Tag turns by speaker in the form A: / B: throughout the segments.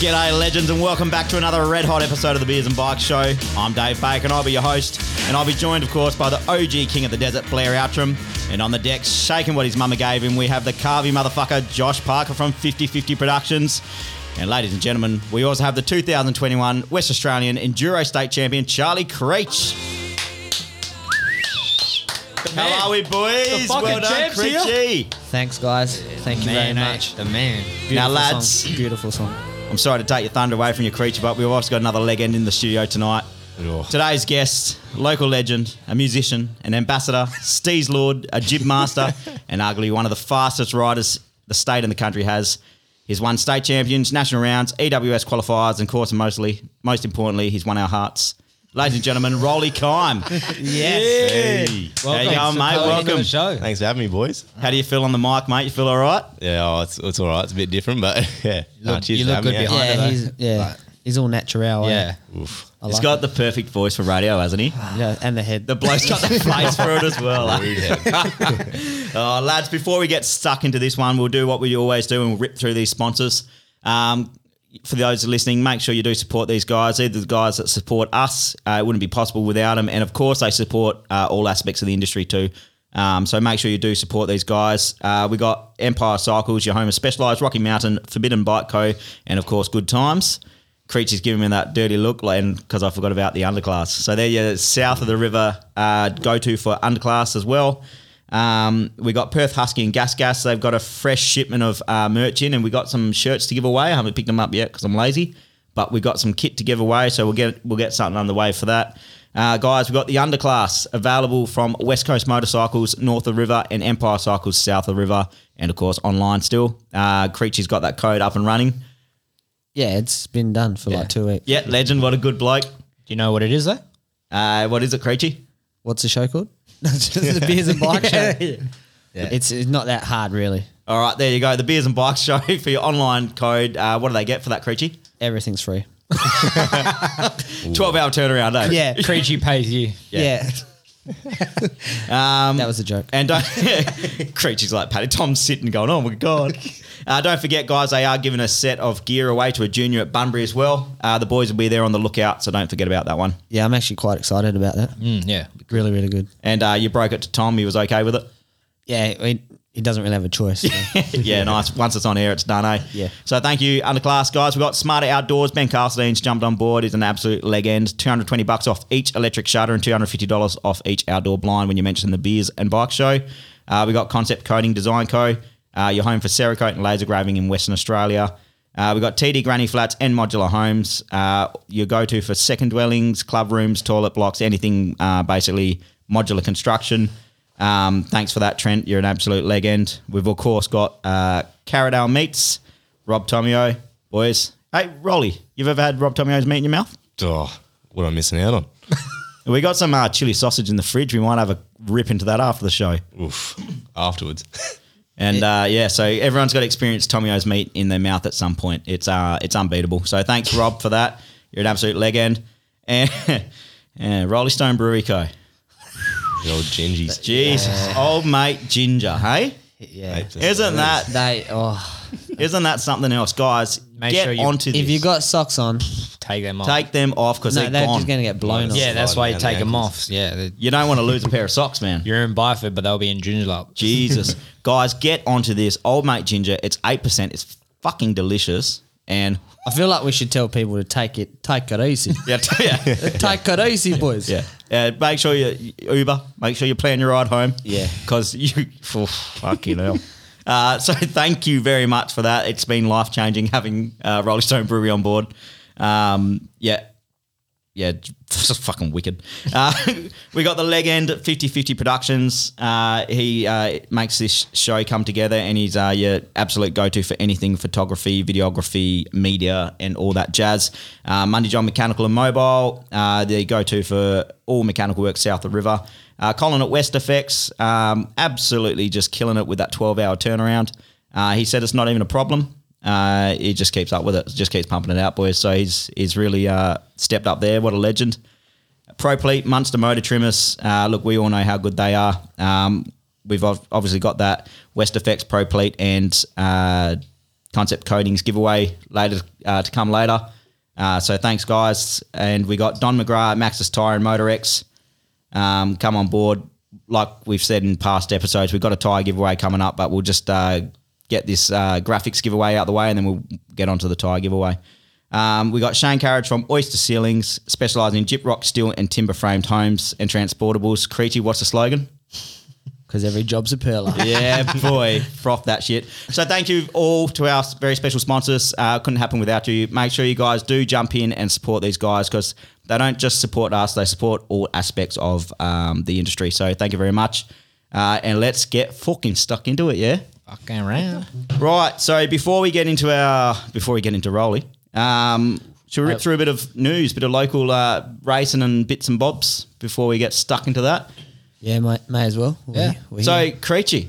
A: G'day, legends, and welcome back to another red hot episode of the Beers and Bikes Show. I'm Dave Fake, and I'll be your host. And I'll be joined, of course, by the OG King of the Desert, Blair Outram. And on the deck, shaking what his mama gave him, we have the carvy motherfucker, Josh Parker from 5050 Productions. And ladies and gentlemen, we also have the 2021 West Australian Enduro State Champion, Charlie Creech.
B: man.
A: How are we, boys?
B: The fucking
A: well done,
B: champs here.
A: Creechy.
C: Thanks, guys. Thank you very
B: man, eh?
C: much.
B: The man.
A: Now,
C: Beautiful
A: lads,
C: song. beautiful song.
A: I'm sorry to take your thunder away from your creature, but we've also got another legend in the studio tonight. Today's guest, local legend, a musician, an ambassador, Steez Lord, a jib master, and arguably one of the fastest riders the state and the country has. He's won state champions, national rounds, EWS qualifiers, and of course, mostly, most importantly, he's won our hearts. Ladies and gentlemen, Rolly Kime.
C: Yes.
A: Hey. There you go,
B: Welcome.
A: mate.
B: Welcome to the
A: Welcome.
B: show.
D: Thanks for having me, boys.
A: How do you feel on the mic, mate? You feel all right?
D: Yeah, oh, it's, it's all right. It's a bit different, but yeah. Nah,
B: look-
D: cheers
B: you
D: for
B: look
D: having
B: good
D: me. eh?
B: behind. I know
C: Yeah,
B: that.
C: he's yeah, he's all natural. eh?
B: Yeah.
D: Oof.
C: I
A: He's
C: like
A: got the perfect voice for radio, hasn't he?
C: it. yeah, and the head.
A: The bloke's got the face for it as well. eh? Oh, lads, before we get stuck into this one, we'll do what we always do and we'll rip through these sponsors. Um, for those listening, make sure you do support these guys. They're the guys that support us. Uh, it wouldn't be possible without them. And of course, they support uh, all aspects of the industry too. Um, so make sure you do support these guys. Uh, we got Empire Cycles, your home of Specialized, Rocky Mountain, Forbidden Bike Co., and of course, Good Times. Creature's giving me that dirty look, like, and because I forgot about the underclass. So they're your south of the river uh, go to for underclass as well. Um, we got Perth Husky and Gas Gas. They've got a fresh shipment of uh, merch in, and we got some shirts to give away. I haven't picked them up yet because I'm lazy, but we got some kit to give away, so we'll get we'll get something underway for that. Uh, guys, we've got the underclass available from West Coast Motorcycles, north of the river, and Empire Cycles, south of the river, and of course online still. Uh, Creature's got that code up and running.
C: yeah, it's been done for like two weeks.
A: Yeah, legend. What a good bloke.
B: Do you know what it is though?
A: Uh, what is it, Creature?
C: What's the show called? It's just the beers and bike show. It's, it's not that hard, really.
A: All right, there you go. The Beers and Bikes Show for your online code. Uh, what do they get for that, Creature?
C: Everything's free.
A: 12 hour turnaround, eh?
C: Yeah,
B: Creechy pays you.
C: yeah. that was a joke.
A: And don't, creatures like Paddy Tom's sitting going, oh my God. Uh, don't forget, guys, they are giving a set of gear away to a junior at Bunbury as well. Uh, the boys will be there on the lookout, so don't forget about that one.
C: Yeah, I'm actually quite excited about that.
B: Mm, yeah.
C: Really, really good.
A: And uh, you broke it to Tom. He was okay with it.
C: Yeah, he, he doesn't really have a choice. so.
A: yeah, nice. Once it's on air, it's done, eh?
C: Yeah.
A: So thank you, underclass guys. We've got Smarter Outdoors. Ben Castelline's jumped on board. He's an absolute legend. 220 bucks off each electric shutter and $250 off each outdoor blind when you mention the beers and bike show. Uh, we got Concept Coating Design Co. Uh, your home for Cerakote and laser graving in Western Australia. Uh, we've got TD Granny Flats and Modular Homes, uh, your go to for second dwellings, club rooms, toilet blocks, anything uh, basically modular construction. Um, thanks for that, Trent. You're an absolute legend. We've, of course, got uh, Carradale Meats, Rob Tomio. Boys. Hey, Rolly, you've ever had Rob Tomio's meat in your mouth?
D: Oh, what am I missing out on?
A: We got some uh, chili sausage in the fridge. We might have a rip into that after the show.
D: Oof. Afterwards.
A: And uh, yeah, so everyone's got to experience Tomio's meat in their mouth at some point. It's uh, it's unbeatable. So thanks, Rob, for that. You're an absolute legend. And, and Rolly Stone Brewery Co.
D: The old Genji's.
A: Jesus, old mate Ginger, hey?
C: yeah.
A: Isn't that
C: They, oh,
A: isn't that something else, guys?
B: Make
A: get
B: sure you-
A: onto this.
C: if you got socks on,
B: Take them off.
A: take them off because
C: no,
A: they're,
C: they're
A: gone.
C: just going to get blown off.
B: yeah, that's why you
D: Slide down
B: take
D: the
B: them off.
D: ankles.
B: Yeah. they-
A: you don't want to lose a pair of socks, man.
B: You're in Byford, but they'll be in Junior Lab.
A: Jesus. Guys, get onto this. Old mate ginger, it's 8%. It's fucking delicious. And
C: I feel like we should tell people to take it, take it easy.
A: yeah, yeah,
C: take it easy, boys.
A: yeah. Uh, make sure you Uber, make sure you plan your ride home.
C: Yeah.
A: Because you, oh, fucking hell. Uh, so thank you very much for that. It's been life changing having uh, Rolling Stone Brewery on board. Um, yeah, yeah, just fucking wicked. Uh, we got the leg end at 50-50 Productions. Uh, he uh, makes this show come together and he's uh, your absolute go-to for anything photography, videography, media and all that jazz. Uh, Monday John Mechanical and Mobile, uh, the go-to for all mechanical work south of the river. Uh, Colin at West Effects, um, absolutely just killing it with that 12-hour turnaround. Uh, he said it's not even a problem. Uh, he just keeps up with it, just keeps pumping it out, boys. So he's he's really uh, stepped up there. What a legend! Proplete, Munster Motor Trimmers. Uh, look, we all know how good they are. Um, we've ob- obviously got that West Effects Proplete and uh, Concept Coatings giveaway later uh, to come later. Uh, so thanks, guys. And we got Don McGrath, Maxis Tyre, and Motorex. Um, come on board. Like we've said in past episodes, we've got a tyre giveaway coming up, but we'll just uh, get this uh, graphics giveaway out the way and then we'll get onto the tyre giveaway. Um, we got Shane Carriage from Oyster Ceilings, specialising in gyp rock, steel, and timber framed homes and transportables. Creechy, what's the slogan?
C: because every job's a perler.
A: Yeah, boy, froth that shit. So thank you all to our very special sponsors. Uh, couldn't happen without you. Make sure you guys do jump in and support these guys because they don't just support us; they support all aspects of um, the industry. So thank you very much, uh, and let's get fucking stuck into it. Yeah.
B: Fucking around.
A: Right. So before we get into our before we get into Rolly, um, should we rip through a bit of news, bit of local uh, racing and bits and bobs before we get stuck into that?
C: Yeah, may, may as well. We-
B: Yeah.
C: we-
A: So Creechy,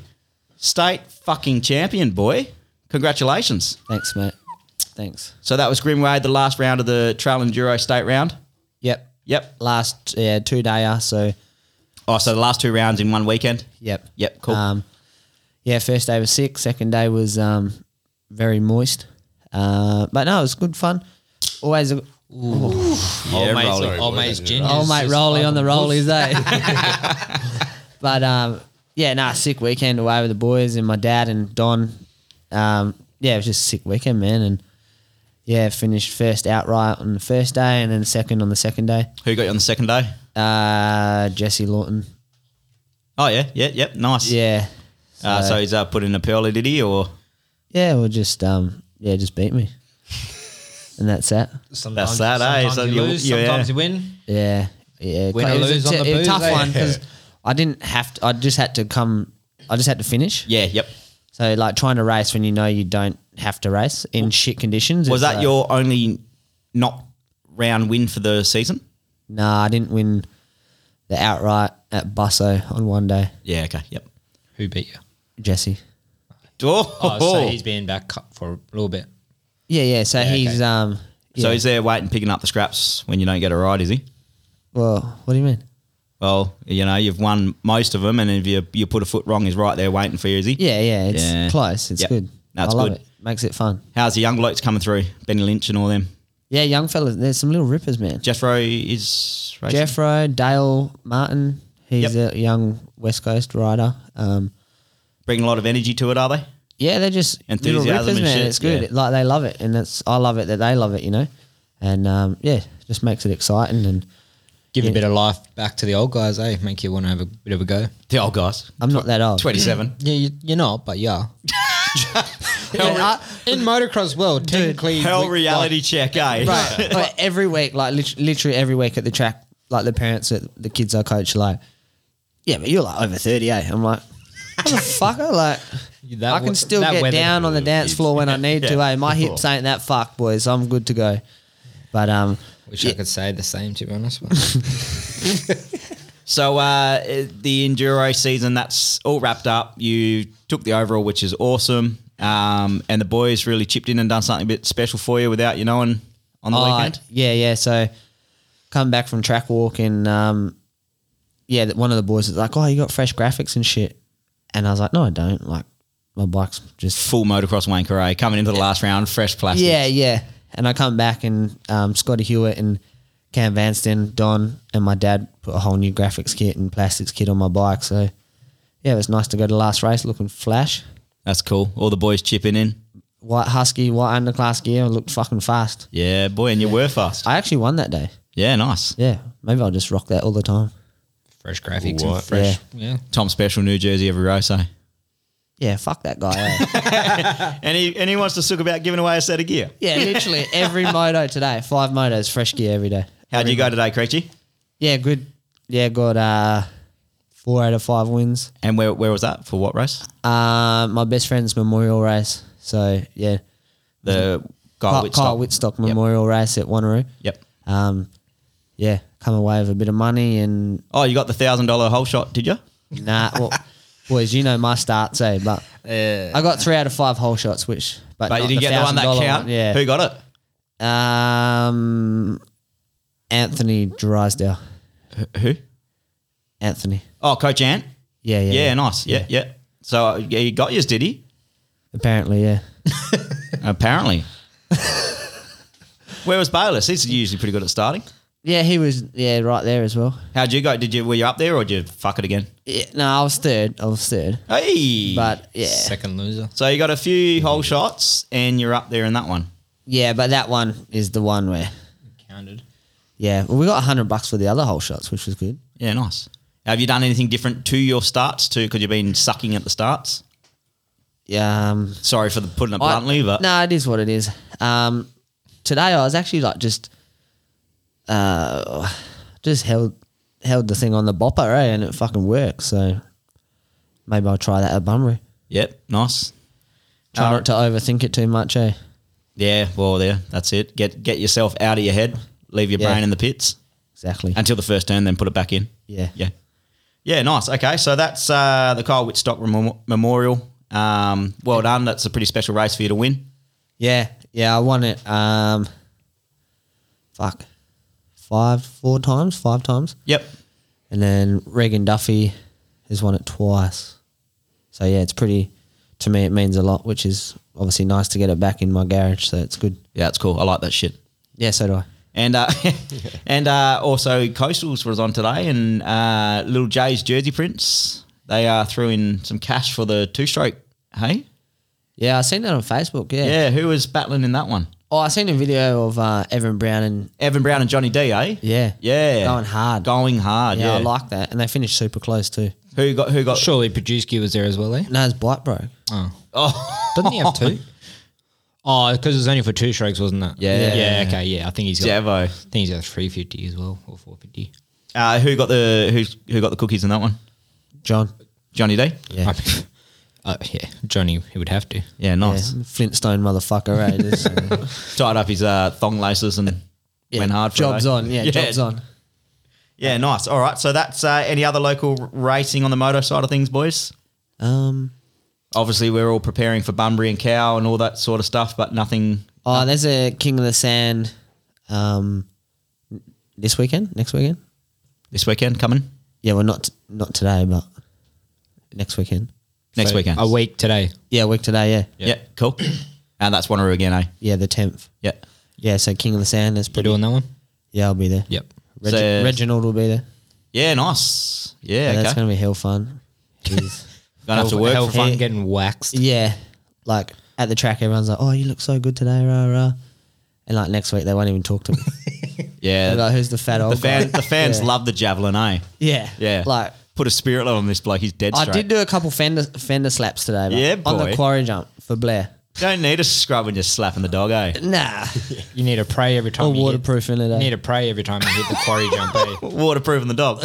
A: state fucking champion, boy. Congratulations.
C: thanks, mate. Thanks.
A: So that was Grimwade, the last round of the Trail Enduro State round.
C: Yep.
A: Yep.
C: Last yeah two dayer. So
A: Oh, so the last two rounds in one weekend.
C: yep.
A: Yep, cool.
C: Um, yeah, first day was sick. Second day was um, very moist. Uh, but no, it was good fun. Always a
B: old mate's,
A: Rolly.
B: old mate's
D: Sorry,
B: gingers.
C: Oh mate,
B: just
C: rolly on the
B: fucking
C: rollies, eh? but um, yeah, nah, sick weekend away with the boys and my dad and Don. Um, yeah, it was just a sick weekend, man, and yeah, finished first outright on the first day and then second on the second day.
A: Who got you on the second day?
C: Uh, Jesse Lawton,
A: Oh yeah, yeah, yep, nice.
C: yeah,
A: Uh, so he's uh, put in a pearly, did he? Or
C: yeah, well, just um, yeah, just beat me, and that's that.
B: Sometimes,
A: That's that, eh?
B: sometimes
A: So
B: you
A: you-
B: lose,
A: yeah.
B: sometimes you win.
C: Yeah, yeah.
B: Win or
C: It was a
B: lose on the
C: t- a
B: booze,
C: tough
B: eh?
C: one because I didn't have to. I just had to come. I just had to finish.
A: yeah, yep.
C: So like trying to race when you know you don't have to race in shit conditions.
A: Was
C: it's
A: that
C: like-
A: your only not round win for the season?
C: Nah, I didn't win the outright at Busso on one day,
A: Yeah. Okay. Yep.
B: Who beat you?
C: Jesse.
A: Oh,
B: Oh, so he's been back up for a little bit.
C: Yeah, yeah. So he's
B: okay.
C: um.
A: so
C: yeah.
A: he's there waiting, picking up the scraps when you don't get a ride, is he?
C: well. What do you mean?
A: Well, you know, you've won most of them, and if you you put a foot wrong, he's right there waiting for you, is he?
C: Yeah, yeah. It's
A: Yeah.
C: close. It's
A: Yep.
C: good.
A: That's
C: I love
A: good.
C: it. Makes it fun.
A: How's the young blokes coming through? Benny Lynch and all them.
C: Yeah, young fellas. There's some little rippers, man.
A: Jeffro is racing.
C: Jeffro, Dale Martin. He's a young West Coast rider. Um,
A: bringing a lot of energy to it, are they?
C: yeah, they're just little
A: Enthusiasm
C: rippers,
A: and
C: man.
A: shit,
C: It's good.
A: yeah.
C: Like they love it, and that's I love it that they love it, you know. And um, yeah, just makes it exciting. And
B: Give a bit of life back to the old guys, eh? Make you want to have a bit of a go.
A: The old guys,
C: I'm not that old.
A: twenty-seven.
B: Yeah, you, you're not, but yeah.
C: Yeah,
B: in motocross world, technically,
A: Hell
B: we-
A: reality check, eh?
C: I- right. Like, every week, like lit- literally every week at the track, like the parents at the kids I coach, are like, yeah, but you're like over 30, eh? I'm like, motherfucker, like,
B: Like, that
C: I can
B: wa-
C: still
B: that
C: get
B: weather-
C: down on the dance floor when I need to, eh? My hips ain't that fucked, boys. I'm good to go. But um,
B: Wish I could say the same to be honest. but-
A: So uh, the enduro season that's all wrapped up. You took the overall, which is awesome, um, and the boys really chipped in and done something a bit special for you without you knowing on the
C: Oh,
A: weekend.
C: Yeah, yeah. So come back from track walk and um, yeah, that one of the boys is like, "Oh, you got fresh graphics and shit," and I was like, "No, I don't." Like my bike's just
A: Full motocross wanker, eh? Coming into the last round, fresh plastic.
C: yeah, yeah. And I come back and um, Scotty Hewitt and Cam Vanston, Don, and my dad put a whole new graphics kit and plastics kit on my bike. So yeah, it was nice to go to last race looking flash.
A: that's cool. All the boys chipping in.
C: White husky, white underclass gear, looked fucking fast.
A: Yeah, boy, and you were fast.
C: I actually won that day.
A: Yeah, nice.
C: Yeah, maybe I'll just rock that all the time.
B: fresh graphics and
D: What?
B: fresh. Yeah.
A: Tom Special, New Jersey, every race, eh?
C: Yeah, fuck that guy. eh?
A: And he, and he wants to talk about giving away a set of gear.
C: Yeah, literally every moto today. Five motos, fresh gear every day.
A: How'd you go today, Creechy?
C: Yeah, good. Yeah, got uh, four out of five wins.
A: And where, where was that? For what race?
C: Uh, my best friend's memorial race. So yeah,
A: The Kyle
C: Kyle,
A: Whitstock.
C: Kyle Whitstock memorial race at Wanneroo.
A: Yep.
C: Um, yeah, come away with a bit of money and
A: Oh, you got the thousand dollar whole shot, did you?
C: nah. well, boys, you know my starts, eh? But I got three out of five whole shots, which
A: But
C: but, not
A: you didn't get the one that
C: $1,000
A: count.
C: Yeah.
A: Who got it?
C: Um, Anthony Drysdale.
A: Who?
C: Anthony.
A: Oh, Coach Ant.
C: Yeah, yeah.
A: Yeah, nice. Yeah, yeah. So uh, yeah, he got yours, did he?
C: Apparently, yeah.
A: Apparently. Where was Bayless? He's usually pretty good at starting.
C: Yeah, he was yeah right there as well.
A: How'd you go? Did you were you up there or did you fuck it again?
C: Yeah, no, I was third. I was third.
A: Hey,
C: But yeah,
B: Second loser.
A: so you got a few whole shots and you're up there in that one.
C: yeah, but that one is the one where
B: Counted.
C: yeah. Well, we got hundred bucks for the other whole shots, which was good.
A: Yeah, nice. Have you done anything different to your starts too? Because you've been sucking at the starts.
C: Yeah. Um,
A: Sorry for the putting it
C: I-
A: bluntly, but
C: no, it is what it is. Um, today I was actually like just, uh, just held held the thing on the bopper, eh? And it fucking works. So maybe I'll try that at Bunbury.
A: yep, nice.
C: Try
A: Uh,
C: not to overthink it too much, eh?
A: Yeah, well, there, that's it. Get get yourself out of your head. Leave your
C: Yeah.
A: brain in the pits
C: Exactly.
A: until the first turn, then put it back in.
C: yeah.
A: Yeah. Yeah, nice. Okay, so that's uh, the Kyle Whitstock Remo- Memorial. Um, well done. That's a pretty special race for you to win.
C: Yeah, yeah, I won it. Um, fuck, five, four times, five times,
A: Yep.
C: and then Regan Duffy has won it twice. So yeah, it's pretty. To me, it means a lot, which is obviously nice to get it back in my garage. So it's good.
A: Yeah, it's cool. I like that shit.
C: Yeah, so do I.
A: And uh, and uh, also Coastals was on today, and uh, Little Jay's jersey prints. They uh, threw in some cash for the two stroke. Hey,
C: Yeah, I seen that on Facebook. Yeah.
A: yeah, who was battling in that one?
C: Oh, I seen a video of uh, Evan Brown and
A: Evan Brown and Johnny D. Eh?
C: yeah,
A: yeah,
C: going hard.
A: going hard.
C: yeah,
A: Yeah,
C: I like that, and they finished super close too.
A: who got who got.
B: Surely Pajewski was there as well, eh?
C: No, it's Blight bro.
B: Oh.
A: Oh,
B: Doesn't he have two? Oh, because it was only for two strokes, wasn't it?
A: Yeah.
B: Yeah, okay, yeah. I think he's got
A: Javo.
B: I think he's got three fifty as well, or four fifty.
A: Uh, who got the who who got the cookies in that one?
C: John.
A: Johnny D.
C: Yeah.
B: I mean, uh, yeah. Johnny he would have to.
A: Yeah, nice.
C: Yeah, Flintstone motherfucker, right? Just-
A: Tied up his uh, thong laces and
C: Yeah,
A: went hard. For
C: jobs
A: it, eh?
C: on, yeah, jobs on.
A: Yeah, nice. All right, so that's uh, any other local r- racing on the motor side of things, boys.
C: Um,
A: obviously we're all preparing for Bunbury and Cow and all that sort of stuff, but nothing.
C: oh, there's a King of the Sand. Um, this weekend, next weekend.
A: This weekend coming
C: Yeah, well, not not today, but next weekend.
A: next
B: So,
A: weekend.
B: A week today.
C: Yeah, week today. Yeah,
A: yeah. cool. and that's Wanneroo again, eh?
C: yeah, the tenth.
A: Yeah,
C: Yeah, so King of the Sand. That's
B: We're
C: pretty.
B: doing that one?
C: Yeah, I'll be there.
B: Yep.
C: Reg-
A: So-
C: Reginald will be there.
A: yeah, nice.
C: Yeah,
A: Yeah,
C: That's
A: okay. Gonna,
C: gonna be hell fun. He's-
A: have to work.
B: Hell
A: for
B: fun
A: fun.
B: getting waxed.
C: yeah, like at the track, everyone's like, "Oh, you look so good today, rah rah," and like next week they won't even talk to me. They're
A: Yeah,
C: like, who's the fat old
A: the fans,
C: guy?
A: the fans
C: yeah.
A: love the javelin, eh?
C: Yeah,
A: Yeah,
C: like
A: put a spirit level on this bloke. He's dead.
C: I
A: Straight.
C: did do a couple fender fender slaps today. Mate,
A: Yeah,
C: on
A: boy.
C: the quarry jump for Blair.
A: Don't need a scrub when you're slapping the dog, eh?
C: Nah,
B: You need to pray every time
C: I'm
B: you hit-
C: waterproofing it.
B: You need
C: eh?
B: to pray every time you hit the quarry jump, eh?
A: Waterproofing the dog.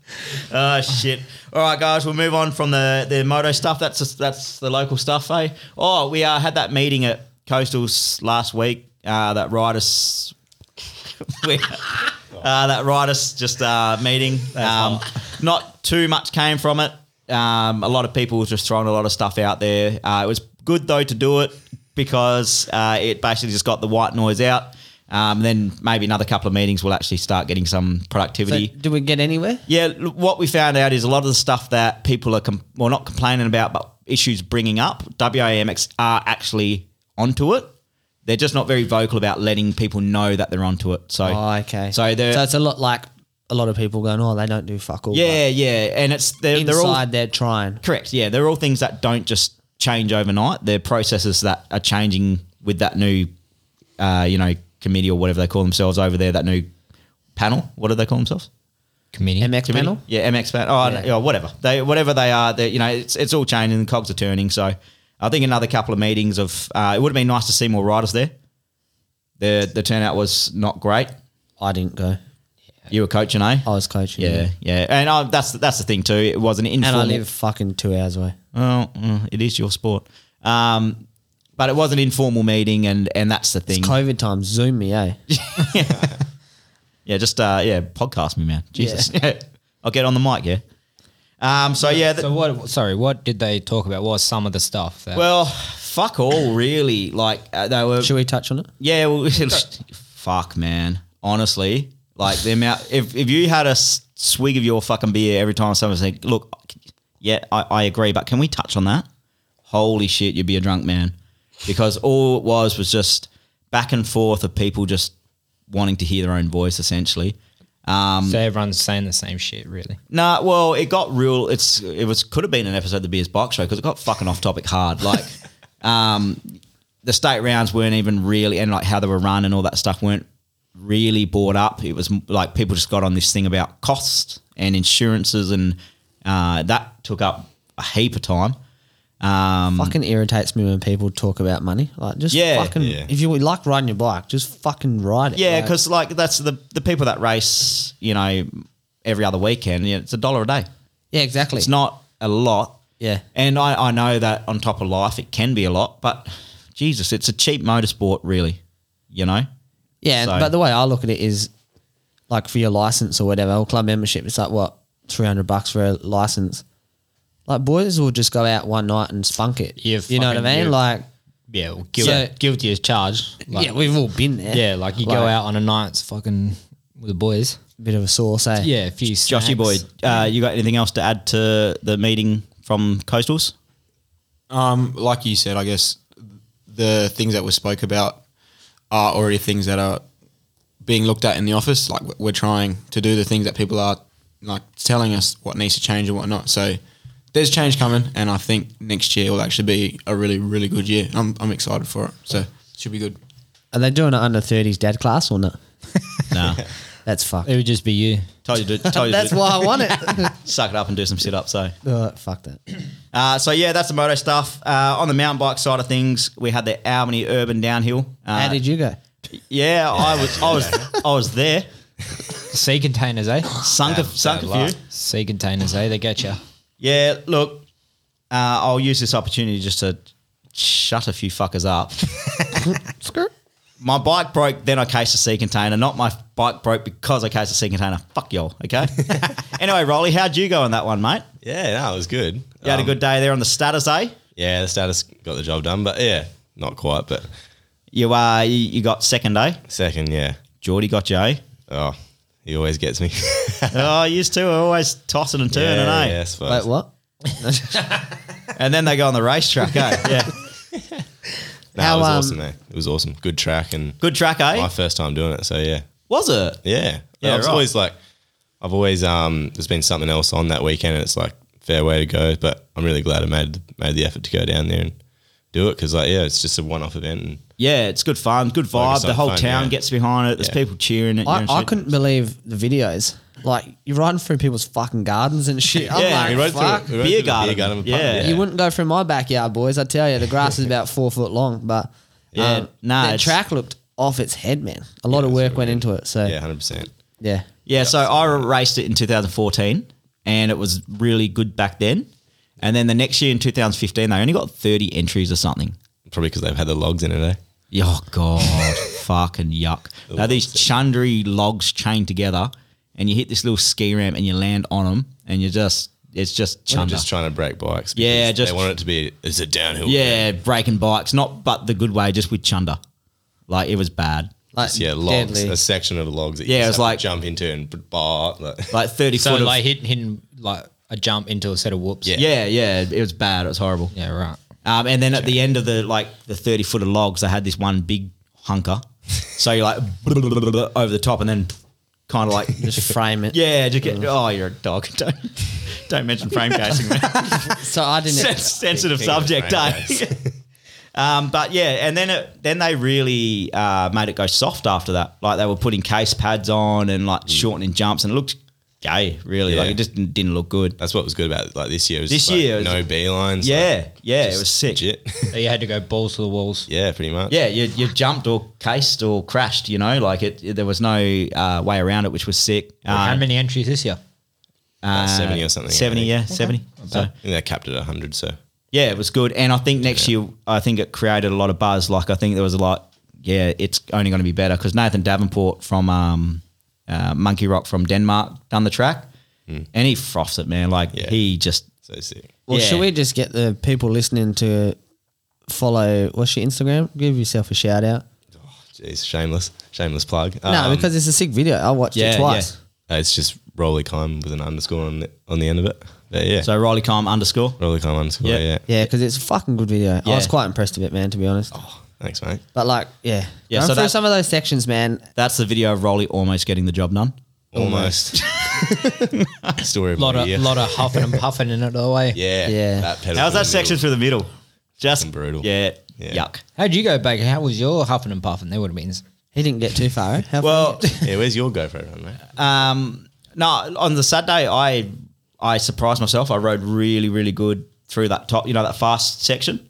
A: oh shit! All right, guys, we'll move on from the the moto stuff. That's just, that's the local stuff, eh? Oh, we uh, had that meeting at Coastals last week. Uh, that riders, we, uh, that riders just uh, meeting. Um, not too much came from it. Um, a lot of people were just throwing a lot of stuff out there. Uh, it was good though to do it because uh, it basically just got the white noise out. Um, then maybe another couple of meetings will actually start getting some
C: So,
A: productivity.
C: do we get anywhere?
A: Yeah, l- what we found out is a lot of the stuff that people are, com- well, not complaining about, but issues bringing up, WAMX are actually onto it. They're just not very vocal about letting people know that they're onto it. So,
C: Oh, okay.
A: So they're,
C: so it's a lot like a lot of people going, oh, they don't do fuck all.
A: yeah, yeah. And it's,
C: but
A: they're,
C: inside
A: they're all,
C: they're trying.
A: correct. Yeah, they're all things that don't just change overnight. They're processes that are changing with that new, uh, you know, committee or whatever they call themselves over there, that new panel. What do they call themselves?
B: Committee.
C: MX
A: Committee?
C: panel.
A: Yeah, MX panel. Oh,
C: Yeah.
A: yeah. whatever they, whatever they are, they, you know, it's it's all changing. The cogs are turning. So, I think another couple of meetings of uh, it would have been nice to see more riders there. The the turnout was not great.
C: I didn't go.
A: You were coaching, eh?
C: I was coaching.
A: yeah, yeah, and uh, that's that's the thing too. It was an
C: And
A: informal.
C: I live fucking two hours away.
A: Oh, mm, it is your sport. Um, but it was an informal meeting, and and that's the thing.
C: It's COVID time. Zoom me, eh?
A: Yeah, just uh, yeah, podcast me, man. Jesus, I'll get on the mic. Yeah. Um. So yeah, th-
B: So what? Sorry, what did they talk about? What was some of the stuff? That,
A: well, fuck all, really. Like uh, they were.
C: Should we touch on it?
A: Yeah, well, it's- fuck, man. Honestly, like the amount. If if you had a s- swig of your fucking beer every time someone said, "Look, yeah, I, I agree," but can we touch on that? holy shit, you'd be a drunk man. Because all it was was just back and forth of people just wanting to hear their own voice, essentially.
B: so everyone's saying the same shit, really.
A: Nah, well, it got real. It's it was could have been an episode of the Beers Box Show because it got fucking off topic hard. Like, um, the state rounds weren't even really, and like how they were run and all that stuff weren't really brought up. It was m- like people just got on this thing about costs and insurances, and uh, that took up a heap of time.
C: fucking irritates me when people talk about money. Like, just
A: Um, Yeah.
C: fucking,
D: Yeah.
C: if you like riding your bike, just fucking ride it.
A: Yeah,
C: like,
A: because like that's the the people that race, you know, every other weekend. Yeah, it's a dollar a day.
C: yeah, exactly.
A: It's not a lot.
C: Yeah.
A: And I, I know that on top of life, it can be a lot, but Jesus, it's a cheap motorsport, really. You know?
C: Yeah, and
A: So-
C: but the way I look at it is, like for your license or whatever, or club membership, it's like what three hundred bucks for a license. Like boys will just go out one night and spunk it.
B: Yeah,
C: you know what I
B: fucking
C: mean.
B: yeah.
C: Like,
B: Yeah, well, guilty,
C: So-
B: guilty as charged. Like,
C: yeah, we've all been there.
B: yeah, like you go out on a night, it's fucking with the boys.
C: bit of a sauce, eh?
B: Yeah, a few.
A: Joshy boy,
B: snacks.
A: uh, you got anything else to add to the meeting from Coastals?
E: Um, like you said, I guess the things that were spoke about are already things that are being looked at in the office. Like we're trying to do the things that people are like telling us what needs to change and what not. So there's change coming, and I think next year will actually be a really, really good year. I'm, I'm excited for it. So it should be good.
C: Are they doing an under thirties dad class or not?
A: Nah.
C: That's fucked.
B: It would just be you.
A: told you to, told you
C: That's
A: to
C: why I want it.
A: suck it up and do some sit ups. So.
C: Uh, fuck that.
A: Uh, so, yeah, that's the moto stuff. Uh, on the mountain bike side of things, we had the Albany Urban Downhill. Uh,
C: How did you go?
A: Yeah, I was, I was, I was there.
B: Sea containers, eh?
A: Sunk a,
D: Bad-
A: sunk
D: bad
A: a
D: luck.
A: few.
B: Sea containers, eh? They get you.
A: Yeah, look, uh, I'll use this opportunity just to shut a few fuckers up. my bike broke, then I cased a sea container. Not my bike broke because I cased a sea container. Fuck y'all, okay? anyway, Rolly, how'd you go on that one, mate?
D: Yeah, no, it was good.
A: You had a
D: Um,
A: good day there on the status, eh?
D: Yeah, the status got the job done, but yeah, not quite. But
A: You uh, you, you got second, eh?
D: second, yeah.
A: Geordie got you, eh?
D: Oh, he always gets me.
A: oh, you two are always tossing and turning,
D: yeah,
A: eh?
D: yeah, I suppose.
C: Wait, what?
A: And then they go on the racetrack, eh? Yeah.
D: No,
C: How,
D: it was
C: um,
D: awesome, man. It was awesome. Good track and
A: Good track, eh?
D: my first time doing it. So yeah,
A: Was it?
D: yeah.
A: Yeah,
D: I was
A: right.
D: always like, I've always um, there's been something else on that weekend, and it's like fair way to go. But I'm really glad I made made the effort to go down there and do it because like yeah, it's just a one off event. And
A: Yeah, it's good fun, good vibe.
D: Focus on
A: The whole
D: fun,
A: town
D: yeah.
A: gets behind it. There's
D: Yeah.
A: people cheering it.
C: I, I couldn't believe the videos. Like you're riding through people's fucking gardens and shit. I'm
A: Yeah,
C: like,
A: we
D: rode through
C: fuck.
D: it. We rode
A: Beer
D: through the
A: garden.
D: and
A: Yeah.
D: pub,
C: You wouldn't go through my backyard, boys. I tell you, the grass is about four foot long, but
A: Yeah,
C: um,
A: nah,
C: the
A: it's-
C: track looked off its head, man. A lot of
D: that's
C: work
D: what
C: went
D: we
C: into it, so
D: Yeah,
C: yeah,
D: hundred percent.
C: yeah.
A: Yeah, so I raced it in 2014 and it was really good back then. And then the next year in 2015, they only got 30 entries or something.
D: Probably because they've had the logs in it. Eh?
A: Oh, God, fucking yuck. Now, these chundry logs chained together and you hit this little ski ramp and you land on them and you just, it's just
D: I'm
A: chunder.
D: just trying to break bikes. because
A: Yeah, just-
D: they want it to be it's a downhill. event.
A: yeah, breaking bikes, not but the good way, just with chunder. Like, it was bad.
C: Like
D: yeah, logs.
C: deadly.
D: A section of logs. That
A: Yeah,
D: you
A: it
D: just
A: was
D: have to
A: like-
D: jump into and bar. Like,
A: Like 30
B: So
A: foot
B: like
A: of,
B: hitting, hitting like a jump into a set of whoops.
A: yeah, yeah, it was bad. It was horrible.
B: Yeah. Right.
A: Um, and then at the end of the like the thirty foot of logs, they had this one big hunker. So you're like over the top, and then kind of like
C: just frame it.
A: yeah, just get oh you're a dog. Don't don't mention frame casing, man.
C: So I didn't.
A: Sen- sensitive
D: Think of
A: subject,
D: frame
A: eh? um, but yeah, and then it, then they really uh, made it go soft after that. Like they were putting case pads on and like shortening jumps, and it looked gay. Really, like
D: Mm. Yeah.
A: it just didn't, didn't look good.
D: That's what was good about it. like this year. Was
A: This
D: just, like,
A: year it was-
D: no beelines. like,
A: Yeah, yeah, it was sick.
D: legit.
B: So you had to go balls to the walls.
D: yeah, pretty much.
A: Yeah, you, you jumped or cased or crashed, you know, like it, there was no uh, way around it, which was sick.
B: How
A: Uh,
B: many entries this year?
A: uh,
D: 70 or something, I
A: 70,
D: think.
A: yeah, 70. So,
D: I think they capped it at hundred. So
A: yeah, it was good. And I think next year, I think it created a lot of buzz. Like, I think there was a lot, yeah, it's only going to be better because Nathan Davenport from um, uh, Monkey Rock from Denmark done the track and he froths it, man. Like,
D: Hmm. Yeah.
A: he just,
D: so sick.
C: Well,
A: yeah.
C: should we just get the people listening to follow? What's your Instagram? Give yourself a shout out.
D: Jeez, shameless, shameless plug.
C: no,
D: Um,
C: because it's a sick video. I watched
A: yeah,
C: it twice.
D: Uh, it's just Rolly Climb with an underscore on the, on the end of it. But yeah,
A: So Riley Calm underscore.
D: Rolly Climb underscore.
A: Yeah.
D: Yeah.
C: Yeah, because it's a fucking good video. I was
A: Yeah.
C: quite impressed with it, man. To be honest,
D: Oh, Thanks, mate.
C: but like, yeah,
A: Yeah,
C: Going
A: so
C: through
A: that-
C: some of those sections, man.
A: That's the video of Rolly almost getting the job done.
D: Almost. Story of
B: lot
D: my
B: of
D: year.
B: lot of huffing and puffing in it eh? all the way.
D: yeah.
C: Yeah.
D: That pedal
A: How's
D: in
A: that
D: the
A: section
D: middle.
A: through the middle? Just
D: Fucking brutal.
A: Yeah,
D: Yeah.
A: yuck.
B: How'd you go, Baker? How was your huffing and puffing? There would have been.
C: He didn't get too far. eh? How far
A: Well,
D: Yeah, where's your GoPro run, mate?
A: um, no, on the Saturday I I surprised myself. I rode really, really good through that top, you know, that fast section.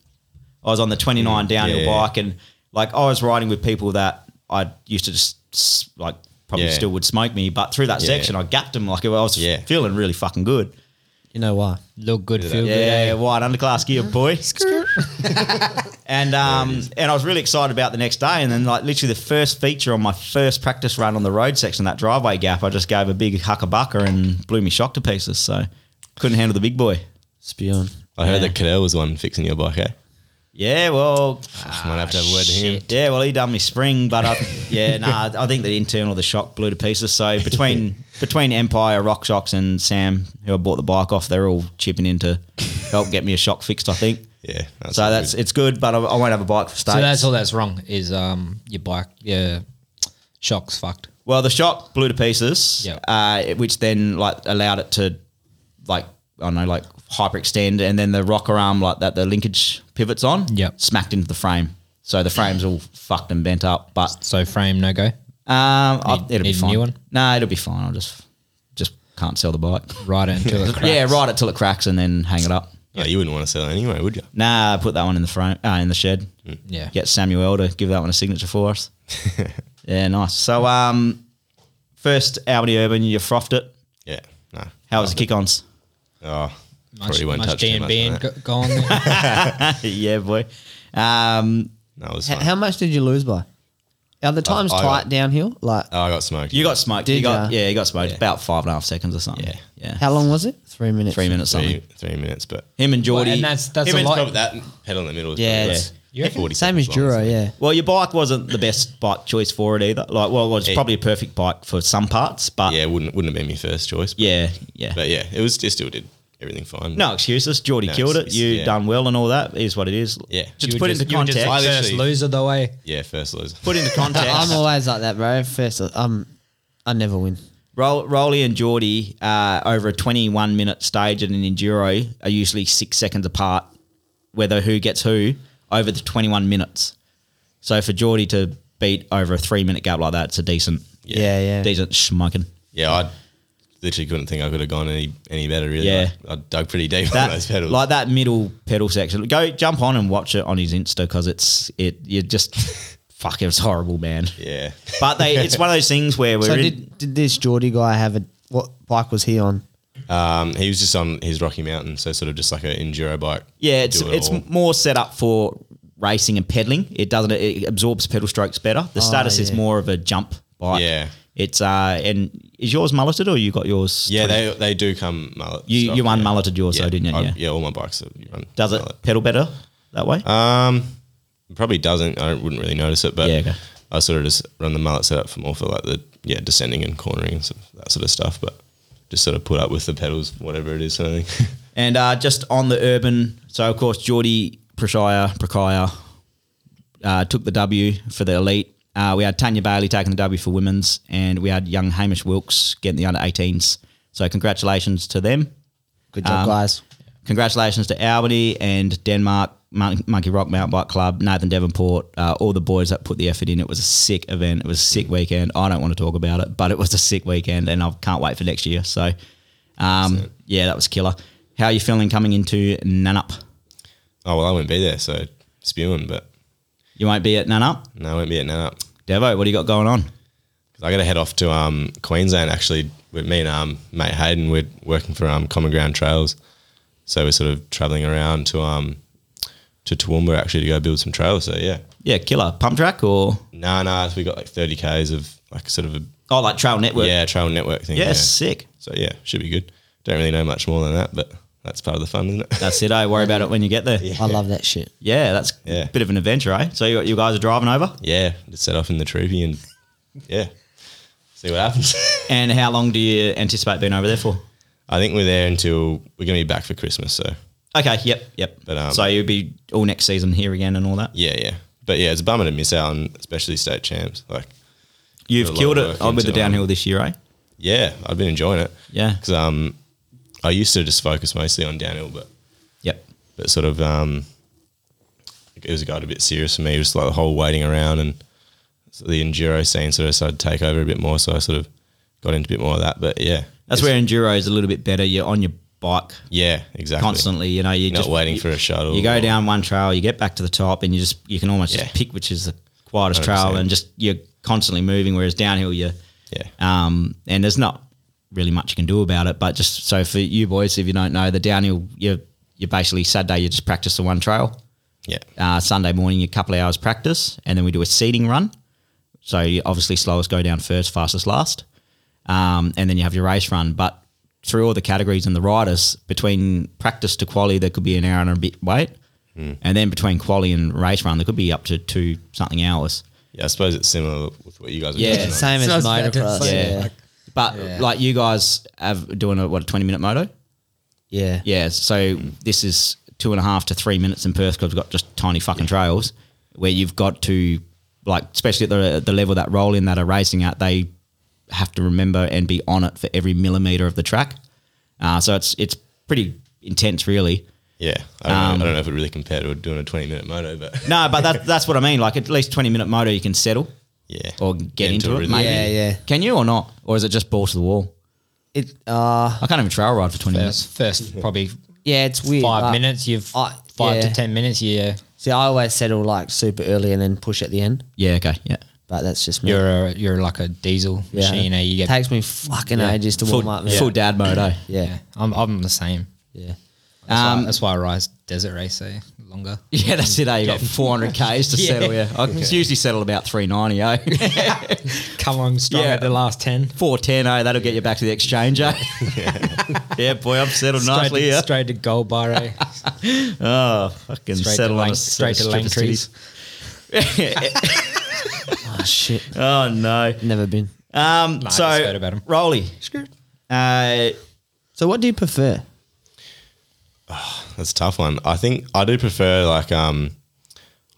A: I was on the 29 downhill
D: Mm, yeah.
A: bike and like I was riding with people that I used to just s- like probably
D: Yeah.
A: still would smoke me, but through that
D: Yeah.
A: section I gapped them like I was
D: Yeah.
A: feeling really fucking good.
C: you know why?
B: Look good, feel
A: Yeah,
B: good.
A: yeah,
B: eh?
A: wide underclass gear, boy. and um, and I was really excited about the next day. And then like literally the first feature on my first practice run on the road section, that driveway gap, I just gave a big huckabucker and blew me shock to pieces. So couldn't handle the big boy.
C: Spew on.
D: I heard
A: Yeah.
D: that Cadell was the one fixing your bike, eh?
A: Yeah, well,
D: Might have to have a word to
B: Ah,
D: him.
A: yeah, well, he done me spring, but I, yeah, nah, I think the internal the shock blew to pieces. So between between Empire, Rock Shocks, and Sam, who I bought the bike off, they're all chipping in to help get me a shock fixed. I think.
D: Yeah.
A: so
D: all
A: that's
D: good.
A: it's good, but I, I won't have a bike for states.
B: So that's all that's wrong is um your bike your shocks fucked.
A: well, the shock blew to pieces,
B: Yep.
A: uh, it- which then like allowed it to like I don't know like hyperextend, and then the rocker arm like that the linkage pivots on,
B: Yep.
A: smacked into the frame. So the frame's all fucked and bent up, but
B: So frame no go.
A: um, I,
B: Need-
A: it'll
B: need
A: be
B: a
A: fine.
B: new one?
A: No, it'll be fine. I'll just just can't sell the bike.
B: Ride it until it cracks.
A: Yeah, ride it till it cracks and then hang it up.
D: Oh, you wouldn't want to sell it anyway, would you?
A: Nah, put that one in the frame uh, in the shed.
B: Mm. Yeah.
A: Get Samuel to give that one a signature for us. yeah, nice. So um, first Albany Urban, you frothed it.
D: Yeah. No.
A: How was the kick ons?
D: Oh,
B: Much,
D: probably won't
B: much
D: touch
B: G
D: too
B: and
D: much
B: B
D: on
B: and
D: that.
B: go, go on there.
A: yeah, boy. Um,
D: No, it was
C: H-
D: fine.
C: how much did you lose by? Are the times
D: I
C: tight
D: got-
C: downhill? Like,
D: oh, I got smoked.
A: you got smoked. you
C: Did
A: got
C: ya?
A: yeah, you got smoked. About five and a half seconds or something.
D: Yeah.
A: yeah.
C: how long was it? Three minutes.
A: Three minutes
D: three,
A: something.
D: three minutes, but
A: Him and Geordie.
B: Well, and that's that's
A: him
B: a
A: and
B: lot.
D: probably that pedal in the middle. Is
A: Yeah,
D: probably
A: yeah.
D: what's
B: You reckon?
D: 40
C: Same as
D: seconds long,
C: Juro,
D: so-
C: yeah.
A: Well, your bike wasn't the best bike choice for it either. Like, well, it was
D: Yeah.
A: probably a perfect bike for some parts, but
D: Yeah, it wouldn't wouldn't have been my first choice. But,
A: yeah, yeah.
D: but yeah, it was it still did everything fine.
A: no excuses. Geordie
D: No
A: killed it.
D: excuse,
A: You
D: yeah.
A: done well and all that is what it is.
D: Yeah.
A: Just
B: You were
A: put
B: just-
A: into
B: you were just
A: context.
D: like-
B: First loser the way.
D: Yeah, first loser.
A: put into
C: I'm
A: context.
C: always like that, bro. First, um, I never win.
A: Roll, Rolly and Geordie uh, over a 21 minute stage at an enduro are usually six seconds apart, whether who gets who over the 21 minutes. So for Geordie to beat over a three minute gap like that, it's a decent,
D: Yeah.
C: Yeah, yeah.
A: decent schmucking.
D: Yeah, I literally couldn't think I could have gone any any better. Really,
A: Yeah.
D: Like, I dug pretty deep on those pedals.
A: Like that middle pedal section. Go jump on and watch it on his Insta because it's it. You just fuck. It was horrible, man.
D: yeah,
A: But they, it's one of those things where we're
C: So
A: in,
C: did, did this Geordie guy have a what bike was he on?
D: um, he was just on his Rocky Mountain, so sort of just like an enduro bike.
A: yeah. It's
D: Do it
A: it's
D: all.
A: more set up for racing and pedaling. It doesn't. It absorbs pedal strokes better. The status is
C: Oh, yeah.
A: more of a jump bike.
D: Yeah.
A: It's uh and is yours mulleted or you got yours?
D: yeah,
A: pretty-
D: they they do come mullet.
A: you
D: stock,
A: you
D: yeah.
A: unmulleted yours
D: yeah.
A: though, didn't you?
D: I-
A: yeah.
D: all my bikes are run
A: Does it
D: mullet.
A: pedal better that way?
D: Um, probably doesn't. I wouldn't really notice it, but
A: Yeah, okay.
D: I sort of just run the mullet setup for more for like the yeah descending and cornering and sort of that sort of stuff. But just sort of put up with the pedals, whatever it is, sort of thing.
A: And uh, just on the urban, so of course Geordie Prashire Prakaya uh, took the W for the elite. Uh, we had Tanya Bailey taking the W for women's, and we had young Hamish Wilkes getting the under 18s. So congratulations to them.
C: Good job,
A: Um,
C: guys.
A: Congratulations to Albany and Denmark Mon- Monkey Rock Mountain Bike Club, Nathan Devonport, uh, all the boys that put the effort in. It was a sick event. It was a sick weekend. I don't want to talk about it, but it was a sick weekend, and I can't wait for next year. So, um, yeah, that was killer. How are you feeling coming into Nanup?
D: oh well, I wouldn't be there, so spewing. But
A: You won't be at Nanup,
D: no, I won't be at now.
A: Devo. What do you got going on?
D: I got to head off to um, Queensland actually with me and um, mate Hayden. We're working for um, Common Ground Trails, so we're sort of traveling around to um, to Toowoomba actually to go build some trails. So yeah,
A: Yeah, killer pump track or
D: nah, nah, we got like thirty k's of like sort of a
A: oh, like Trail Network.
D: yeah trail network thing.
A: yeah,
D: yeah.
A: sick.
D: So yeah, should be good. Don't really know much more than that, but that's part of the fun, isn't it?
A: That's it. I worry about it when you get there.
C: I love that shit.
A: Yeah, that's
D: Yeah.
A: a bit of an adventure, eh? So you, you guys are driving over.
D: yeah, just set off in the troopy and yeah, See what happens.
A: And how long do you anticipate being over there for?
D: I think we're there until we're gonna be back for Christmas. So
A: Okay, yep, yep.
D: But, um,
A: so you'll be all next season here again and all that.
D: yeah, yeah. But yeah, it's a bummer to miss out on especially state champs. Like
A: You've
D: Put a lot
A: killed
D: of
A: it
D: work
A: with the
D: into,
A: downhill
D: um,
A: this year, eh?
D: yeah, I've been enjoying it.
A: Yeah.
D: Because um, I used to just focus mostly on downhill, but
A: Yep.
D: but sort of um, it was got a bit serious for me. It was like the whole waiting around and so the enduro scene sort of started to take over a bit more. So I sort of got into a bit more of that. But yeah,
A: That's
D: it's-
A: where enduro is a little bit better. You're on your bike
D: yeah, exactly.
A: constantly. You know, you're
D: You're not
A: just
D: waiting
A: you,
D: for a shuttle.
A: You go
D: or-
A: down one trail, you get back to the top, and you just you can almost
D: Yeah.
A: just pick which is the quietest trail,
D: 100%.
A: and just you're constantly moving. Whereas downhill, you
D: Yeah.
A: um, and there's not really much you can do about it. But just so for you boys, if you don't know, the downhill, you you basically Saturday you just practice the one trail.
D: Yeah.
A: uh, Sunday morning, a couple of hours practice, and then we do a seeding run. So you obviously, slowest go down first, fastest last, um, and then you have your race run. But through all the categories and the riders, between practice to quali, there could be an hour and a bit wait, and then between quali and race run, there could be up to two something hours.
D: Yeah, I suppose it's similar with what you guys are
A: Yeah,
D: doing.
C: Same
B: So I
C: as
B: was about to
C: motocross.
B: say,
C: Yeah.
B: like-
A: But
B: Yeah.
A: like you guys have doing a what a twenty minute moto,
C: Yeah.
A: yeah. So
C: Hmm.
A: this is two and a half to three minutes in Perth because we've got just tiny fucking trails where you've got to like, especially at the the level that roll in that are racing at, they have to remember and be on it for every millimeter of the track. Uh, so it's it's pretty intense, really.
D: Yeah, I don't,
A: Um,
D: know, I don't know if it really compared to doing a twenty-minute moto, but
A: No, but that, that's what I mean. Like at least twenty minute moto, you can settle
D: yeah,
A: or get into,
D: a
A: it.
D: rhythm.
A: Maybe.
C: Yeah, yeah.
A: Can you or not, or is it just balls to the wall?
C: It uh
A: I can't even trail ride for twenty minutes.
B: First, first probably
C: yeah, it's weird.
B: five
C: like-
B: minutes. You've
C: I-
B: five
C: yeah.
B: to ten minutes. Uh, Yeah,
C: See, I always settle like super early and then push at the end,
A: Yeah. Okay. Yeah.
C: but that's just me.
B: you're a, you're like a diesel
C: yeah.
B: machine. eh? You get.
C: takes me fucking ages to warm
A: Full,
C: up. man.
A: full dad mode. Eh?
C: Yeah,
B: I'm I'm the same.
C: yeah.
B: That's,
A: Um,
B: why, that's why I rise desert race eh? longer.
A: Yeah, that's it. Eh? You got 400 k's to
B: Yeah.
A: settle. Yeah, I can usually settle about 390. Eh?
B: Come on, strong
A: Yeah.
B: at the last ten.
A: 410. Eh? That'll get you back to the exchange. Eh? yeah, boy, I've settled
B: Straight,
A: nicely.
B: to,
A: Yeah.
B: straight to gold bar. eh?
A: Oh, fucking
B: Straight
A: settle
B: to
A: on
B: Lang-
A: a
B: straight to
A: strip of
B: Langtrees.
A: titties.
C: Oh shit,
A: oh no.
C: never been.
A: Um,
B: Nah, I
A: so
B: just heard about 'em.
A: Rolly. Uh,
C: So, what do you prefer?
D: That's a tough one. I think I do prefer like um,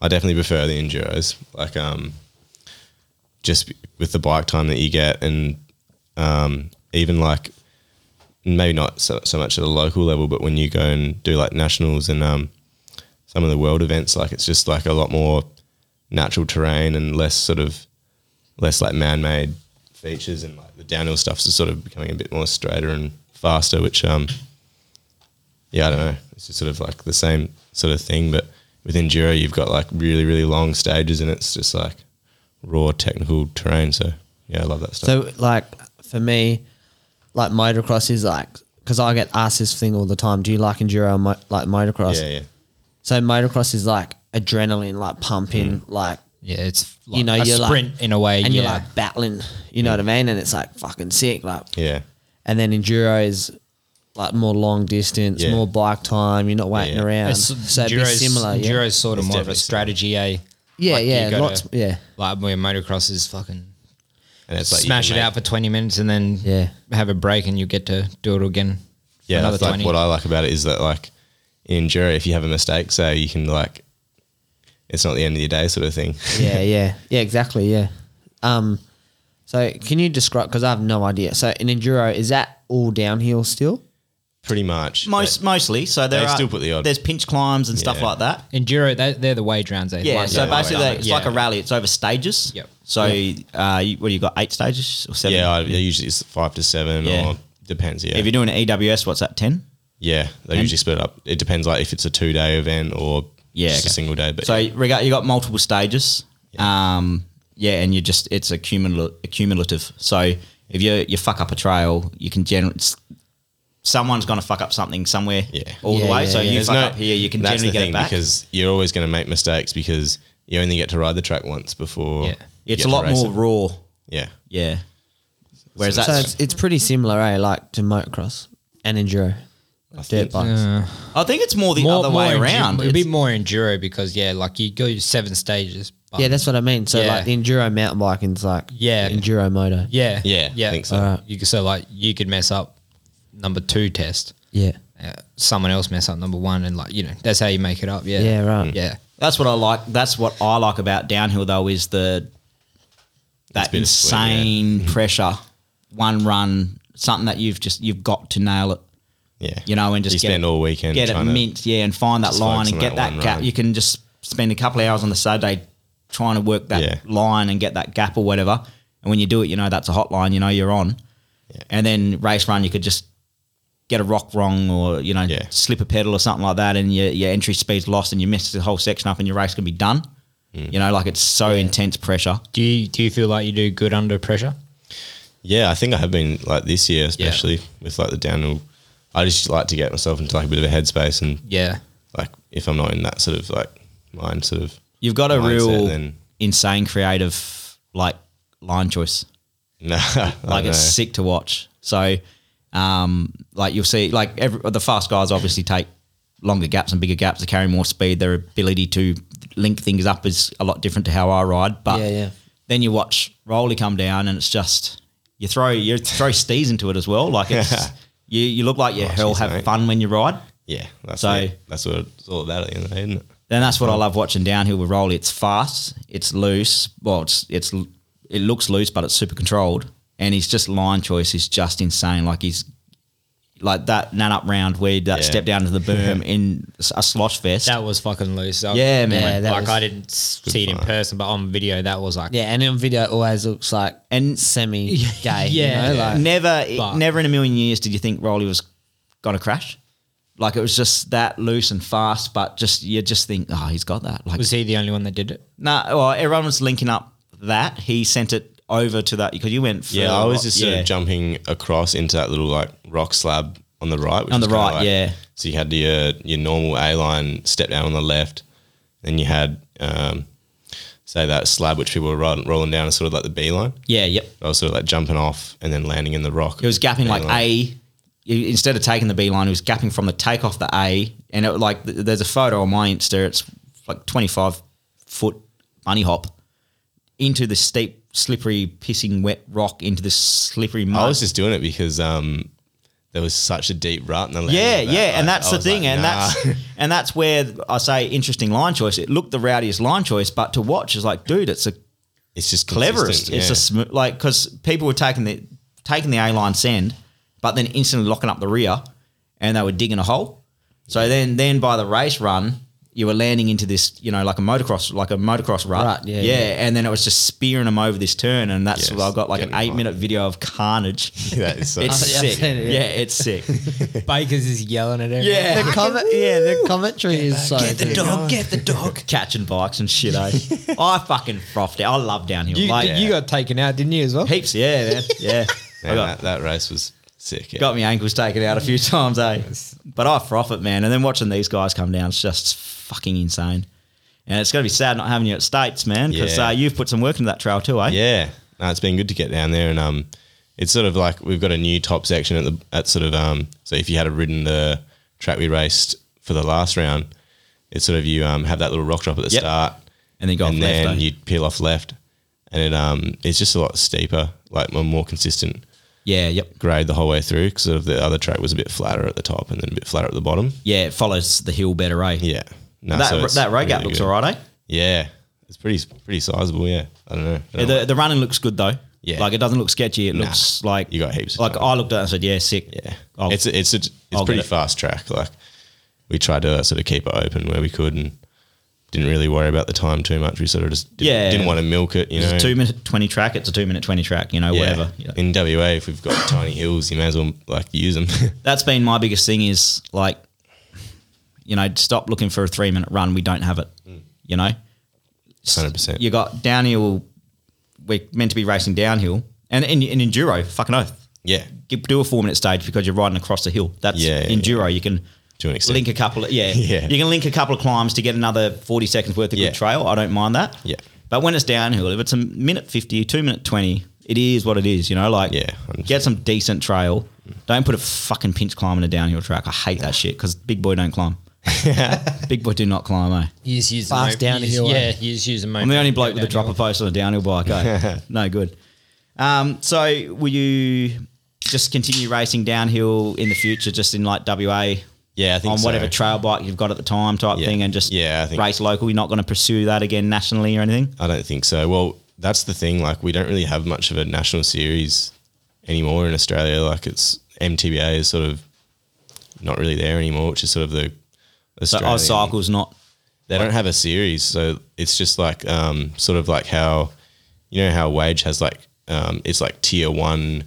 D: I definitely prefer the enduros. Like um, just with the bike time that you get, and um, even like maybe not so, so much at a local level, but when you go and do like nationals and um, some of the world events, like it's just like a lot more natural terrain and less sort of less like man-made features, and like the downhill stuff's just sort of becoming a bit more straighter and faster, which um yeah, I don't know. It's just sort of like the same sort of thing, but with enduro, you've got like really, really long stages, and it's just like raw technical terrain. So yeah, I love that stuff.
C: So, like for me, like motocross is like because I get asked this thing all the time. Do you like enduro, or mo- like motocross?
D: yeah, yeah,
C: So motocross is like adrenaline, like pumping, like
B: Yeah, it's like
C: you know,
B: a
C: you're
B: sprint
C: like,
B: in Mm. a way.
C: and
B: yeah.
C: you're like battling. You know what I mean? And it's like fucking sick. Like,
D: yeah,
C: and then enduro is like more long distance,
D: Yeah.
C: more bike time. You're not waiting
D: yeah.
C: around.
B: It's-
C: so it'd be
B: Enduro's-
C: similar. Yeah,
B: Enduro's sort of
D: It's
B: more of a
D: definitely
B: strategy. Eh?
C: yeah,
B: Like, you
C: yeah.
B: gotta-
C: Lots, yeah.
B: Like where motocross is fucking
D: and it's like you
B: smash
D: can
B: it
D: make-
B: out for 20 minutes and then
C: Yeah.
B: have a break and you get to do it again. for
D: Yeah,
B: another
D: that's like what I like about it is that like in enduro, if you have a mistake, say you can like, it's not the end of your day sort of thing.
C: yeah, yeah, yeah, exactly, yeah. Um, so can you describe? Because I have no idea. So in enduro, is that all downhill still?
D: Pretty much.
A: most mostly. So there
D: They
A: are
D: still put the odd-
A: there's pinch climbs and stuff
D: Yeah.
A: like that.
B: Enduro, they, they're the wage rounds. They
A: Yeah,
B: like
A: so
B: the wage
A: basically,
B: rounds.
A: they- it's
B: Yeah.
A: like a rally. It's over stages.
B: Yep.
A: So, uh, you, what do you got? Eight stages or seven?
D: yeah, I, usually it's five to seven
A: Yeah.
D: or depends. Yeah,
A: If you're doing an EWS, what's that? Ten.
D: yeah, they usually split up. It depends like if it's a two day event or
A: Yeah,
D: just
A: okay.
D: a single day. But
A: So
D: yeah.
A: you got you got multiple stages. Yeah. Um, yeah, and you just it's accumul- accumulative. So if you you fuck up a trail, you can generally someone's going to fuck up something somewhere.
D: Yeah.
A: all the
C: Yeah,
A: way.
C: yeah,
A: so
C: yeah.
A: you
D: There's
A: fuck
D: no-
A: up here, you can
D: that's
A: generally
D: the
A: get
D: thing,
A: it back.
D: because you're always going to make mistakes because you only get to ride the track once before.
B: Yeah.
D: you
A: it's a
D: get to
A: lot
D: race
A: more
D: it.
A: raw.
D: Yeah,
A: Yeah. Whereas
C: So
A: that's
C: it's, it's pretty similar, eh? Like to motocross and enduro, dirt bikes.
B: Uh,
A: I think it's more the
B: more,
A: other
B: more
A: way
B: endu-
A: around.
B: It'd be
A: It's-
B: more enduro because yeah, like you go seven stages, But
C: yeah, that's what I mean. So
B: Yeah.
C: like the enduro mountain biking is like
B: Yeah.
C: enduro moto.
B: yeah,
D: Yeah,
B: yeah.
D: I think so.
C: Alright.
B: You could so like you could mess up number two test.
C: Yeah.
B: Uh, someone else mess up number one, and like you know that's how you make it up. Yeah,
C: Yeah, right.
B: Yeah,
A: That's what I like. That's what I like about downhill though is the that
D: bit of swing, yeah.
A: insane pressure, one run, something that you've just you've got to nail it.
D: Yeah.
A: You know, and just
D: You
A: get
D: spend
A: it,
D: all weekend
A: get it
D: trying to-
A: mint, yeah, and find that
D: just
A: line
D: focus
A: and
D: on
A: get
D: that
A: that,
D: one
A: gap.
D: run.
A: You can just spend a couple of hours on the Saturday trying to work that
D: Yeah.
A: line and get that gap or whatever. And when you do it, you know that's a hot line. You know you're on. And then race run, you could just get a rock wrong or you know
D: Yeah.
A: slip a pedal or something like that, and your, your entry speed's lost, and you mess the whole section up, and your race can be done.
D: Hmm.
A: You know, like it's so intense pressure.
B: Do you do you feel like you do good under pressure?
D: Yeah, I think I have been like this year, especially with like the downhill. I just like to get myself into like a bit of a headspace and
B: Yeah,
D: like if I'm not in that sort of like mind sort of
A: You've got a
D: mindset,
A: real
D: then
A: insane creative like line choice.
D: no,
A: Like it's sick to watch. So, um, like you'll see, like every, the fast guys obviously take longer gaps and bigger gaps. They carry more speed. Their ability to link things up is a lot different to how I ride. But
C: Yeah, yeah.
A: then you watch Rolly come down, and it's just you throw you throw steez into it as well. Like it's you you look like you
D: Oh,
A: hell
D: jeez,
A: have
D: mate.
A: fun when you ride.
D: yeah, that's
A: So-
D: it. that's what it's all about at the end of the day, isn't it?
A: Then that's what I love watching downhill with Rolly. It's fast, it's loose. Well, it's it's it looks loose, but it's super controlled. And his just line choice is just insane. Like he's like that nan up round where that
D: Yeah.
A: step down to the berm in s- a slosh fest.
B: that was fucking loose. That-
A: Yeah, man.
C: Yeah, that
B: like
C: was-
B: I didn't s- see it in
D: fun.
B: person, but on video that was like
C: Yeah, and in video it always looks like
A: And-
C: and semi gay.
B: Yeah.
C: You know? Like
A: never,
B: But-
A: never in a million years did you think Rolly was gonna crash. Like it was just that loose and fast, but just you just think, oh, he's got that. Like
B: Was he the only one that did it?
A: no, well, everyone was linking up that he sent it over to that because you went. For,
D: Yeah, I was just sort
A: yeah.
D: of jumping across into that little like rock slab on the right. Which
A: On
D: was
A: the
D: kinda
A: right,
D: like-
A: yeah.
D: So you had your your normal A line step down on the left, then you had um, say that slab which people were rolling, rolling down is sort of like the B line.
A: Yeah, yep.
D: I was sort of like jumping off and then landing in the rock.
A: It was gapping like
D: A.
A: A. you- Instead of taking the B line, it was gapping from the takeoff the A. And it, like, th- there's a photo on my Insta. It's like 25 foot bunny hop into the steep, slippery, pissing wet rock into the slippery mud.
D: I was just doing it because um, there was such a deep rut. And I landed
A: yeah,
D: in that,
A: yeah,
D: like,
A: and that's
D: I
A: the
D: was
A: thing,
D: like,
A: and
D: nah.
A: that's and that's where I say interesting line choice. It looked the rowdiest line choice, but to watch is like, dude, it's a
D: it's just
A: cleverest.
D: consistent,
A: It's
D: yeah.
A: a sm- like because people were taking the taking the A line send, but then instantly locking up the rear, and they were digging a hole. So then then by the race run, you were landing into this you know like a motocross like a motocross rut.
C: Rut, yeah,
A: yeah,
C: yeah.
A: and then it was just spearing them over this turn, and that's
D: Yes,
A: where I got like an
D: getting
A: eight minute video of carnage.
D: that is so-
A: It's
C: I've- I've
A: sick.
C: seen it,
A: yeah.
C: yeah.
A: it's sick.
B: Baker's is yelling at him.
A: Yeah.
C: the comment, yeah, the commentary is so
A: Get the dog, get the dog. Catching bikes and shit, eh? I fucking frothed it. I love downhill.
B: You,
A: like,
B: you got taken out, didn't you, as well?
A: heaps, yeah, man. Yeah.
D: Man, that, that race was sick. Yeah.
A: Got my ankles taken out a few times, eh? But I froth it, man. And then watching these guys come down, it's just fucking insane. And it's going to be sad not having you at States, man, because
D: Yeah.
A: uh, you've put some work into that trail too, eh?
D: Yeah, no, it's been good to get down there, and um, it's sort of like we've got a new top section at the at sort of um. So if you had ridden the track we raced for the last round, it's sort of you um have that little rock drop at the
A: Yep.
D: start,
A: And then go off
D: and
A: left,
D: then
A: eh?
D: you peel off left, and it um it's just a lot steeper, like a more consistent
A: Yeah, yep.
D: grade the whole way through because sort of the other track was a bit flatter at the top and then a bit flatter at the bottom.
A: Yeah, it follows the hill better, eh?
D: Yeah, no,
A: that,
D: so it's
A: that road gap
D: really
A: looks
D: good.
A: all right, eh?
D: Yeah, it's pretty pretty sizable. Yeah, I don't know. I don't know.
A: The, the running looks good, though.
D: Yeah.
A: Like, it doesn't look sketchy. It looks like.
D: You got heaps of
A: Like,
D: time.
A: I looked at it and said, yeah, sick. Oh,
D: Yeah,
A: I'll-
D: it's a, it's a, it's
A: I'll
D: pretty
A: get it.
D: fast track. Like we tried to uh, sort of keep it open where we could and didn't really worry about the time too much. We sort of just didn't,
A: Yeah.
D: didn't want to milk it. You
A: it's
D: know,
A: a two minute 20 track. It's a two minute 20 track, you know,
D: Yeah.
A: whatever. You know.
D: In WA, if we've got tiny hills, you may as well like use them.
A: that's been my biggest thing is like, you know, stop looking for a three minute run. We don't have it. You know,
D: 100%.
A: You got downhill. We're meant to be racing downhill, and in, in enduro, fucking oath,
D: yeah,
A: Give- do a four minute stage because you're riding across the hill. That's
D: Yeah, yeah,
A: enduro. You can
D: to an extent.
A: link a couple. Of, yeah,
D: Yeah.
A: you can link a couple of climbs to get another forty seconds worth of
D: Yeah.
A: good trail. I don't mind that.
D: Yeah.
A: but when it's downhill, if it's a minute fifty, two minute twenty. It is what it is, you know. Like,
D: Yeah, 100%.
A: get some decent trail. Don't put a fucking pinch climb in a downhill track. I hate that shit because big boy don't climb. Big boy do not climb, eh?
B: You just use
C: Fast
B: rope-
C: down the
B: you just-
C: hill, eh?
B: Yeah, you just use a motor.
A: I'm the only bloke with a dropper post on a downhill bike, eh? no good. Um, so will you just continue racing downhill in the future, just in like WA?
D: Yeah, I think
A: on
D: so.
A: whatever trail bike you've got at the time type
D: Yeah.
A: thing, and just
D: Yeah, I think-
A: race local. You're not going to pursue that again nationally or anything.
D: I don't think so. Well, that's the thing. Like, we don't really have much of a national series anymore in Australia. Like, it's MTBA is sort of not really there anymore, which is sort of the
A: So oh,
D: Australian.
A: Oz Cycle's not.
D: They don't have a series, so it's just like um, sort of like how you know how Wage has like um, it's like tier one.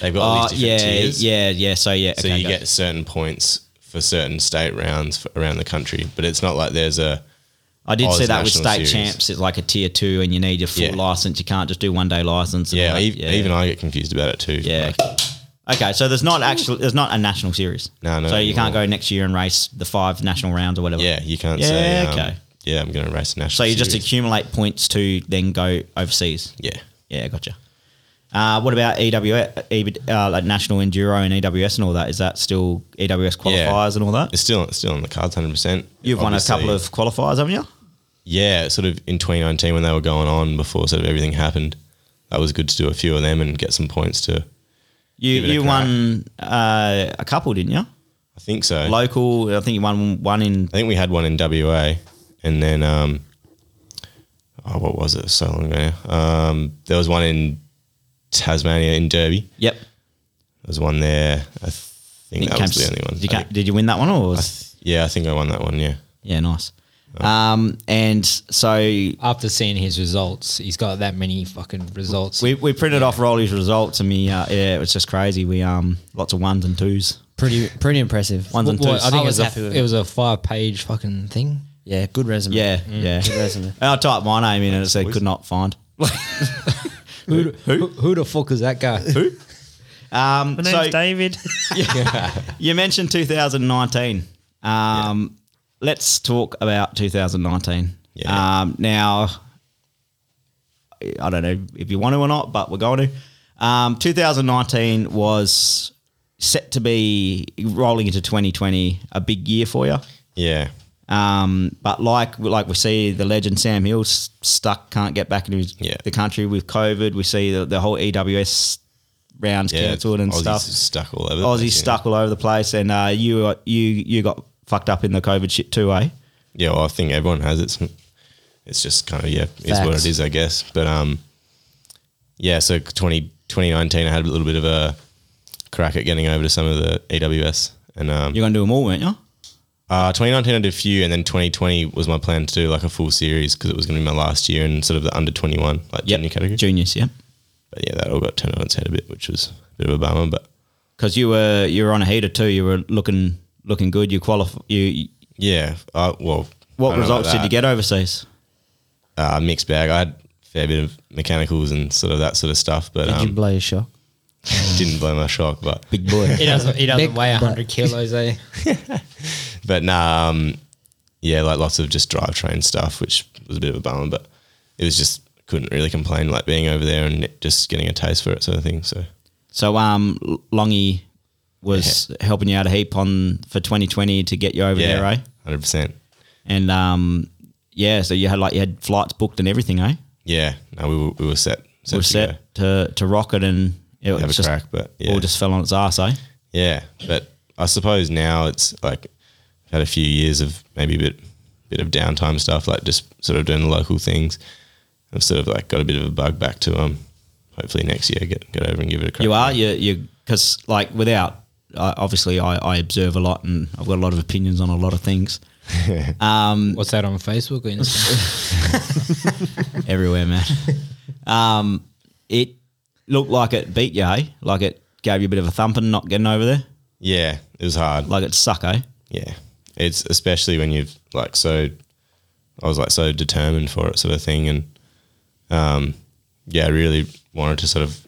D: They've got all
A: Oh,
D: these
A: yeah,
D: different tiers.
A: yeah, yeah. So yeah,
D: So
A: okay,
D: you
A: go.
D: get certain points for certain state rounds for around the country, but it's not like there's a
A: I did
D: Oz
A: see that with
D: National
A: state
D: Series.
A: champs. It's like a tier two, and you need your full
D: Yeah.
A: license. You can't just do one day license. and
D: yeah,
A: all that.
D: ev- Even I get confused about it too.
A: Yeah.
D: Like,
A: Okay, so there's not actually there's not a national series.
D: No, no,
A: So you can't
D: anymore.
A: go next year and race the five national rounds or whatever.
D: yeah, you can't
A: Yeah,
D: say. um,
A: okay.
D: Yeah, I'm going to race a national.
A: So you just
D: series.
A: accumulate points to then go overseas.
D: yeah.
A: Yeah, gotcha. Uh, what about EWS, EB- uh, like national enduro and EWS and all that? Is that still EWS
D: Yeah.
A: qualifiers and all that?
D: It's still it's still on the cards, hundred percent.
A: You've won a couple of qualifiers, haven't you?
D: yeah, sort of in 2019 when they were going on before sort of everything happened. That was good to do a few of them and get some points too.
A: You
D: Give it a
A: you
D: crack.
A: won uh, a couple, didn't you?
D: I think so.
A: Local, I think you won one in
D: I think we had one in WA, and then um, oh, what was it? So long ago. now. Um, there was one in Tasmania in Derby.
A: Yep.
D: There was one there. I think that was the only one.
A: Did you,
D: I
A: ca-
D: think-
A: did you win that one or was,
D: yeah, I think I won that one. Yeah,
A: yeah, nice. Um, and so we
B: After seeing his results, he's got that many fucking results.
A: we printed off Rolly's results and we uh, yeah, it was just crazy. We um lots of ones and twos.
C: Pretty pretty impressive.
A: Ones and
B: Well,
A: twos.
B: I think
C: I
B: it
C: was
B: was,
C: happy
B: a,
C: with
B: it
C: it.
B: was a five page fucking thing.
C: Yeah, good resume.
A: Yeah, yeah.
C: Good resume.
A: And I typed my name in and it said could not find.
B: Who, who, who the fuck is that guy? Who?
A: Um,
F: My name's
A: so
F: David.
A: you mentioned 2019. Um, Let's talk about 2019.
D: Yeah.
A: Um, now, I don't know if you want to or not, but we're going to. Um, 2019 was set to be rolling into 2020 a big year for you.
D: yeah,
A: Um, but like like we see the legend Sam Hill s- stuck, can't get back into his,
D: Yeah.
A: the country with COVID. We see the, the whole EWS rounds
D: yeah.
A: cancelled and
D: Aussies
A: stuff.
D: Stuck all over. the
A: Aussies
D: place, yeah.
A: stuck all over the place, and uh, you you you got fucked up in the COVID shit too, eh?
D: Yeah, well, I think everyone has it. It's just kind of yeah, is what
C: Facts.
D: it is, I guess. But um, yeah. So 20, 2019, I had a little bit of a crack at getting over to some of the AWS, and um,
A: You're gonna do them all, weren't you?
D: uh, twenty nineteen I did a few, and then twenty twenty was my plan to do like a full series because it was going to be my last year in sort of the under twenty one like
A: Yep.
D: junior category.
A: juniors, yeah.
D: But yeah, that all got turned on its head a bit, which was a bit of a bummer. But
A: Because you were you were on a heater too. You were looking looking good. You qualify. You
D: yeah, uh, well, I
A: what
D: don't know
A: results
D: about
A: did you
D: that.
A: get overseas?
D: Uh, mixed bag. I had a fair bit of mechanicals and sort of that sort of stuff, but
C: Did you
D: um,
C: blow your shock?
D: didn't blow my shock. But
A: Big boy.
B: He doesn't, he doesn't
C: Big
B: weigh
C: butt.
B: 100 kilos, eh?
D: But nah, um, yeah, like lots of just drivetrain stuff, which was a bit of a bummer, but it was just couldn't really complain like being over there and it- just getting a taste for it sort of thing. So
A: so um, Longy was helping you out a heap on for 2020 to get you over
D: yeah,
A: there, eh?
D: hundred percent.
A: And um, yeah, so you had like you had flights booked and everything, eh?
D: Yeah, no, we were, we were set. set
A: We were
D: to
A: set
D: go.
A: to to rock it, and it
D: Have
A: was
D: a
A: just
D: crack, but yeah.
A: all just fell on its ass, eh?
D: Yeah, but I suppose now it's like I've had a few years of maybe a bit bit of downtime stuff, like just sort of doing the local things. I've sort of like got a bit of a bug back to um. Hopefully next year get get over and give it a crack.
A: You are you you because like without I obviously I, I observe a lot and I've got a lot of opinions on a lot of things
B: What's that on Facebook? or Instagram?
A: everywhere, man. um, it looked like it beat you, eh? Like it gave you a bit of a thumping not getting over there.
D: Yeah, it was hard.
A: Like it suck, eh?
D: yeah it's especially when you've like so i was like so determined for it sort of thing and um yeah i really wanted to sort of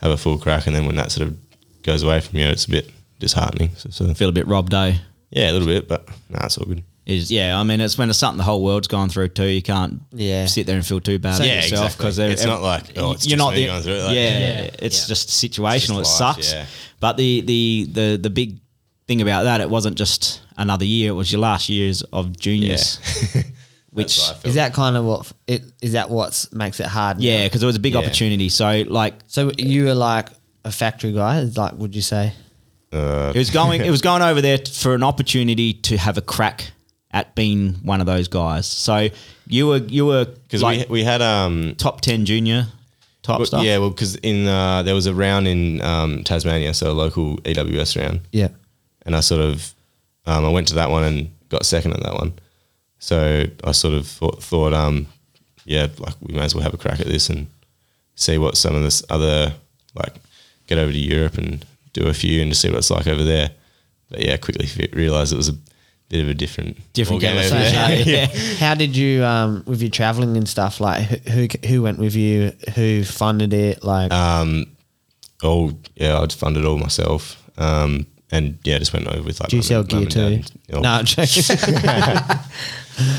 D: have a full crack and then when that sort of goes away from you it's a bit disheartening so, sort of
A: Feel a bit robbed, eh?
D: yeah a little bit but nah, it's all good
A: Is yeah, I mean it's when it's something the whole world's gone through too. You can't
C: Yeah.
A: sit there and feel too bad
D: So-
A: about
D: Yeah,
A: yourself
D: exactly.
A: because
D: It's not like, oh, it's just me going through it, like-
A: yeah,
B: Yeah.
A: it's
B: Yeah.
A: just situational. it
D: life,
A: sucks.
D: yeah.
A: But the the the the big thing about that. It wasn't just another year; it was your last years of juniors, which
D: That's what I felt.
C: Is that kind of what it is? That what makes it hard? now?
A: yeah, because it was a big
D: Yeah.
A: opportunity. So like,
C: So you were like a factory guy. Like, would you say?
D: uh,
A: it was going it was going over there t- for an opportunity to have a crack at being one of those guys. So you were you were
D: Because
A: like
D: we, we had um
A: top ten junior type
D: Well,
A: stuff.
D: Yeah, well, because in uh, there was a round in um, Tasmania, so a local EWS round,
C: Yeah.
D: and I sort of um, I went to that one and got second at that one. So I sort of thought, thought um, yeah, like we may as well have a crack at this and see what some of this other like get over to Europe and do a few and just see what it's like over there. But yeah, quickly realized it was a bit of a different
A: Different
D: ballgame
A: game of
D: over there.
A: Yeah.
C: So,
A: Yeah.
C: How did you um with your traveling and stuff? Like, who who- who went with you? Who funded it? Like,
D: Oh yeah, I'd fund it all myself. Um, and yeah, just went over with like.
C: do you
D: mum
C: sell
D: and- mum
C: gear too?
D: and dad.
C: No,
D: Oh,
C: I'm joking.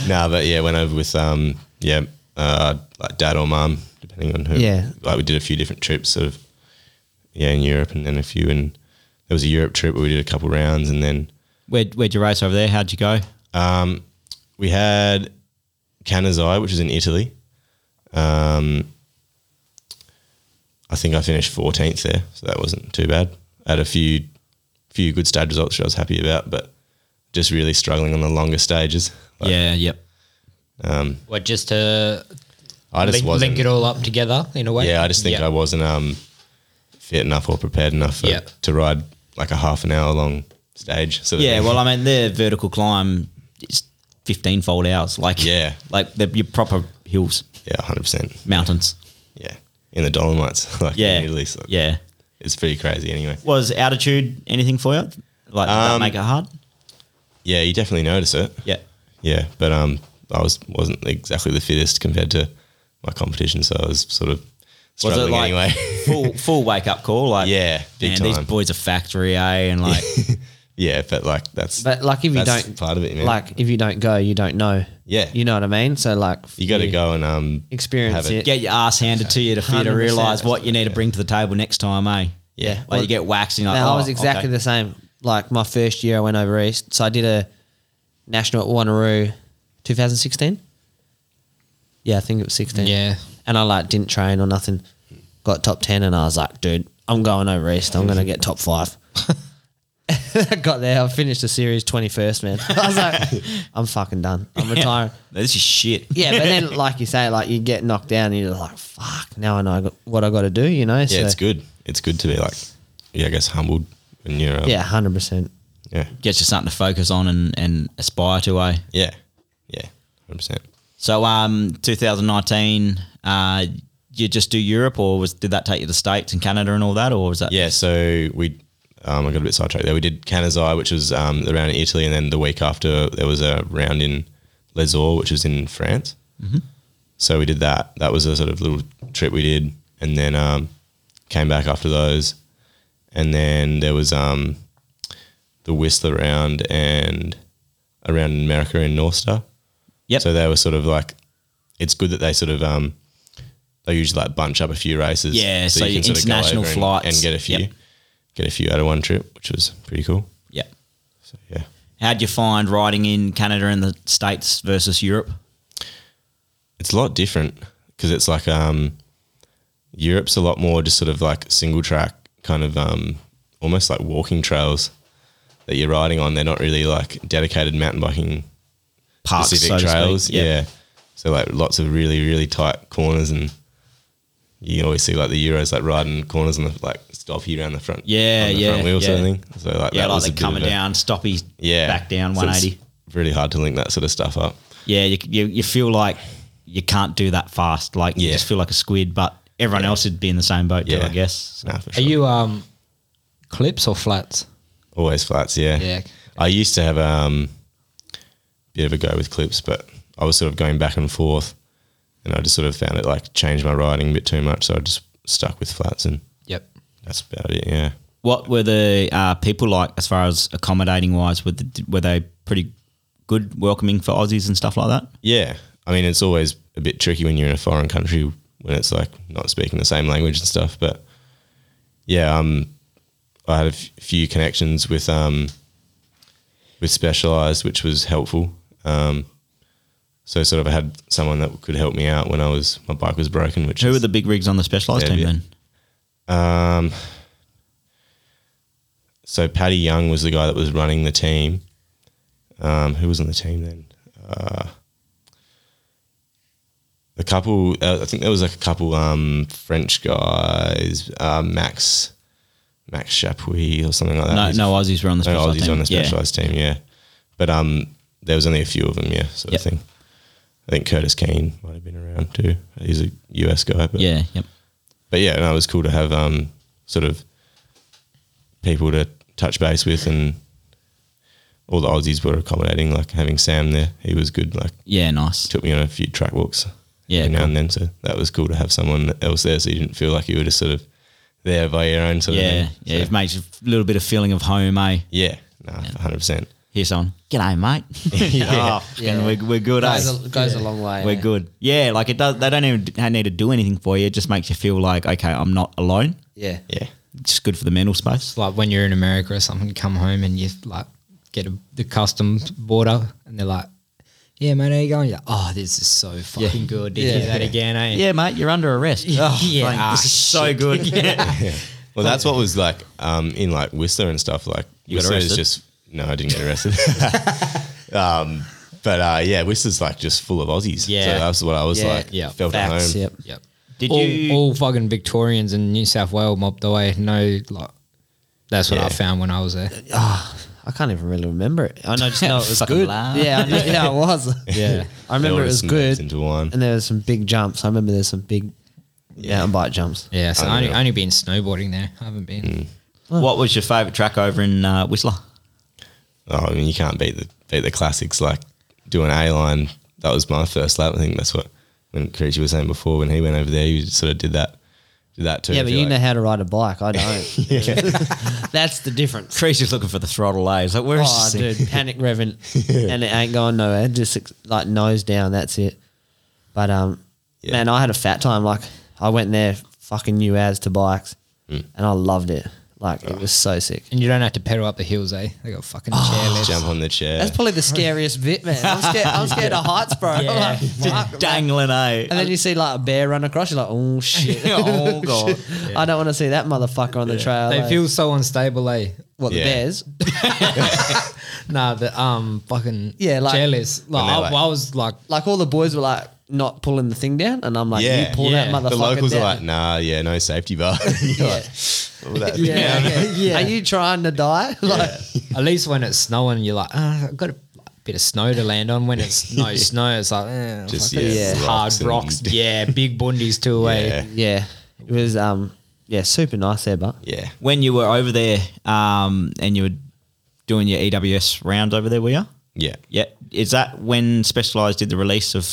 D: nah, but yeah, went over with um, yeah, uh, like dad or mum, depending on who.
C: Yeah.
D: like we did a few different trips, sort of. Yeah, in Europe, and then a few in. There was a Europe trip where we did a couple rounds, and then
A: Where where'd you race over there? How'd you go?
D: Um, we had Canazai, which is in Italy. Um, I think I finished fourteenth there, so that wasn't too bad. I had a few, few good stage results, which I was happy about, but just really struggling on the longer stages. Like,
A: yeah, yep.
B: Well, just to
D: I just
B: link,
D: wasn't.
B: link it all up together in a way.
D: Yeah, I just think I wasn't um, fit enough or prepared enough for,
B: Yeah.
D: to ride like a half an hour long stage. Sort of
A: Yeah,
D: thing.
A: well, I mean, their vertical climb is fifteen fold hours. Like
D: Yeah.
A: like the, your proper hills,
D: yeah, hundred percent.
A: mountains.
D: Yeah, in the Dolomites, like
A: Yeah,
D: in Italy, so
A: yeah.
D: it's pretty crazy. Anyway,
A: Was altitude anything for you? Like did that
D: Um,
A: make it hard?
D: yeah, you definitely notice it.
A: Yeah,
D: yeah, but um, I was wasn't exactly the fittest compared to my competition, so I was sort of
A: was
D: struggling
A: like
D: anyway.
A: full full wake up call? Like
D: Yeah, big
A: man, these
D: time.
A: boys are factory, eh? And like
D: yeah, but like that's
C: but like, if you
D: that's
C: don't
D: part of it, man.
C: like, if you don't go, you don't know.
D: Yeah.
C: You know what I mean? So like,
D: you got to
C: yeah,
D: go and um,
C: experience
D: have
C: it.
D: it.
A: get your ass handed to you to for you to
C: 100%.
A: realize what you need to bring to the table next time, eh?
D: Yeah.
A: like you get waxed. And you're like,
C: Now,
A: oh,
C: I was exactly
A: okay.
C: the same. Like my first year, I went over east, so I did a national at Wanneroo, 2016. Yeah, I think it was 16.
B: Yeah.
C: and I like didn't train or nothing. Got top ten, and I was like, dude, I'm going over east. I'm gonna get top five. I got there. I finished the series 21st, man. I was like, I'm fucking done. I'm retiring.
A: This is shit.
C: Yeah, but then like you say, like you get knocked down, and you're like, fuck. Now I know what I got to do. You know?
D: Yeah, it's good. It's good to be like, yeah, I guess humbled when you're um,
C: Yeah, hundred percent.
D: yeah,
A: Gets you something to focus on and, and aspire to, eh?
D: yeah, yeah, hundred percent.
A: So, um, 2019, uh, you just do Europe, or was did that take you to states and Canada and all that, or was that?
D: Yeah, so we um, I got a bit sidetracked there. We did Canazai, which was um, the round in Italy, and then the week after there was a round in Les Ors, which was in France. So we did that. That was a sort of little trip we did, and then um, came back after those, and then there was um, the Whistler round and around in America in North Star.
A: Yep.
D: So they were sort of like, it's good that they sort of um, they usually like bunch up a few races.
A: Yeah, so your
D: sort of go
A: international
D: over and-
A: flights.
D: and, get a few,
A: Yep.
D: get a few out of one trip, which was pretty cool.
A: yeah.
D: So yeah,
A: How'd you find riding in Canada and the states versus Europe?
D: it's a lot different because it's like um, Europe's a lot more just sort of like single track kind of um, almost like walking trails that you're riding on. They're not really like dedicated mountain biking
A: Parks,
D: specific
A: so to
D: trails.
A: speak.
D: Yeah. So like lots of really, really tight corners and you always see like the Euros like riding corners and the, like stoppy around the front.
A: Yeah,
D: on the
A: yeah,
D: Front wheel sort of
A: yeah.
D: thing. So like
A: yeah,
D: that
A: like
D: was a
A: they're
D: bit of
A: coming
D: a-
A: down, stoppy,
D: Yeah.
A: back down
D: So it's
A: 180.
D: really hard to link that sort of stuff up.
A: yeah, you, you, you feel like you can't do that fast. Like you
D: Yeah.
A: just feel like a squid, but everyone else would be in the same boat too,
D: Yeah.
A: I guess.
D: Nah, for
B: Are
D: sure.
B: you um clips or flats?
D: Always flats, yeah.
B: Yeah.
D: I used to have um, bit of a go with clips, but I was sort of going back and forth, and I just sort of found it like changed my riding a bit too much, so I just stuck with flats, and
B: Yep.
D: that's about it. Yeah,
A: What were the uh, people like as far as accommodating wise? Were, the, were they pretty good, welcoming for Aussies and stuff like that?
D: yeah. I mean, it's always a bit tricky when you're in a foreign country when it's like not speaking the same language and stuff, but yeah, um, I had a f- few connections with um, with specialized, which was helpful. Um, so sort of I had someone that could help me out when I was my bike was broken. Which
A: Who
D: is,
A: were the big rigs on the specialised
D: Yeah,
A: team
D: yeah.
A: then?
D: Um, so Paddy Young was the guy that was running the team. Um, who was on the team then? Uh, a couple. Uh, I think there was like a couple um, French guys, uh, Max, Max Chapuis or something like that.
A: No,
D: He's-
A: no Aussies were on the
D: no,
A: specialised
D: Aussies
A: team.
D: on the
A: Yeah.
D: specialized team. Yeah, but um, there was only a few of them. Yeah, sort
A: Yep.
D: of thing. I think Curtis Keane might have been around too. He's a US guy, but
A: Yeah, yep.
D: but yeah, no, it was cool to have um, sort of people to touch base with, and all the Aussies were accommodating. Like having Sam there, he was good. Like
A: Yeah, nice.
D: took me on a few track walks,
A: Yeah,
D: every now
A: cool.
D: and then. So that was cool to have someone else there, so you didn't feel like you were just sort of there by your own sort
A: Yeah,
D: of thing.
A: yeah.
D: So,
A: It makes a little bit of feeling of home, eh?
D: yeah, nah, hundred percent.
A: Hear someone, g'day, mate. yeah,
C: Yeah.
A: We're, we're good, eh?
C: goes, a, eh? goes a long way.
A: We're
C: yeah.
A: good. Yeah, like it does. They don't even d- need to do anything for you. It just makes you feel like, okay, I'm not alone.
C: Yeah.
D: Yeah,
A: It's just good for the mental space.
B: It's like when you're in America or something, you come home and you like get a, the customs border and they're like, yeah, man, how you going? You're like, oh, this is so fucking good to hear that again, eh?
A: Yeah, mate, you're under arrest. Oh,
B: Yeah.
A: mate,
B: Ah,
A: this is so good. yeah.
D: Well, that's what was like um, in like Whistler and stuff. Like
A: You got
D: Whistler is
A: arrested?
D: just no, I didn't get arrested. um, but uh, yeah, Whistler's like just full of Aussies.
B: Yeah.
D: so that's what I was
C: Yeah.
D: like.
B: Yeah.
D: felt at
C: Facts.
D: home.
C: Yep.
B: Yep.
A: Did
B: all,
A: you-
B: all fucking Victorians in New South Wales mobbed away? No, like that's what
D: Yeah.
B: I found when I was there.
C: I can't even really remember it. I know, just know it was
A: Fucking
C: good.
A: laugh.
C: Yeah, I know, yeah, it was.
B: Yeah.
C: I remember
D: They
C: it was
D: all just
C: good,
D: mixed into one.
C: and there was some big jumps. I remember there's some big mountain bike jumps.
B: Yeah, so I only,
D: Unreal.
B: only been snowboarding there. I haven't been.
D: Mm.
A: What was your favourite track over in uh, Whistler?
D: Oh, I mean, you can't beat the beat the classics. Like doing A line, that was my first lap. I think that's what when Creasy was saying before when he went over there, you sort of did that, did that too.
C: Yeah,
D: I
C: but
D: feel
C: you know
D: like.
C: how to ride a bike. I don't. That's the difference.
A: Creasy's looking for the throttle, eh? He's like, where's
C: Oh,
A: this thing?
C: dude, panic revving, and it ain't going nowhere. Just ex- like nose down. That's it. But um,
D: Yeah.
C: man, I had a fat time. Like I went there, fucking new as to bikes, and I loved it. Like it was so sick.
B: And you don't have to pedal up the hills, eh? They got
D: Oh,
B: fucking chairlifts.
D: jump on the chair.
C: That's probably the scariest bit, man. I'm scared. I'm scared of heights, bro. I'm like, fuck, man.
A: Dangling,
C: And
A: eh?
C: then you see like a bear run across. You're like, oh shit.
A: oh, God.
C: I don't want to see that motherfucker on the trail.
B: They
C: like,
B: feel so unstable, eh?
C: what the
D: Yeah.
C: bears.
B: Nah, the um fucking
C: Yeah, like-
B: chairlifts. Like,
D: And they're
B: I,
D: like-
B: I was like,
C: Like all the boys were like not pulling the thing down, and I'm like,
D: Yeah.
C: you pull
B: Yeah.
C: that motherfucker
D: the locals
C: down.
D: are like, nah, yeah, no safety bar. You're like, well, that-
C: yeah, yeah.
B: Yeah.
C: Are you trying to die? Like,
B: at least when it's snowing, you're like, ah, I've got a bit of snow to land on. When it's no snow, it's like, eh,
D: Just,
B: fucking
D: yeah, rocks
B: hard
D: and-
B: rocks. Yeah, big bundies too, eh?
D: Yeah.
C: yeah, it was um, yeah, super nice there, but
D: yeah.
A: When you were over there um, and you were doing your EWS round over there, were you?
D: Yeah.
A: Yeah. Is that when Specialized did the release of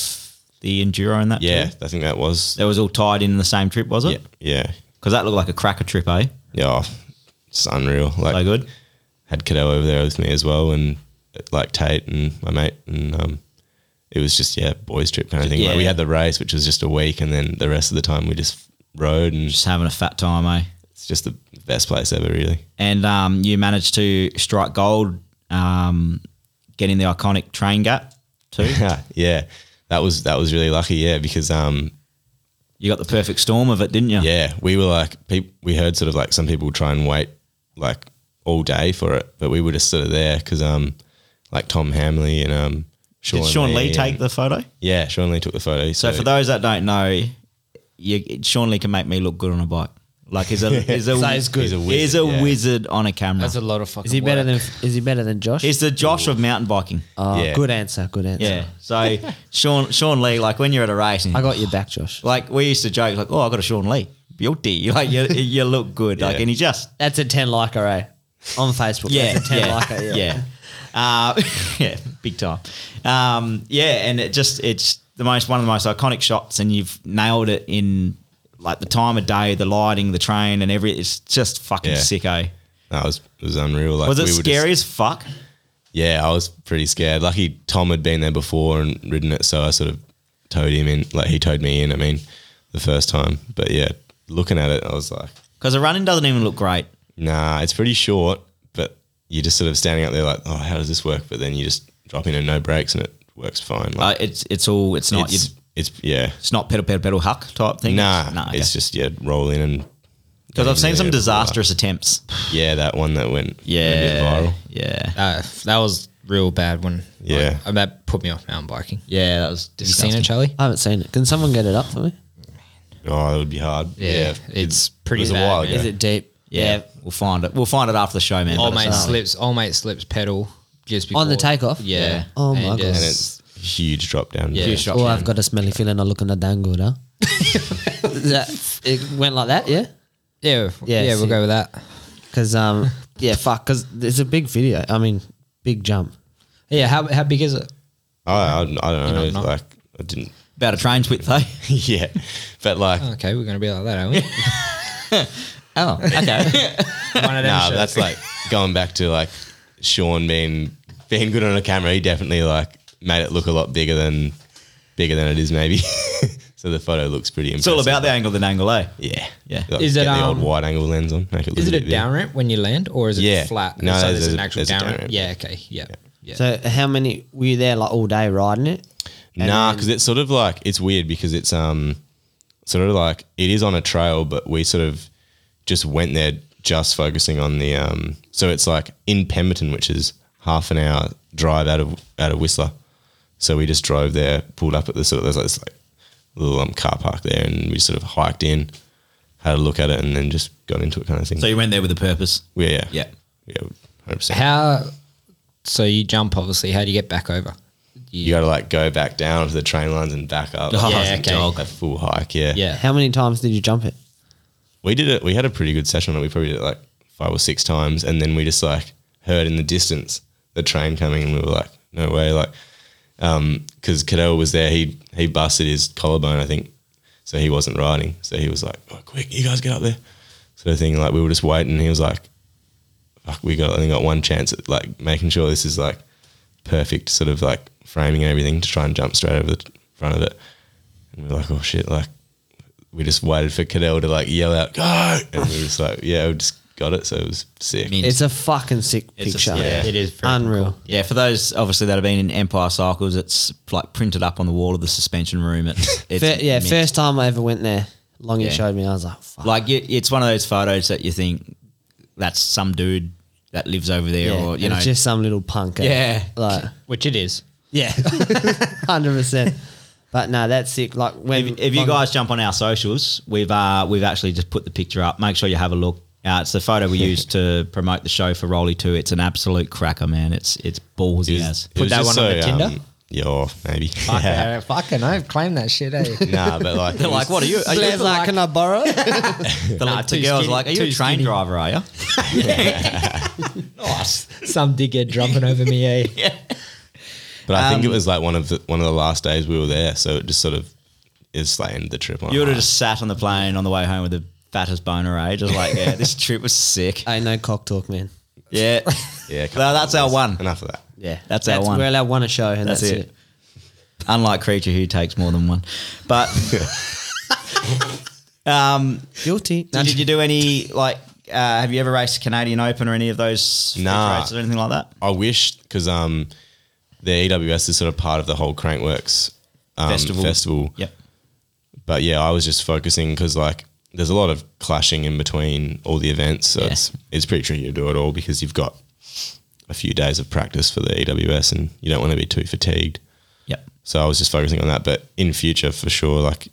A: the Enduro and that?
D: Yeah,
A: too?
D: I think that was.
A: That was all tied in the same trip, was
D: Yeah,
A: it?
D: yeah,
A: Because that looked like a cracker trip, eh?
D: yeah. oh, It's unreal. Like,
A: So good.
D: had Cadeau over there with me as well, and like Tate and my mate, and um, it was just yeah, boys trip kind of thing.
A: Yeah.
D: Like we had the race, which was just a week, and then the rest of the time we just rode, and
A: Just having a fat time, eh?
D: it's just the best place ever, really.
A: And um, you managed to strike gold, um, getting the iconic train gap too.
D: yeah, that was that was really lucky, yeah, because um,
A: you got the perfect storm of it, didn't you?
D: yeah, we were like peop we heard sort of like some people try and wait like all day for it, but we were just sort of there because um, like Tom Hamley and um. Sean
A: Did Sean Lee
D: and-
A: take the photo?
D: Yeah, Sean Lee took the photo.
A: So for those that don't know, you, Sean Lee can make me look good on a bike. Like he's a he's a,
C: So he's good.
D: He's a
A: wizard, he's a
D: wizard, yeah.
A: wizard on a camera.
B: That's a lot of fucking.
C: is he better
B: work.
C: than is he better than Josh?
A: he's the Josh of mountain biking.
C: oh,
D: Yeah.
C: good answer, good answer.
A: yeah. So Sean Sean Lee, like when you're at a race, and
C: I got your back, Josh.
A: like we used to joke, like, oh, I got a Sean Lee. You're D. Like you, you look good. Like,
D: Yeah.
A: and he just
C: That's a ten liker, eh? On Facebook,
A: yeah,
C: that's a ten
A: yeah,
C: liker. Yeah.
A: yeah, uh, yeah, big time. Um, yeah, and it just it's the most one of the most iconic shots, and you've nailed it in like the time of day, the lighting, the train, and every. It's just fucking
D: Yeah.
A: sick, eh?
D: that was it was unreal. Like
A: Was it
D: we were just-
A: scary as fuck?
D: yeah, I was pretty scared. Lucky Tom had been there before and ridden it, so I sort of towed him in. Like he towed me in. I mean, the first time. But yeah, looking at it, I was like,
A: Because the running doesn't even look great.
D: nah, it's pretty short, but you're just sort of standing out there like, oh, how does this work? But then you just drop in and no brakes and it works fine.
A: Uh,
D: Like
A: it's it's all it's not
D: it's,
A: you-
D: it's yeah.
A: it's not pedal pedal pedal huck type thing.
D: Nah,
A: nah,
D: it's just yeah, roll in and
A: because I've seen some
D: Yeah,
A: disastrous attempts.
D: yeah, that one that went went a bit
A: Yeah,
D: viral.
A: yeah,
B: Uh, that was real bad one.
D: Yeah.
B: Like, uh, that put me off mountain biking.
A: yeah. That was
B: Have you seen it, Charlie?
C: I haven't seen it. Can someone get it up for me?
D: Oh, that would be hard. Yeah,
B: it's
D: It
B: pretty
D: was a
B: bad.
D: while
B: man.
D: ago.
C: Is it deep?
A: Yeah, we'll find it. We'll find it after the show, man. Let
B: Old
A: us
B: mate
A: know.
B: slips. Old mate slips pedal just before
C: On the takeoff?
B: Yeah.
A: Yeah.
C: Oh my
B: And
C: God.
D: and
B: it's-
D: it's huge drop down.
B: Yeah. Huge drop.
C: Oh, I've got a smelly feeling. I look in the dangle, huh? that it went like that, yeah.
B: yeah, yeah,
C: Yeah,
B: We'll
C: sick.
B: go with that.
C: Because um, yeah, fuck. Because it's a big video. I mean, big jump.
B: Yeah. How how big is it?
D: I, I, I don't know.
B: You're not-
D: like I didn't.
A: About a train's width, though.
D: yeah, but like
B: Okay, we're gonna be like that, aren't we?
A: oh, okay.
B: One of them
D: nah,
B: shows.
D: that's like going back to like Sean being being good on a camera. He definitely like made it look a lot bigger than bigger than it is maybe. so the photo looks pretty.
A: it's all about the angle, then angle, eh?
D: Yeah,
A: Yeah.
D: Like,
B: Is it,
D: get the old
B: um,
D: wide angle lens on? Make it look
B: Is it a
D: bit bigger.
B: down ramp when you land, or is it
D: Yeah.
B: flat?
D: No,
B: so
D: there's
B: there's,
D: a-
B: an actual
D: there's a
B: down,
D: down
B: ramp.
D: ramp.
B: Yeah. Okay. Yeah. Yeah.
C: So how many were you there like all day riding it? And
D: Nah,
C: then-
D: because it's sort of like it's weird because it's um sort of like it is on a trail, but we sort of just went there just focusing on the um. So it's like in Pemberton, which is half an hour drive out of out of Whistler. So we just drove there, pulled up at the sort of there's like this like little um, car park there, and we sort of hiked in, had a look at it, and then just got into it kind of thing.
A: So you went there with a purpose.
D: yeah,
A: Yeah.
D: yeah, hundred percent.
B: How? So you jump, obviously. How do you get back over?
D: You got to like go back down to the train lines and back up.
A: Oh,
B: Yeah, okay.
D: dog. A full hike, yeah.
B: Yeah.
C: How many times did you jump it?
D: we did it. We had a pretty good session on it. We probably did it like five or six times, and then we just like heard in the distance the train coming, and we were like, "No way!" Like, because Cadell was there, he he busted his collarbone, I think, so he wasn't riding. So he was like, oh, "Quick, you guys get up there," sort of thing. Like we were just waiting. He was like, "Fuck, we got only got one chance at like making sure this is like perfect, sort of like framing and everything to try and jump straight over the front of it." And we were like, "Oh shit!" Like we just waited for Cadell to like yell out, "Go!" and we were just like, "Yeah, we just got it." So it was sick.
A: Mint.
C: It's a fucking sick
A: It's a-
C: picture.
A: yeah.
B: It is pretty
C: unreal.
A: Yeah, for those obviously that have been in Empire Cycles, it's like printed up on the wall of the suspension room. It, it's
C: Fir- yeah,
A: mint.
C: first time I ever went there. Longy
A: Yeah.
C: showed me. I was like, fuck.
A: Like you, it's one of those photos that you think that's some dude that lives over there,
C: yeah.
A: or you
C: and
A: know,
C: it's just some little punk. eh?
A: Yeah.
C: like
B: Which it is.
C: yeah, hundred percent. But no, that's sick. Like when
A: if, if you guys jump on our socials, we've uh, we've actually just put the picture up. Make sure you have a look. Uh, it's the photo we used to promote the show for Rolly Two. It's an absolute cracker, man. It's it's ballsy
D: It
A: as.
D: was- it
B: Put
D: was
B: that
D: just um,
B: one on the Tinder?
D: yeah, or maybe. yeah.
B: Yeah. Fucking, I've claimed that shit. Eh?
D: Nah, but like
A: They're like, what are you? Are you
C: Blair's like, can I borrow? it?"
A: the, like, the
B: too
A: girls
B: skinny-
A: like, are you a
B: too
A: train
B: skinny."
A: driver? Are you?
B: Some dickhead jumping over me. Eh?
D: But I think it was like one of the one of the last days we were there, so it just sort of is like ended the trip. On a
A: You would have
D: high.
A: just sat on the plane on the way home with the fattest boner, eh? Just like, yeah, this trip was sick.
C: Ain't no cock talk, man.
A: Yeah.
D: yeah. come
A: Well,
D: on,
A: that's our
D: guys.
A: one.
D: Enough of that.
A: Yeah, that's, our
C: That's
A: one.
C: we're allowed one a show, and
A: that's,
C: that's,
A: it. Unlike Creature, who takes more than one. But um,
C: Guilty.
A: did you do any, like, uh, have you ever raced Canadian Open or any of those fixed
D: Nah.
A: races or anything like that?
D: I wish because um, the EWS is sort of part of the whole Crankworks um,
A: Festival.
D: festival.
A: Yep.
D: But yeah, I was just focusing because like there's a lot of clashing in between all the events, so
A: Yeah.
D: it's it's pretty tricky to do it all because you've got a few days of practice for the EWS and you don't want to be too fatigued.
A: Yep.
D: So I was just focusing on that. But in future, for sure, like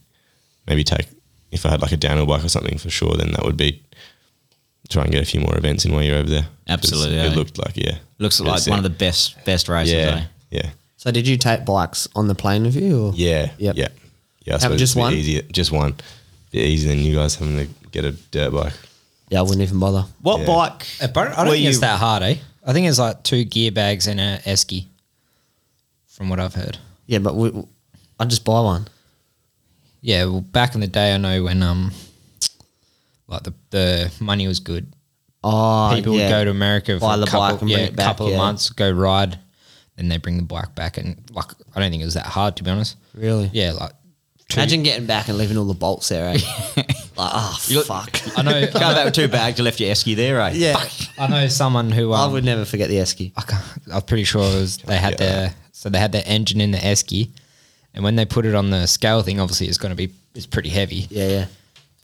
D: maybe take if I had like a downhill bike or something for sure, then that would be try and get a few more events in while you're over there. 'Cause
A: Absolutely,
D: it
A: yeah.
D: looked like yeah,
A: Looks
D: It
A: like
D: was
A: one of the
D: sick.
A: best best races.
D: yeah,
A: eh?
D: yeah,
C: So did you take bikes on the plane with you? Or?
D: yeah,
C: Yep.
D: yeah, yeah. I
C: Have
D: suppose
C: just
D: it's a bit
C: one?
D: easier, just one, bit easier than you guys having to get a dirt bike.
C: Yeah, I wouldn't even bother.
A: What
D: Yeah.
A: bike?
B: Uh, I don't, I don't
A: were
B: think it's
A: you-
B: that hard. Eh? I think it's like two gear bags and a esky. From what I've heard.
C: Yeah, but we, I'd just buy one.
B: Yeah, well, back in the day, I know when um, like the the money was good,
C: Oh,
B: people
C: yeah.
B: would go to America for
C: Buy
B: a
C: the
B: couple,
C: bike and
B: yeah,
C: bring it back,
B: couple of
C: yeah.
B: months, go ride, then they bring the bike back, and like I don't think it was that hard to be honest.
C: Really?
B: Yeah, like two,
C: Imagine getting back and leaving all the bolts there. Eh? Like, oh,
A: You look-
C: fuck.
B: I know.
A: Come back with two bags. You left your esky there, eh? right?
C: Yeah.
B: I know someone who
C: I
B: um,
C: would never forget the Esky.
B: I can't, I'm pretty sure it was, they had their so they had their engine in the esky, and when they put it on the scale thing, obviously it's going to be it's pretty heavy.
C: Yeah, yeah.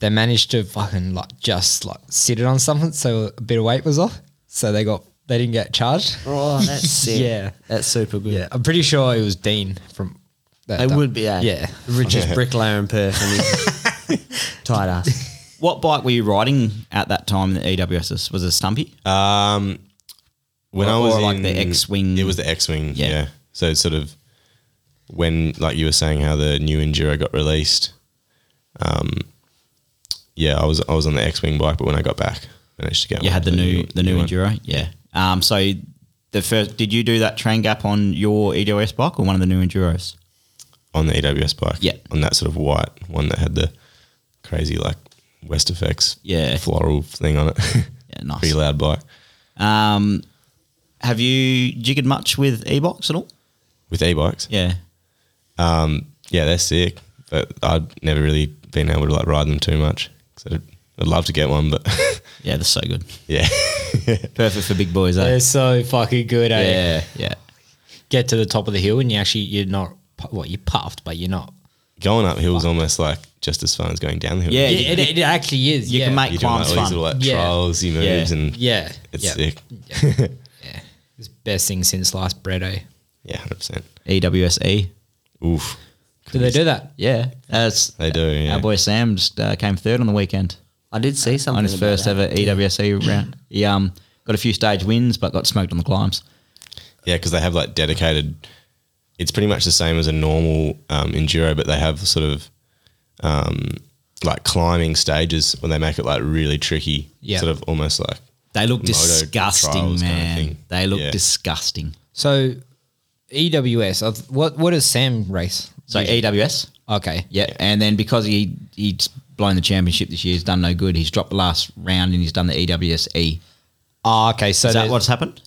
B: They managed to fucking like just like sit it on something, so a bit of weight was off, so they got they didn't get charged.
C: Oh, that's sick.
B: Yeah.
C: That's super good.
B: Yeah, I'm pretty sure it was Dean from. That
C: They
B: that-
C: would be, eh?
B: Yeah,
C: The richest bricklayer in Perth. I mean, tight ass.
A: What bike were you riding at that time in the E EWSs? Was it a Stumpy?
D: Um, when
A: Or-
D: I was
A: or like
D: in-
A: the X-wing.
D: it was the X wing.
A: Yeah.
D: Yeah. So it's sort of when, like you were saying, how the new Enduro got released. Um, yeah, I was I was on the X wing bike, but when I got back, I managed to get.
A: you
D: one.
A: had the
D: So
A: new the new
D: one.
A: Enduro, yeah. Um, so the first, did you do that train gap on your E EWS bike or one of the new Enduros?
D: on the EWS bike.
A: Yeah.
D: On that sort of white one that had the crazy like West Effects
A: Yeah.
D: floral thing on it.
A: Yeah, nice.
D: Pretty loud bike.
A: Um, have you jiggered much with e bikes at all?
D: With e bikes.
A: Yeah,
D: Yeah, they're sick. But I'd never really been able to like ride them too much. So I'd love to get one, but
A: yeah, they're so good.
D: yeah.
A: Perfect for big boys, eh?
B: they're so fucking good. eh?
A: Yeah, yeah.
B: get to the top of the hill and you actually you're not pu- well you're puffed, but you're not.
D: Going up hills almost like just as fun as going down the hill.
A: Yeah, you-
B: Yeah, it, it actually is.
A: You
B: yeah.
A: can make
D: You're doing like, all
A: climbs
D: these
A: fun.
D: little like
B: Yeah.
D: trials, you moves
A: Yeah.
D: and
B: Yeah,
D: Mm. It's
B: yeah.
D: sick.
B: It's the best thing since sliced bread. Eh?
D: Yeah, hundred percent.
A: E EWSE.
D: Oof.
B: Do they do that?
A: Yeah, that's
D: They do, yeah.
A: our boy Sam just uh, came third on the weekend
C: I did see something.
A: on his
C: about
A: first
C: that.
A: ever E EWSE round. He um got a few stage wins, but got smoked on the climbs.
D: Yeah, because they have like dedicated. It's pretty much the same as a normal um, enduro, but they have sort of um, like climbing stages when they make it like really tricky.
B: Yeah.
D: Sort of almost like
A: They look
D: Moto
A: disgusting,
D: trials kind of
A: man.
D: thing.
A: they look
D: Yeah.
A: disgusting.
B: So E EWS. Of what what does Sam race?
A: So EWS,
B: Okay.
A: yeah. and then because he he's blown the championship this year, he's done no good. He's dropped the last round and he's done the EWSE.
B: Ah, okay.
A: E.
B: So
A: Is that
B: there's-
A: what's happened?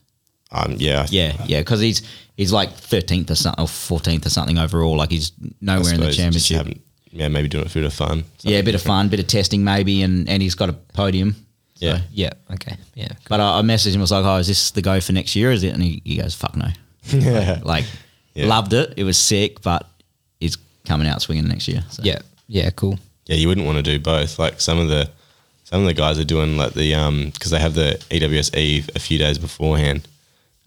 D: um, yeah, I-
A: Yeah, yeah, because he's he's like thirteenth or something, or fourteenth or something overall. Like he's
D: I
A: nowhere in the
D: suppose you just
A: championship.
D: haven't- Yeah, maybe doing it for a bit of fun.
A: Yeah, a bit of fun, bit of testing maybe, and and he's got a podium. So-
D: Yeah.
B: Yeah. Okay. Yeah.
A: But I, I messaged him. I was like, "Oh, is this the go for next year? Is it?" And he, he goes, "Fuck no."
D: Yeah.
A: Like,
D: Yeah.
A: loved it. It was sick, but he's coming out swinging next year. So.
B: Yeah. Yeah. Cool.
D: yeah, you wouldn't want to do both. Like some of the some of the guys are doing like the um because they have the EWS Eve a few days beforehand,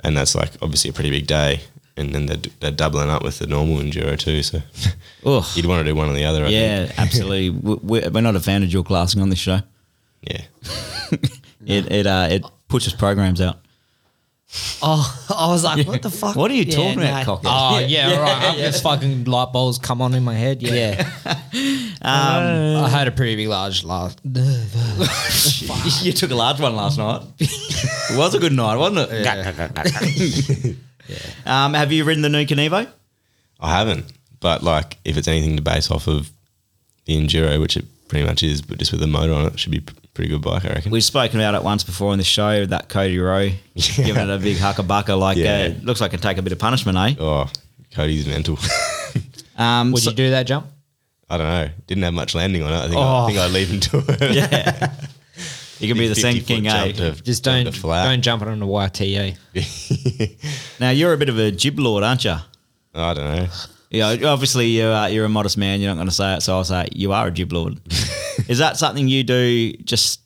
D: and that's like obviously a pretty big day. And then they're, d- they're doubling up with the normal enduro too. So
A: Ugh.
D: you'd want to do one or the other. I think.
A: Yeah, absolutely. We- we're, we're not a fan of dual classing on this show.
D: yeah.
A: It it uh, it pushes programs out.
C: Oh, I was like, what the fuck?
A: What are you talking about,
C: nah.
A: Cocker?
B: Oh yeah. all right. I've just fucking light bulbs come on in my head. Yeah. Um,
C: Yeah.
B: I had a pretty big large laugh.
A: you took a large one last night. it was a good night, wasn't it? Um, have you ridden the new Canevo?
D: I haven't. But like, if it's anything to base off of the enduro, which it pretty much is, but just with the motor on it, should be a p- pretty good bike, I reckon.
A: We've spoken about it once before on the show. That Cody Rowe giving it a big hucka bucka. Like,
D: Yeah.
A: uh, looks like it can take a bit of punishment, eh?
D: oh, Cody's mental.
A: Um,
B: Would
A: so-
B: you do that jump?
D: I don't know. Didn't have much landing on it. I think, I,
B: Oh.
D: think I'd leave him to it.
A: yeah, you can be the same
D: 50-foot
A: king, eh?
D: jump to-
B: Just
D: jump
B: don't
D: to flat.
B: don't jump it on the YTA.
A: Now you're a bit of a jib lord, aren't you?
D: I don't know.
A: Yeah, obviously you're uh, you're a modest man. You're not going to say it, so I'll say it. you are a jib lord. is that something you do just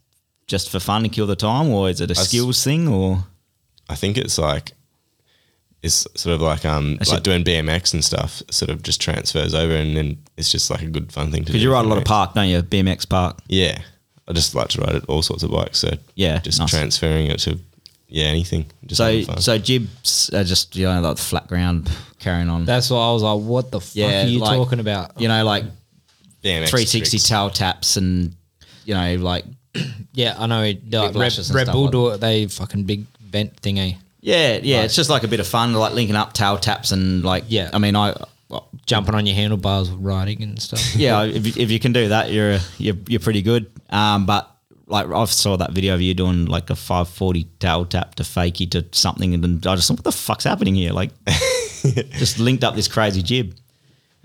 A: just for fun to kill the time, or is it a
D: s-
A: skills thing? Or
D: I think it's like it's sort of like um
A: That's
D: like
A: it.
D: doing BMX and stuff. Sort of just transfers over, and then it's just like a good fun thing to do.
A: because you ride a lot of
D: parts.
A: park, don't you? BMX park.
D: Yeah, I just like to ride it all sorts of bikes. So
A: Yeah,
D: just
A: nice.
D: transferring it to yeah anything. Just
A: So
D: having fun.
A: so jibs are just you know like flat ground carrying on.
B: That's why I was like, what the fuck
A: Yeah,
B: are you
A: like-
B: talking about?
A: you know like
D: BMX
A: 360
D: tricks.
A: tail taps and you know like
B: Yeah, I know. Like Red,
A: lashes and
B: Red
A: stuff
B: Bull
A: like
B: do it. They fucking big vent thingy.
A: yeah yeah it's just like a bit of fun like linking up tail taps and like
B: Yeah.
A: I mean I well,
B: Jumping on your handlebars, riding and stuff.
A: yeah if, you- if you can do that you're a- you're you're pretty good um but like I saw that video of you doing like a 540 tail tap to fakey to something and then I just thought what the fuck's happening here like just linked up this crazy jib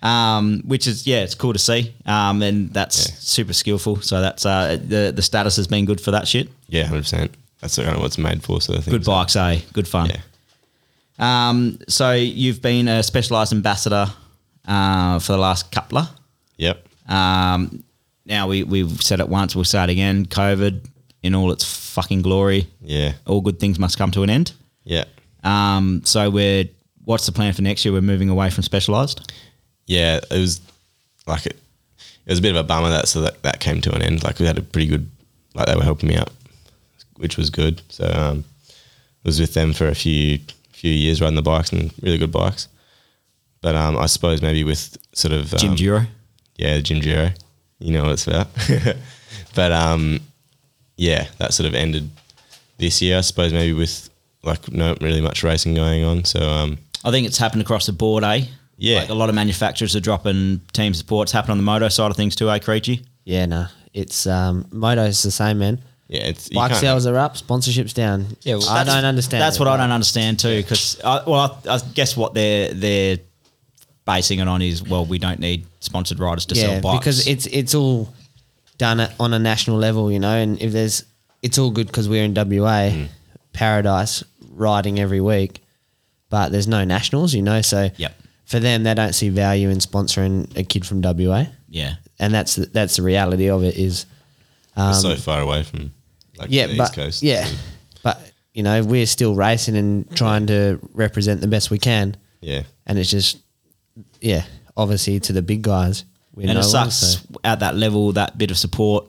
A: um, which is yeah, it's cool to see, um, and that's
D: Yeah.
A: super skillful. So that's uh, the the status has been good for that shit.
D: Yeah, hundred percent. That's kind of what it's made for. So I think
A: Good
D: so.
A: bikes, eh? Good fun.
D: Yeah.
A: Um, so you've been a specialised ambassador uh, for the last coupler.
D: Yep.
A: Um, now we we've said it once, we'll say it again. COVID in all its fucking glory.
D: Yeah.
A: All good things must come to an end.
D: Yeah.
A: Um, so we're what's the plan for next year? We're moving away from specialised.
D: Yeah. It was like it. It was a bit of a bummer that so that, that came to an end. Like we had a pretty good, like they were helping me out, which was good. So um, was with them for a few few years riding the bikes and really good bikes. But um, I suppose maybe with sort of um,
A: Jim Duro.
D: yeah, the Jim Giro. You know what it's about. but um, yeah, that sort of ended this year, I suppose. Maybe with like not really much racing going on. So um,
A: I think it's happened across the board, eh?
D: Yeah.
A: Like a lot of manufacturers are dropping team support. It's happened on the moto side of things too, eh, Creechy?
C: Yeah, no. It's um, Moto's the same, man.
D: yeah, it's you
C: Bike
D: can't-
C: sales are up, sponsorships down.
B: Yeah, well,
C: I
A: That's-
C: don't understand.
A: That's
C: it,
A: what I
C: like-
A: don't understand too, because I, well, I, I guess what they're they're basing it on is well, we don't need sponsored riders to sell bikes
C: because it's it's all done at, on a national level, you know. And if there's, it's all good because we're in WA,
D: Hmm.
C: paradise riding every week, but there's no nationals, you know. So
A: Yep.
C: for them, they don't see value in sponsoring a kid from WA,
A: yeah,
C: and that's the, that's the reality of it. Is
D: it's so far away from like
C: Um, yeah,
D: the
C: but
D: East Coast.
C: yeah, but you know, we're still racing and trying to represent the best we can,
D: yeah,
C: and it's just yeah, obviously to the big guys. we're
A: and
C: no
A: it
C: one,
A: sucks
C: so-
A: at that level. That bit of support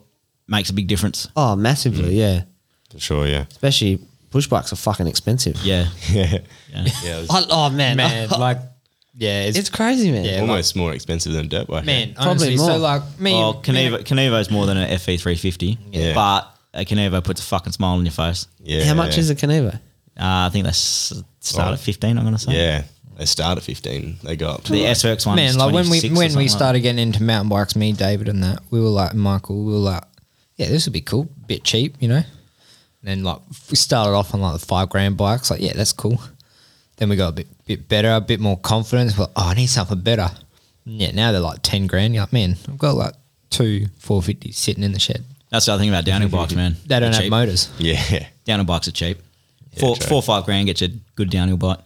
A: makes a big difference.
C: Oh,
A: Mm.
C: massively, yeah.
D: for sure. Yeah,
C: especially push bikes are fucking expensive.
A: Yeah,
D: yeah,
A: yeah.
D: yeah. It was
C: I, oh man,
B: man,
C: I-
B: like, yeah, it's,
C: it's crazy, man.
B: Yeah.
D: almost more expensive than a dirt bike.
B: man,
C: Probably
B: honestly,
C: more.
B: so like me,
A: Well,
B: me-
A: Canevo, Canevo's more than an FE three fifty,
D: Yeah.
A: but a Canevo puts a fucking smile on your face.
D: Yeah.
C: How much is a Canevo?
A: Uh, I think they s- start
D: Oh.
A: at fifteen. I'm gonna say
D: Yeah, they start at fifteen. They go up to
A: The
D: like-
A: SX one,
B: man, like when we when we started getting into mountain bikes, me, David, and that, we were like, Michael, we were like, yeah, this would be cool, bit cheap, you know. And then like we started off on like the five grand bikes, like yeah, that's cool. Then we got a bit bit better, a bit more confidence. Well, oh, I need something better. And yeah, now they're like ten grand. You're like, man, I've got like two four fifty sitting in the shed.
A: That's the other thing about downing bikes, man.
B: They don't
A: They're
B: have
A: cheap.
B: motors.
D: Yeah,
A: Downhill bikes are cheap. Four,
D: true.
A: four or five grand gets you a good downhill bike.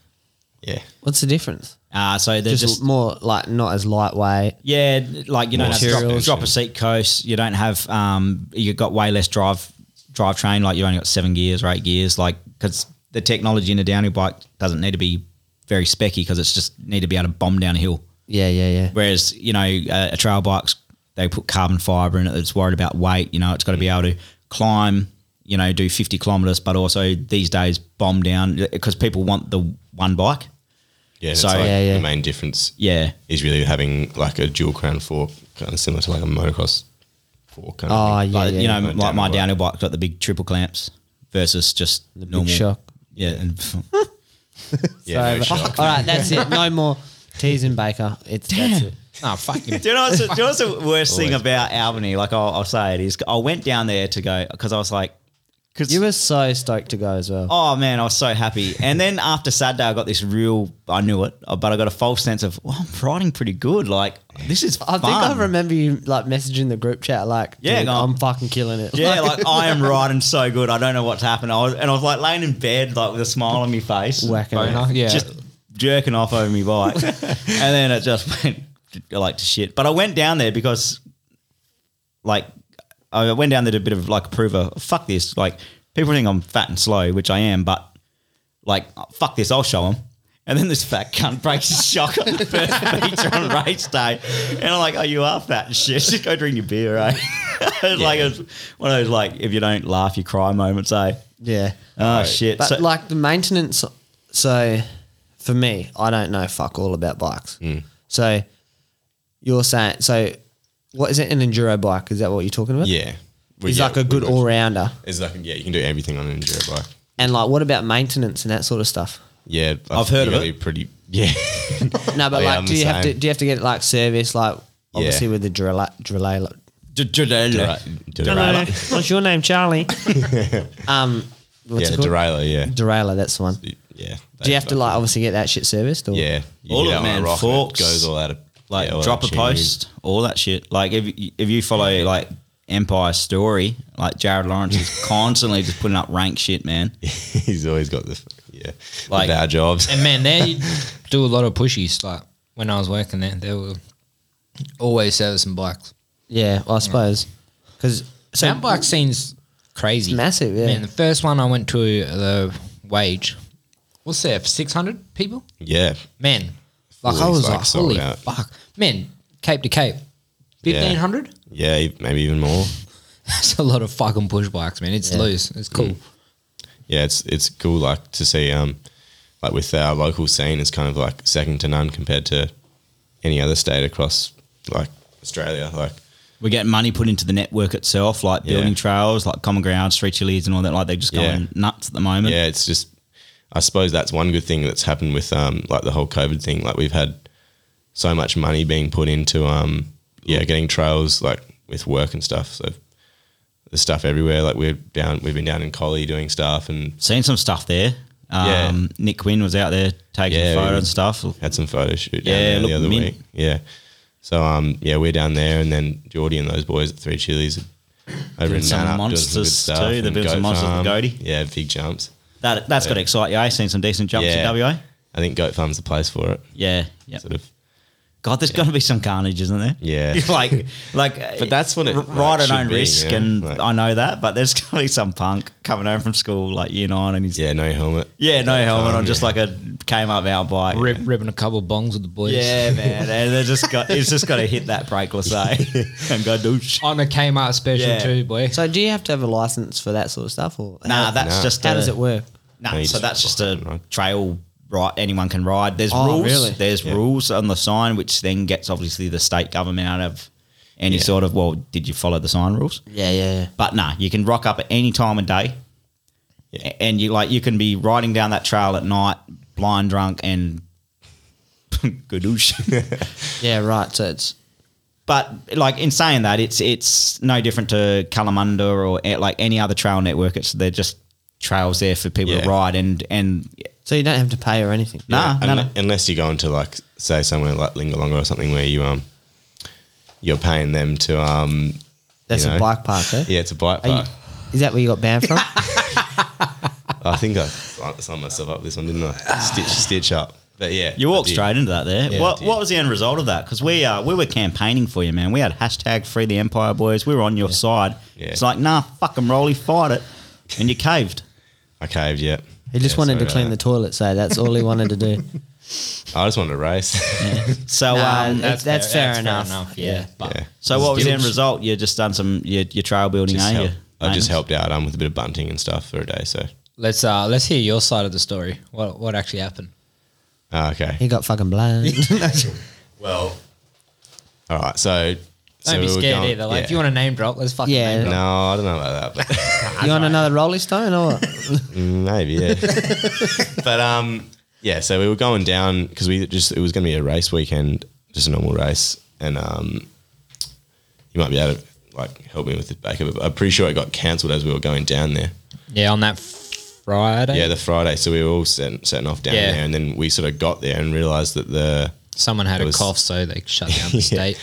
D: yeah,
C: What's the difference?
A: Uh, so they're
C: Just,
A: just,
C: more like not as lightweight.
A: yeah, like you don't have to drop,
D: Materials.
A: drop a seat coast. You don't have um, you got way less drive drivetrain. Like you only got seven gears or eight gears. Like because the technology in a downhill bike doesn't need to be very specky because it's just need to be able to bomb down a hill.
C: Yeah, yeah, yeah.
A: Whereas you know a, a trail bike's they put carbon fiber in it. It's worried about weight. You know it's got to be able to climb. You know do fifty kilometers, but also these days bomb down because people want the one bike.
D: yeah.
A: So-
D: so like
C: Yeah, yeah.
D: the main difference
A: Yeah,
D: is really having like a dual crown fork, kind of similar to like a motocross fork. Kind
C: Oh,
D: of
C: yeah,
D: thing.
A: like
C: yeah.
A: you know,
D: Like
A: like my
D: downhill bike.
A: downhill bike's got the big triple clamps versus just
C: The
A: normal.
C: big shock.
A: Yeah, and
D: yeah, no
C: All
D: shock.
C: right, that's it. No more teasing Baker. It's that's it.
B: Oh fuck you.
A: Do you know what's, do you know what's the worst thing about Albany? Like I'll, I'll say it is, I went down there to go because I was like, because
C: You were so stoked to go as well.
A: oh man, I was so happy. And then after Saturday, I got this real, I knew it, uh, but I got a false sense of, well, I'm riding pretty good. Like this is,
C: I think I
A: fun."
C: remember you like messaging the group chat like,
A: Yeah,
C: "Dude,
A: go on."
C: I'm fucking killing it.
A: Yeah, like I am riding so good. I don't know what's happened. I was, and I was like laying in bed, like with a smile on my face,
C: Whacking
A: Boner.
C: it.
B: Oh, yeah.
A: just jerking off over my bike, and then it just went like to shit. But I went down there because, like, I went down there to a bit of like a prover. Fuck this! Like people think I'm fat and slow, which I am, but like fuck this! I'll show them. And then this fat cunt breaks his shock on the first feature on race day, and I'm like, "Oh, you are fat and shit. Just go drink your beer, eh?" It's Like it's one of those like if you don't laugh, you cry moments, eh?
C: yeah.
A: Oh shit!
C: But
A: So-
C: like the maintenance, so for me, I don't know fuck all about bikes.
D: Hmm.
C: So you're saying, so what is it? An enduro bike? Is that what you're talking about?
D: Yeah, We-
C: He's
D: yeah,
C: like a
D: we
C: good
D: worked-
C: all rounder.
D: It's like yeah, you can do everything on an enduro bike.
C: And like, what about maintenance and that sort of stuff?
D: Yeah, I
A: I've
D: think
A: heard
D: you
A: of
D: gotta
A: it.
D: be Pretty. Yeah,
C: No, but
D: Oh, yeah,
C: like,
D: I'm
C: do
D: the
C: you have to
D: same.
C: do you have to get like service? Like, obviously
D: Yeah.
C: with the drill, drill.
D: Dera- derailleur.
C: What's your name, Charlie? um,
D: Yeah,
C: what's it called?
D: derailleur. Yeah,
C: Derailleur. That's the one.
D: yeah.
C: Do you have to like obviously get that shit serviced? Or?
D: Yeah, you
A: All
D: get
A: of it,
D: out on a
A: man.
D: rock and it
A: Forks.
D: goes all out of
A: like
D: Yeah, all
A: drop a
D: that shit is-
A: post, all that shit. Like if you- if you follow like Empire Story, like Jared Lawrence is constantly just putting up rank shit, man.
D: He's always got the yeah,
A: Like-
D: like our jobs.
B: And man, they do a lot of pushies. Like when I was working there, they were always servicing bikes.
C: Yeah, I suppose. Because
B: So
C: so
B: Mountain bike scene's crazy.
C: massive, yeah.
B: Man, the first one I went to uh, the wage, what's there, 600 people?
D: Yeah,
B: Man, like I
D: Holy
B: was
D: fuck,
B: like,
D: sold
B: holy
D: out.
B: fuck. Man, Cape to Cape, 1,500?
D: yeah, e- maybe even more.
B: That's a lot of fucking push bikes, man. It's loose. It's cool.
D: yeah, it's it's cool like to see um like with our local scene it's kind of like second to none compared to any other state across like Australia. Like
A: We're getting money put into the network itself, like
D: Yeah.
A: building trails, like common ground, street chilies, and all that. Like they're just going
D: Yeah.
A: nuts at the moment.
D: yeah, it's just I suppose that's one good thing that's happened with um like the whole COVID thing. Like we've had so much money being put into um yeah, getting trails like with work and stuff. So there's stuff everywhere. Like we're down we've been down in Collie doing stuff and
A: Seen some stuff there. Um,
D: Yeah.
A: Nick Quinn was out there taking
D: Yeah,
A: photos
D: we-
A: and stuff.
D: had some photo shoot down
A: Yeah,
D: there
A: looked
D: the other
A: mint.
D: week. Yeah. So um yeah, we're down there and then Geordie and those boys at Three Chilies over
A: Doing
D: in
A: some
D: Nanup doing some good
A: monsters
D: stuff.
A: too. They
D: and
A: built some
D: Goat
A: monsters at the
D: Farm.
A: Goatee.
D: Yeah, big jumps.
A: That that's got to excite you. I seen some decent jumps
D: yeah.
A: in WA.
D: I think Goat Farm's the place for it.
A: Yeah, yeah.
D: Sort of.
A: God, there's got to be some carnage, isn't there?
D: Yeah.
A: like, like.
D: But that's what it,
A: r-
D: like,
A: ride at
D: should
A: own
D: be,
A: risk,
D: yeah.
A: and
D: Like,
A: I know that. But there's got to be some punk coming home from school, like year nine, and he's yeah,
D: yeah, no helmet.
A: no helmet on,
D: yeah.
A: just like a came up mountain bike.
B: Rib, ripping a couple of bongs with the boys.
A: Yeah, man, and they just got he's just got to hit that brakeless, eh? and go douche.
B: On a Kmart special
A: Yeah.
B: too, boy.
C: so do you have to have a license for that sort of stuff, or
A: Nah,
C: how-
A: that's
D: Nah.
A: just
C: how
A: a-
C: does it work?
A: Nah,
D: No, you
A: so
D: just
A: that's just
D: fucking
A: a
D: ride.
A: trail right anyone can ride. There's
C: Oh,
A: rules.
C: really?
A: There's
D: Yeah.
A: rules on the sign, which then gets obviously the state government out of any
D: Yeah.
A: sort of well, did you follow the sign rules?
C: Yeah, yeah, yeah.
A: But nah, you can rock up at any time of day,
D: Yeah.
A: A- and you like you can be riding down that trail at night, blind drunk and gadoosh.
C: Yeah, right. So it's
A: but like in saying that, it's it's no different to Kalamunda or eh, like any other trail network. It's they're just trails there for people
D: Yeah.
A: to ride and and
C: so you don't have to pay or anything.
A: nah,
D: Yeah,
A: no,
D: unle-
A: no.
D: Unless you go into like say somewhere like Lingalonga or something where you um you're paying them to um
C: That's
D: you
C: a
D: know.
C: bike park, eh?
D: yeah, it's a bike
C: Are you,
D: park.
C: is that where you got banned from?
D: I think I signed myself up this one, didn't I? Stitch, stitch up. But yeah,
A: You
D: I
A: walked
D: did.
A: straight into that there.
D: Yeah,
A: what
D: I did.
A: what was the end result of that? Because we uh, we were campaigning for you, man. We had hashtag free the Empire boys. We were on your side.
D: Yeah.
A: It's like nah, fuck 'em, Rolly, fight it, and you caved.
D: I caved. Yeah,
C: He just
D: Yeah,
C: wanted to
D: sorry
C: clean the
D: about
C: toilet, so that's all he wanted to do.
D: that. I just wanted to race.
A: So
C: Nah,
A: um,
C: that's That's fair fair enough.
B: yeah.
C: Yeah.
B: But
D: yeah.
A: so what was the end
D: Just-
A: result? You just done some your, your trail building,
D: just
A: eh?
D: help-
A: Your
D: I
A: maintenance?
D: just helped out um, with a bit of bunting and stuff for a day. So
B: let's uh let's hear your side of the story. What what actually happened?
D: Ah, okay.
C: He got fucking blown.
D: Well, all right. So
B: Don't be scared either. Like if you want to name drop, let's fucking
C: Yeah.
B: name
D: No,
B: drop.
D: I don't know about that, but
C: you on another Rolling Stone or what?
D: maybe yeah. but um, yeah. So we were going down because we just it was going to be a race weekend, just a normal race, and um, you might be able to like help me with the back of it. But I'm pretty sure it got cancelled as we were going down there.
B: Yeah, on that Friday.
D: Yeah, the Friday. So we were all setting, setting off down
B: Yeah.
D: there, and then we sort of got there and realised that the
B: Someone had
D: It
B: a
D: was-
B: cough, so they shut down the state.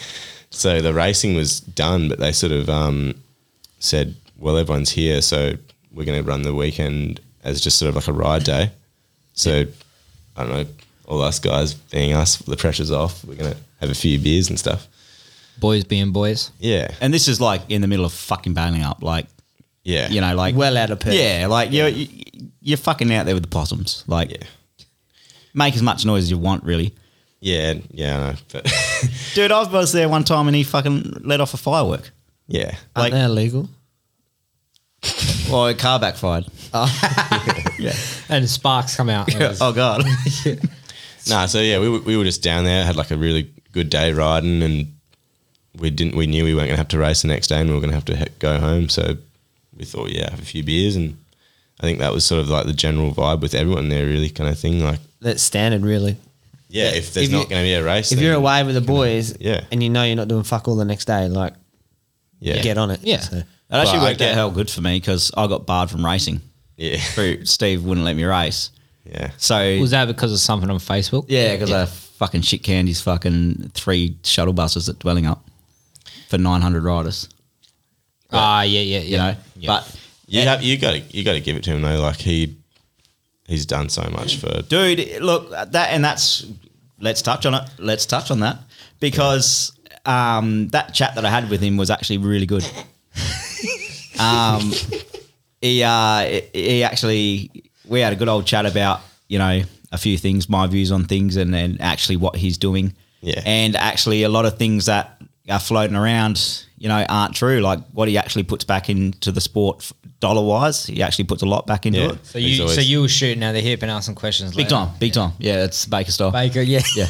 D: so the racing was done, but they sort of um, said, "Well, everyone's here, so we're going to run the weekend as just sort of like a ride day." So I don't know, all us guys being us, the pressure's off. We're going to have a few beers and stuff.
B: Boys being boys.
D: Yeah,
A: And this is like in the middle of fucking bailing up, like
D: yeah,
A: you know, like
C: well out of Perth.
A: yeah, like you're you're fucking out there with the possums. Like
D: yeah,
A: make as much noise as you want, really.
D: yeah, yeah. I know, but
A: Dude, I was there one time and he fucking let off a firework.
D: yeah,
A: Like,
C: Aren't they illegal?
A: well, a car backfired. yeah.
B: And sparks come out.
A: Oh god.
D: Nah, so yeah, we were, we were just down there, had like a really good day riding, and we didn't. We knew we weren't going to have to race the next day, and we were going to have to he- go home. So we thought, yeah, have a few beers, and I think that was sort of like the general vibe with everyone there, really, kind of thing. Like,
C: That's standard, really.
D: yeah, if there's
C: If you-
D: not going to be a race,
C: If
D: then-
C: you're away with the boys,
D: Yeah.
C: and you know you're not doing fuck all the next day, like
D: yeah,
C: get on it.
B: Yeah.
C: So-
A: It actually
D: But I
A: worked out
D: get-
A: hell good for me because I got barred from racing.
D: yeah,
A: Through Steve wouldn't let me race.
D: yeah,
A: So
B: Was that because of something on Facebook?
A: yeah, because I fucking shit canned his fucking three shuttle buses at Dwelling Up for 900 riders,
B: Ah, yeah, yeah, yeah.
A: you know? But
D: You have, you got to you got to give it to him though. Like he he's done so much for.
A: dude look that and that's let's touch on it let's touch on that because um, that chat that i had with him was actually really good um, he, uh, he- he actually we had a good old chat about you know a few things my views on things and then actually what he's doing
D: Yeah.
A: and actually a lot of things that are floating around you know aren't true like what he actually puts back into the sport dollar wise he actually puts a lot back into
D: Yeah.
A: it
B: So
D: He's
B: you,
D: always-
B: so you were shooting out the hip and asking questions.
A: Big
B: later.
A: time, big time. Yeah, it's Baker style.
B: Baker, yeah,
A: Yeah.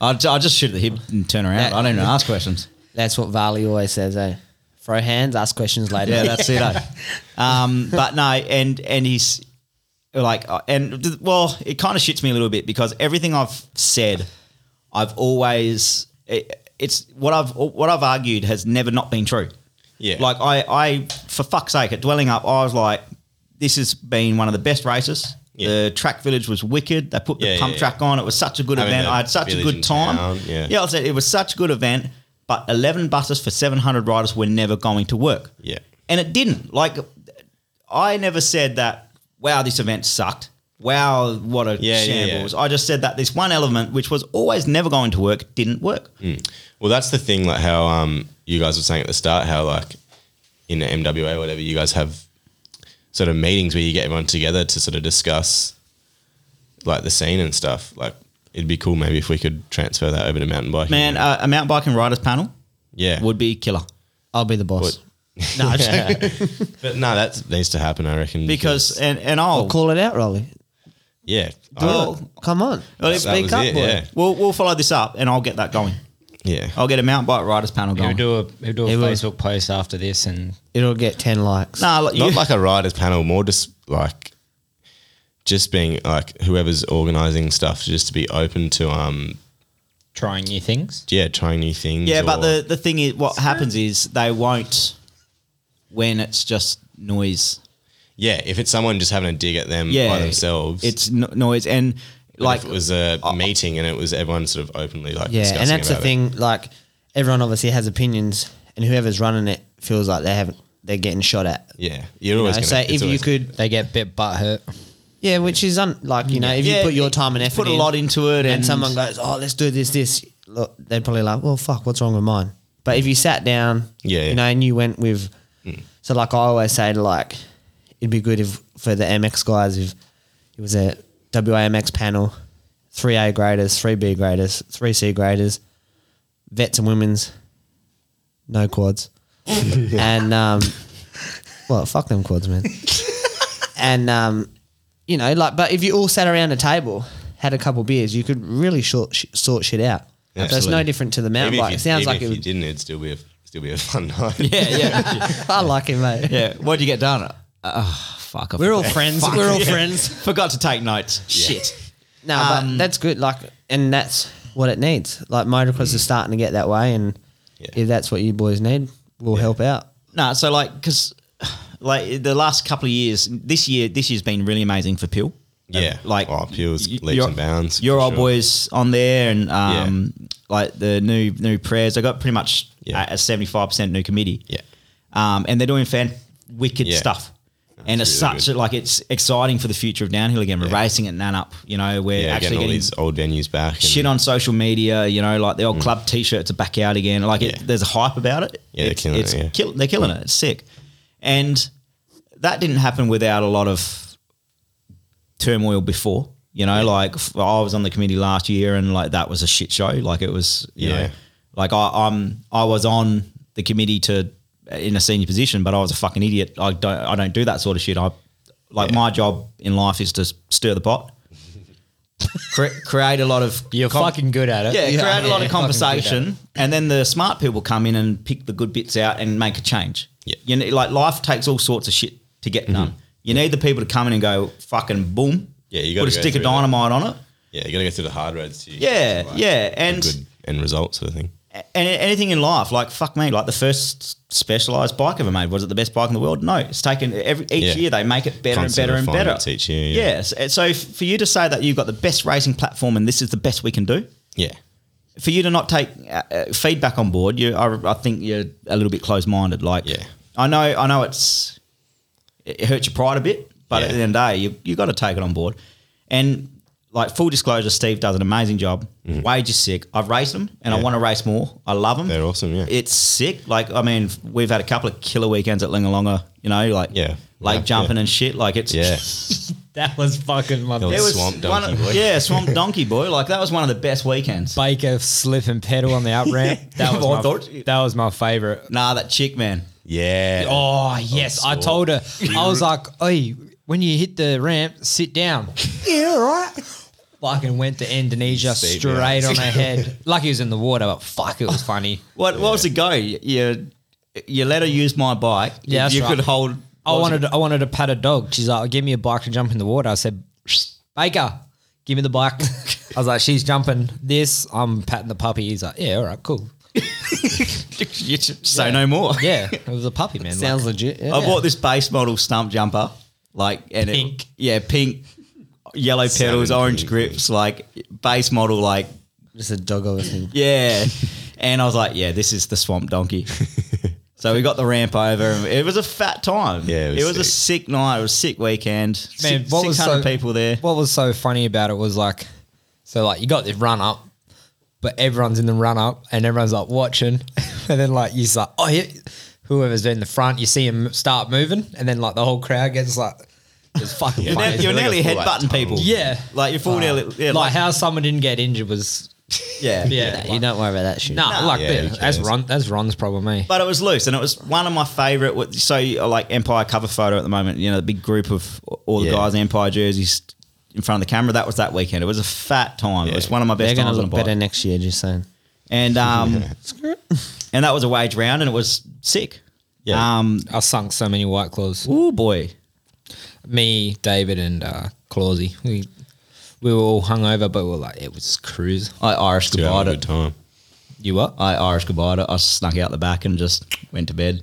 A: I'll, ju- I'll just shoot at the hip and turn around. I don't even ask questions.
C: That's what Varley always says, eh? Throw hands, ask questions later.
A: Yeah, that's it. eh? Um, but no, and and he's like, uh, and th- well, it kind of shits me a little bit because everything I've said, I've always it, it's what I've what I've argued has never not been true.
D: Yeah.
A: like I I for fuck's sake at dwelling up, I was like, this has been one of the best races.
D: Yeah.
A: The track village was wicked. They put the
D: Yeah, yeah,
A: pump
D: yeah.
A: track on. It was such a good
D: Having
A: event.
D: the
A: I had such a
D: village in
A: good time.
D: town, yeah.
A: yeah, I said it was such a good event. But eleven buses for seven hundred riders were never going to work
D: Yeah.
A: and it didn't. Like, I never said that. Wow, this event sucked. Wow, what a
D: Yeah, yeah, yeah.
A: shambles! I just said that this one element, which was always never going to work, didn't work.
D: Mm-hmm. Well, that's the thing. Like how um you guys were saying at the start, how like in the MWA or whatever, you guys have sort of meetings where you get everyone together to sort of discuss like the scene and stuff. Like it'd be cool maybe if we could transfer that over to mountain biking.
A: Man, uh, a mountain biking riders panel
D: yeah,
A: would be killer.
C: I'll be the boss.
D: What? but no, that needs to happen. I reckon
A: Because and and I'll,
C: Call it out, Rolly.
D: yeah, Oh.
A: Well,
C: Come on.
A: well, if-
D: that
C: Speak
D: was
C: up,
D: it,
C: boy.
D: yeah.
A: we'll we'll follow this up, and I'll get that going.
D: yeah.
A: I'll get a mountain bike riders panel
B: He'll
A: going.
B: do a he'll do a
C: He will.
B: Facebook post after this, and
C: It'll get 10 likes.
A: Nah, look, you,
D: not like a riders panel, more just like just being like whoever's organizing stuff, just to be open to um
B: trying new things.
D: yeah trying new things.
A: yeah, but
D: or-
A: the the thing is, what happens is they won't when it's just noise.
D: yeah, if it's someone just having a dig at them
A: Yeah,
D: by themselves,
A: It's no- noise, and
D: but
A: like
D: if it was a meeting and it was everyone sort of openly like
C: yeah,
D: discussing
C: and that's the
D: about it.
C: thing. Like, everyone obviously has opinions, and whoever's running it feels like they haven't, they're getting shot at.
D: Yeah,
C: You
D: you're
C: know?
D: always gonna,
C: So
D: it's
C: if you
D: always-
C: could,
B: They get a bit butt hurt.
C: yeah, which is un- like, you know, if
A: Yeah,
C: you put your
A: it-
C: time and
A: you
C: effort
A: put a
C: in,
A: lot into it, and,
C: and, someone goes, "Oh, let's do this, this," look, they're probably like, "Well, fuck, what's wrong with mine?" But if you sat down,
D: Yeah, yeah.
C: you know, and you went with, so like I always say to like, it'd be good if for the MX guys if it was a WAMX panel, three A graders, three B graders, three C graders, vets and women's, no quads, and um, well, fuck them quads, man, and um you know, like, but if you all sat around a table, had a couple beers, you could really short, sh- sort shit out. So it's no
D: Absolutely.
C: different to the
D: Even
C: mountain
D: if
C: bike.
D: you-
C: It sounds
D: even
C: like
D: if
C: it
D: you
C: would.
D: didn't, it'd still be a still be a fun night.
A: Yeah, yeah,
C: I like it, mate.
A: yeah. What'd you get done? Oh, fuck. I
C: We're all
A: forgot.
C: friends.
A: Fuck.
C: We're all
A: Yeah.
C: friends.
A: Forgot to take notes. Shit.
C: No,
A: Um,
C: but that's good. Like, and that's what it needs. Like, motocross is starting to get that way, and
D: Mm. Yeah.
C: if that's what you boys need, we'll help out.
A: No, so like, because like the last couple of years, this year, this year's been really amazing for Peel.
D: Yeah.
A: like
D: Oh, Peel's
A: y-
D: leaps
A: your-
D: and bounds,
A: Your
D: for
A: old
D: sure.
A: boys on there, and um, like the new new prayers. They got pretty much
D: Yeah.
A: a seventy five percent new committee.
D: Yeah.
A: um, and they're doing fan wicked
D: Yeah.
A: stuff. and it's
D: really
A: such
D: good.
A: a, like it's exciting for the future of downhill again. We're
D: Yeah.
A: racing at Nan up, you know. We're
D: yeah,
A: actually
D: getting all
A: getting
D: these old venues back. and-
A: shit on social media, you know, like the old club t-shirts are back out again. Like
D: Mm. Yeah.
A: it, there's a hype about it.
D: Yeah, they're
A: it's,
D: killing it,
A: it's
D: yeah.
A: Kill, they're killing it. It's sick, and that didn't happen without a lot of turmoil before. You know, like f- I was on the committee last year, and like that was a shit show. Like it was, you
D: Yeah.
A: know, like I, I'm I was on the committee to in a senior position, but I was a fucking idiot. I don't I don't do that sort of shit. I like
D: Yeah.
A: my job in life is to s- stir the pot. Cre- create a lot of
B: You're
A: com-
B: fucking good at it.
A: yeah, create a lot
B: yeah,
A: of
B: fucking good at it.
A: conversation, and then the smart people come in and pick the good bits out and make a change.
D: Yeah. Mm-hmm.
A: you know, like life takes all sorts of shit to get done. You need the people to come in and go fucking boom.
D: Yeah, you
A: put
D: gotta
A: a
D: go
A: stick of
D: through that.
A: dynamite on it.
D: Yeah, you got to go through the hard roads. To
A: Yeah,
D: like,
A: yeah,
D: a
A: and
D: good end result sort of thing.
A: and anything in life, like fuck me, like the first specialized bike ever made was it the best bike in the world? No, it's taken every each
D: Yeah.
A: year they make it better
D: Constant
A: and better and
D: refinement
A: better
D: each year, yeah.
A: Yes, and so f- for you to say that you've got the best racing platform and this is the best we can do,
D: Yeah.
A: for you to not take uh, uh, feedback on board, you I, I think you're a little bit closed minded. Like,
D: Yeah.
A: I know, I know, it's it hurts your pride a bit, but at
D: Yeah.
A: the end of the day, you you got to take it on board. And like full disclosure, Steve does an amazing job. Wage is sick. I've raced them, and I
D: Mm. Yeah.
A: want to race more. I love them.
D: They're awesome, yeah.
A: it's sick. Like, I mean, we've had a couple of killer weekends at Lingalonga. You know, like
D: Yeah.
A: lake
D: Yeah.
A: jumping and shit. Like, it's
D: Yeah.
B: That was fucking my
D: There
A: It
B: best.
A: was
D: Swamp
A: one
D: Donkey
A: of-
D: Boy.
A: Yeah, swamp donkey boy. Like that was one of the best weekends.
B: Baker slip and pedal on the up ramp. That
A: I
B: was
A: thought
B: my,
A: you-
B: that was my favorite.
A: Nah, that chick man.
D: Yeah.
B: Oh yes, I
D: sore.
B: told her. I was like, "Hey, when you hit the ramp, sit down." yeah, all right. Fucking went to Indonesia
D: Beat me up.
B: straight on her head. Lucky it was in the water, but fuck, it was funny.
A: What what was the go? You you- you let her use my bike.
B: Yeah, that's
A: you
B: right.
A: could hold.
B: I
A: what was
B: wanted
A: it?
B: I wanted to pat a dog. She's like, "Give me a bike to jump in the water." I said, "Baker, give me the bike." I was like, "She's jumping this. I'm patting the puppy." He's like, "Yeah, all right, cool."
A: you just say no more.
B: Yeah, it was a puppy, man.
C: Sounds
B: like,
C: legit. Yeah.
A: I bought this base model stump jumper, like and
B: Pink.
A: It, yeah, pink, yellow pedals,
D: Salmon
A: orange
D: pink.
A: grips, like base model, like
C: Just a doggo thing.
A: yeah. and I was like, yeah, this is the swamp donkey. so we got the ramp over, and it was a fat time.
D: Yeah,
A: it
D: it
A: was,
D: was
A: a sick night. It was a sick weekend.
B: Man,
A: Six-
B: what was
A: 600
B: so-
A: people there.
B: what was so funny about it was like, so like you got this run up, but everyone's in the run up and everyone's like watching, and then like you just like, oh yeah, whoever's in the front, you see him start moving, and then like the whole crowd gets like, it's fucking
A: You're,
B: funny.
A: ne- you're
D: like a
A: nearly
D: full,
A: head
D: like,
A: button
D: tunnel.
A: people.
B: yeah,
A: Like you're full nearly. Yeah,
B: like, how someone didn't get injured was
A: yeah,
B: yeah,
C: You don't worry about that shit.
B: nah, like
D: Yeah,
B: that-
D: who
B: that's
D: cares?
B: Ron, that's Ron's problem, eh?
A: But it was loose, and it was one of my favorite. what- So, uh, like Empire cover photo at the moment, you know, the big group of all the
D: Yeah.
A: guys in Empire jerseys in front of the camera. That was that weekend. It was a fat time. It
D: Yeah.
A: was one of my
C: They're
A: best
C: gonna
A: times on a
C: look
A: bike.
C: better next year. Just saying.
A: And um, and that was a wage round, and it was sick.
D: Yeah.
A: Um,
B: I sunk so many white claws.
A: oh boy,
B: me, David, and uh, Clausy. We we were all hungover, but we were like, it was cruise.
A: I Irish
D: Yeah,
A: goodbye.
D: had a good
A: to-
D: time.
B: You what?
A: I Irish goodbye. to- I snuck out the back and just went to bed.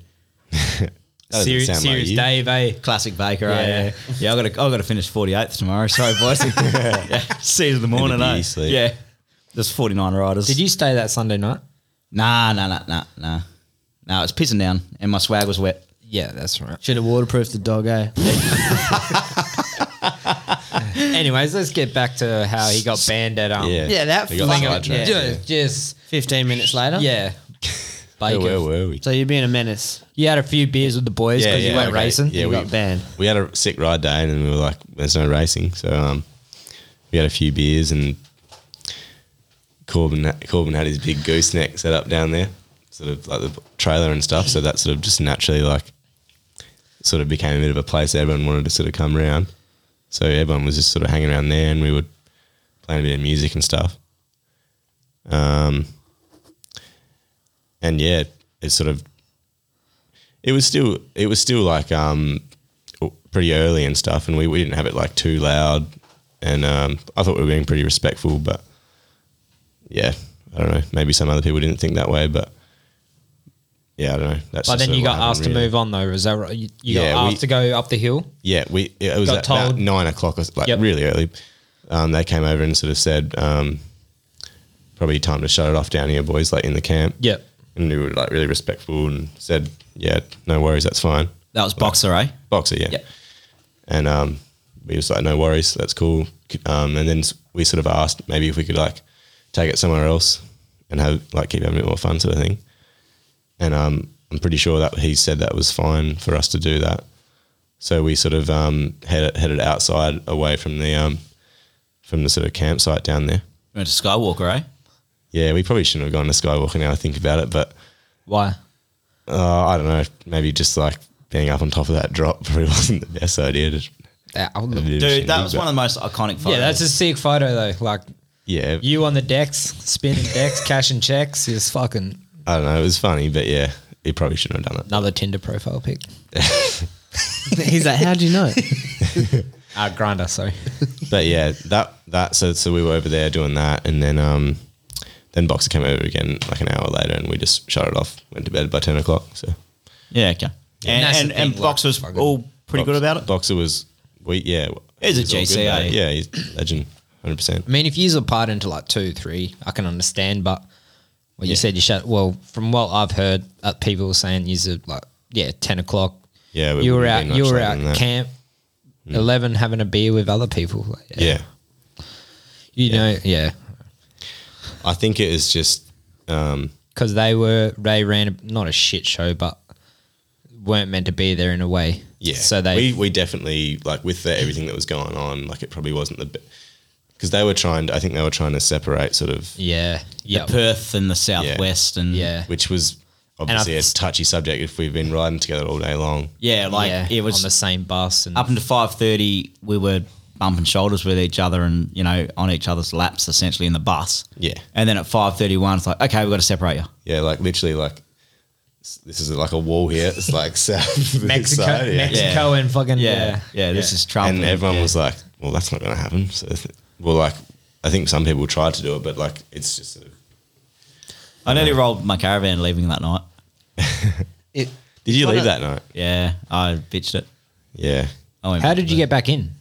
D: That doesn't
B: serious,
D: sound like
B: serious
D: you.
B: Dave, eh?
A: Classic baker.
B: Yeah.
A: Yeah, yeah. yeah I got to I got to finish 48th tomorrow. Sorry, boys. yeah. See you in the morning.
D: beer
A: eh?
D: sleep.
A: Yeah, there's 49 riders.
B: Did you stay that Sunday night?
A: Nah, nah, nah, nah, nah. No, it's pissing down, and my swag was wet.
B: Yeah, that's right.
C: Should have waterproofed the dog, eh?
B: Anyways, let's get back to how he got banned at um.
D: Yeah.
C: Yeah, that
D: They got
C: fucking-
D: sidetracked,
B: Ju-
D: yeah.
B: Just,
C: Fifteen minutes later.
B: yeah.
D: Where
B: Baker.
D: were- were we?
C: So you're being a menace.
B: You had a few beers with the boys
D: Yeah,
B: because you
D: yeah,
B: weren't
D: okay.
B: racing.
D: Yeah,
C: you
D: we-
C: got banned.
D: we had a sick ride day and then we were like, there's no racing. So um, we had a few beers and Corbin, Corbin had his big gooseneck set up down there, sort of like the trailer and stuff. So that sort of just naturally like sort of became a bit of a place everyone wanted to sort of come round. So everyone was just sort of hanging around there and we were playing a bit of music and stuff. Um, and yeah, it sort of it was still it was still like um pretty early and stuff and we, we didn't have it like too loud and um I thought we were being pretty respectful but yeah I don't know maybe some other people didn't think that way but yeah I don't know that's just
B: But then
D: sort of
B: you
D: what
B: got
D: happened,
B: asked to
D: really.
B: move on though. Is that right? You, you
D: Yeah,
B: got
D: we-
B: asked to go up the hill.
D: Yeah, we it was
B: Got
D: at
B: told.
D: about nine o'clock, or s- like
B: Yep.
D: really early. Um, they came over and sort of said, um, "Probably time to shut it off down here, boys." Like in the camp.
B: Yep.
D: And we were like really respectful and said, "Yeah, no worries, that's fine."
A: That was boxer, eh?
D: Boxer, yeah.
A: Yep.
D: And um, we was like, "No worries, that's cool." C- Um, and then s- we sort of asked maybe if we could like take it somewhere else and have like keep having a bit more fun, sort of thing. And um, I'm pretty sure that he said that was fine for us to do that. So we sort of um, headed headed outside, away from the um, from the sort of campsite down there.
A: You went to Skywalker, eh?
D: Yeah, we probably shouldn't have gone to Skywalker now. I think about it, but
B: Why?
D: uh, I don't know. Maybe just like being up on top of that drop probably wasn't the best idea. To,
B: Yeah, I'll-
A: Dude, that was one of the most iconic photos.
B: yeah, that's a sick photo though. Like
D: yeah.
B: you on the decks, spinning decks, cashing checks. Is fucking
D: I don't know. It was funny, but yeah, he probably shouldn't have done it.
B: another Tinder profile pic.
C: He's like, "How'd you know?"
B: Ah, grinder. Sorry.
D: But yeah, that that so so we were over there doing that, and then um, Then Boxer came over again like an hour later, and we just shut it off. Went to bed by ten o'clock. So
A: Yeah, okay. And,
B: That's
A: and,
B: the
A: and
B: thing,
A: Box
B: like,
A: was
B: fucking-
A: all pretty good about it.
D: Boxer was we yeah.
A: He's a
D: he was all
A: GCA.
D: mate. yeah, he's a legend, hundred percent.
B: I mean, if you's apart into like two, three, I can understand. But what you said, you shut. Well, from what I've heard, uh, people were saying you's at, like yeah, ten o'clock.
D: Yeah, we
B: you were
D: wouldn't
B: out.
D: be much
B: You were
D: later than
B: out
D: that. Mm.
B: camp. Eleven, having a beer with other people. Like,
D: Yeah,
B: you know, yeah,
D: I think it is just um,
B: because they were they ran a, not a shit show, but weren't meant to be there in a way.
D: Yeah.
B: So they
D: we, we definitely like with the, everything that was going on, like it probably wasn't the because they were trying. To, I think they were trying to separate sort of,
B: yeah yeah
A: Perth and the southwest and
B: yeah
D: which was obviously a touchy subject. If we've been riding together all day long,
A: yeah, like
B: yeah,
A: it was
B: on the same bus and
A: up until five thirty, we were bumping shoulders with each other and you know on each other's laps essentially in the bus.
D: Yeah.
A: And then at five thirty one, it's like okay, we've got to separate you.
D: yeah, like literally, like s- this is like a wall here. It's like south to this
B: Mexico,
D: side, yeah.
B: Mexico and fucking
A: Yeah,
B: yeah.
A: yeah, this is trouble.
D: and everyone
A: Yeah.
D: was like, "Well, that's not going to happen." So, th- well, like I think some people tried to do it, but like it's just sort of.
A: I nearly rolled my caravan leaving that night.
C: It,
D: Did you
C: Well,
D: leave
C: that-
D: that night?
A: Yeah, I bitched it.
D: Yeah,
A: I went
B: How
A: back
B: did
A: to
B: you
A: the-
B: get back in?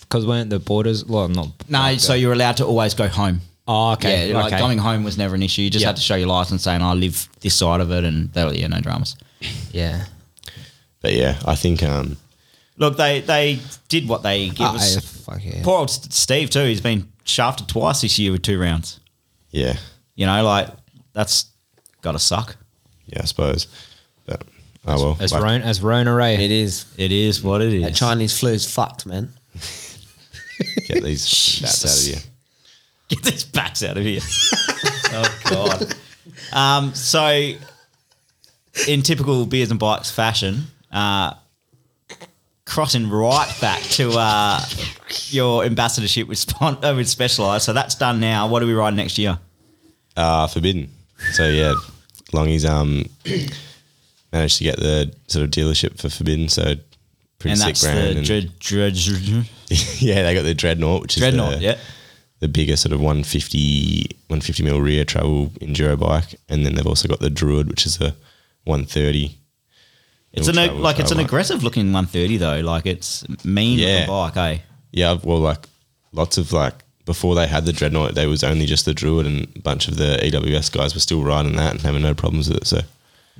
B: Because weren't the borders? Well, not.
A: No, so you're allowed to always go home.
B: Oh, okay.
A: Yeah, like
B: okay.
A: coming home was never an issue. You just
B: Yeah.
A: had to show your license saying I live this side of it, and that yeah, no dramas.
B: Yeah.
D: but yeah, I think um,
A: Look, they they did what they give
B: Ah,
A: us.
B: eh, fuck yeah.
A: Poor old S- Steve too. He's been shafted twice this year with two rounds.
D: yeah,
A: You know, like that's got to suck.
D: yeah, I suppose, but oh well.
B: As
D: like-
B: Rona, as Rona Ray.
C: it is.
A: It is what it
C: That
A: is.
C: Chinese flu's fucked, man.
D: get these stats out of you.
A: Get these bats out of here. oh god. Um, so, in typical beers and bikes fashion, uh, crossing right back to uh, your ambassadorship with spon- uh, with Specialized. So that's done now. What do we ride next year?
D: Uh, forbidden. So yeah, Longy's um managed to get the sort of dealership for Forbidden. So pretty
A: and
D: sick
A: that's
D: brand.
A: the
D: and-
A: dred- dred- dred-
D: yeah, they got the Dreadnought, which
A: dreadnought.
D: is the,
A: yeah.
D: the bigger sort of 150 150 mil rear travel enduro bike, and then they've also got the Druid, which is a 130.
A: It's
D: mil
A: an
D: travel
A: like it's an
D: trail bike.
A: aggressive looking 130 though. Like it's mean
D: Yeah.
A: looking bike, eh?
D: Yeah, I've- well, like lots of like before they had the dreadnought, they was only just the druid, and a bunch of the EWS guys were still riding that and having no problems with it. So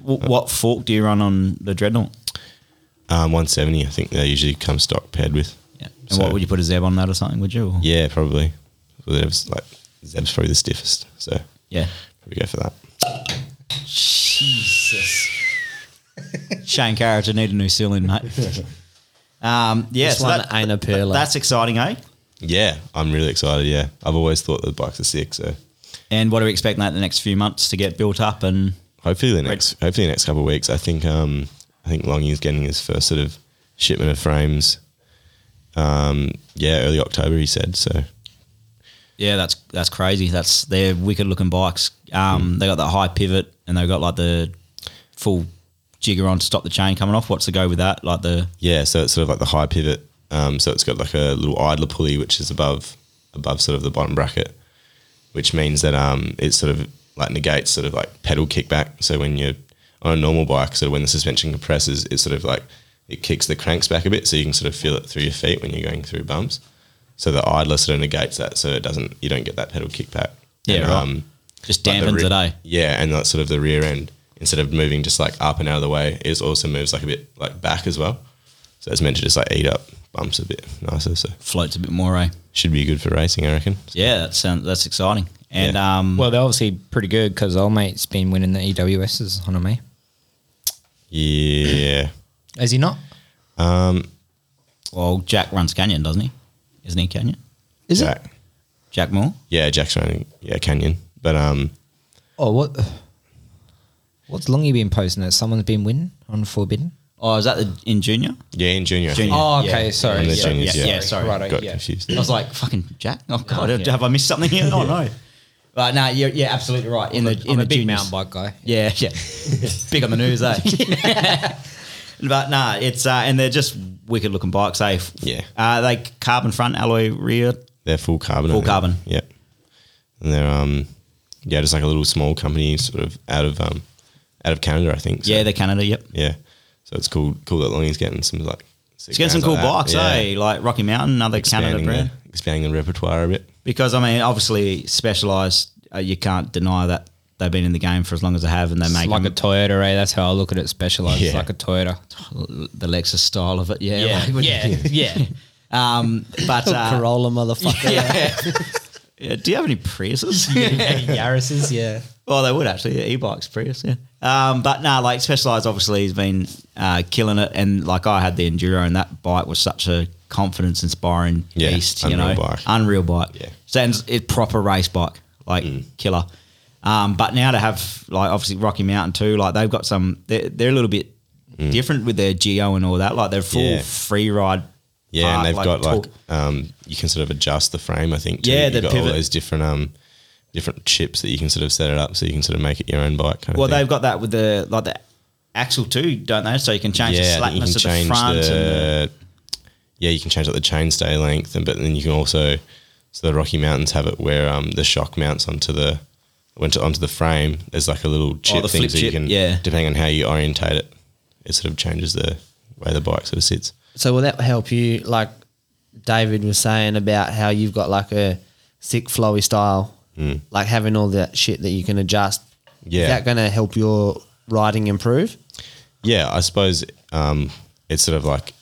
A: W- what fork do you run on the dreadnought?
D: um, 170, I think they usually come stock paired with.
A: Yeah. And
D: So-
A: what would you put a Zeb on that or something? Would you? Or-
D: Yeah, probably. Well, Zeb's like Zeb's probably the stiffest, so
A: Yeah.
D: probably go for that.
A: Shane Carriage need a new ceiling, mate. um, yeah,
C: This
A: so
C: one
A: that-
C: ain't a pearler.
A: that's exciting, eh?
D: Yeah, I'm really excited. Yeah, I've always thought that bikes are sick, so
A: And what are we expecting that in the next few months to get built up? And
D: hopefully the next hopefully the next couple of weeks. I think um I think Longy's getting his first sort of shipment of frames. Um yeah, early October he said. So
A: yeah, that's that's crazy. That's they're wicked looking bikes. Um, They got that high pivot and they've got like the full jigger on to stop the chain coming off. What's the go with that? Like the
D: yeah, so it's sort of like the high pivot. Um, so it's got like a little idler pulley which is above above sort of the bottom bracket, which means that um it sort of like negates sort of like pedal kickback. So when you're on a normal bike, sort of when the suspension compresses, it sort of like it kicks the cranks back a bit, so you can sort of feel it through your feet when you're going through bumps. So the idler sort of negates that, so it doesn't you don't get that pedal kickback.
A: Yeah,
D: And, um,
A: right. just dampens
D: the
A: it,
D: re-
A: eh?
D: Yeah, and that's sort of the rear end instead of moving just like up and out of the way, it also moves like a bit like back as well. So it's meant to just like eat up bumps a bit nicer. So
A: Floats a bit more, eh?
D: should be good for racing, I reckon.
A: Yeah, that sounds that's exciting. And
D: Yeah.
A: um,
B: Well, they're obviously pretty good because old mate's been winning the EWSs on me.
D: Yeah,
B: Is he not?
A: well, Jack runs Canyon, doesn't he? Isn't he Canyon?
B: Is it?
D: Jack.
A: Jack Moore.
D: Yeah, Jack's running. Yeah, Canyon. But um,
B: Oh, what? What's Longy been posting that someone's been winning on Forbidden?
A: Oh, is that the, in junior?
D: yeah, in junior, I think.
A: Junior. Oh,
B: okay, sorry.
D: And the Yeah, juniors, yeah.
A: yeah, sorry.
B: Righto,
D: got confused.
A: I was like, fucking Jack. Oh god,
B: yeah.
A: have I missed something here? Oh no. But no, you're, you're absolutely right. In the in
B: I'm
A: the
B: a big
A: juniors.
B: mountain bike guy.
A: Yeah, yeah. big on the news, eh? but nah, it's uh, and they're just wicked looking bikes, eh?
D: Yeah.
A: Uh, they carbon front alloy rear.
D: They're full carbon.
A: Full
D: I think.
A: carbon.
D: Yep. And they're um yeah, just like a little small company, sort of out of um, out of Canada, I think. So,
A: Yeah, they're Canada. Yep.
D: yeah. So it's cool. Cool that Longing's getting some like. sick
A: It's getting some
D: brands
A: cool
D: like that.
A: bikes,
D: Yeah.
A: eh? Like Rocky Mountain, another Canada
D: Expanding
A: brand.
D: the, expanding the repertoire a bit.
A: Because I mean, obviously, specialized. Uh, you can't deny that they've been in the game for as long as they have, and they
B: It's
A: make
B: like a
A: them-
B: Toyota, eh? That's how I look at it. Specialized, It's
D: Yeah.
B: like a Toyota.
A: the Lexus style of it. Yeah,
B: Yeah,
A: like when-
B: yeah, yeah.
A: Um, but uh,
C: Corolla motherfucker.
A: yeah. Yeah, Do you have any Priuses?
B: Yaris's, yeah.
A: Well, they would actually. yeah, E-bikes, Prius, yeah. Um, but no, like Specialized obviously has been uh, killing it, and like I had the Enduro, and that bike was such a confidence-inspiring
D: Yeah,
A: beast. You
D: unreal
A: know,
D: bike.
A: unreal bike.
D: Yeah. Mm.
A: sounds it proper race bike, like killer. Um, but now to have like obviously Rocky Mountain too, like they've got some. They're, they're a little bit different with their Geo and all that. Like they're full
D: Mm. Yeah.
A: free ride.
D: Yeah,
A: part,
D: and they've got like
A: torque.
D: um, you can sort of adjust the frame. I think.
A: Yeah,
D: you've
A: the
D: got all
A: pivot.
D: those different um, different chips that you can sort of set it up so you can sort of make it your own bike. Kind
A: Well,
D: of thing.
A: they've got that with the like the axle too, don't they? So you can change the
D: yeah, I think
A: slackness
D: you can
A: of the
D: change
A: front.
D: the,
A: and the,
D: yeah, you can change like the chainstay length, and but then you can also so the Rocky Mountains have it where um, the shock mounts onto the onto, onto the frame. There's like a little chip
A: Oh, the
D: thing
A: flip
D: so
A: chip,
D: you can
A: yeah.
D: depending on how you orientate it, it sort of changes the way the bike sort of sits.
C: So will that help you? Like David was saying about how you've got like a sick flowy style, like having all that shit that you can adjust.
D: Yeah.
C: is that going to help your riding improve?
D: Yeah, I suppose um, it's sort of like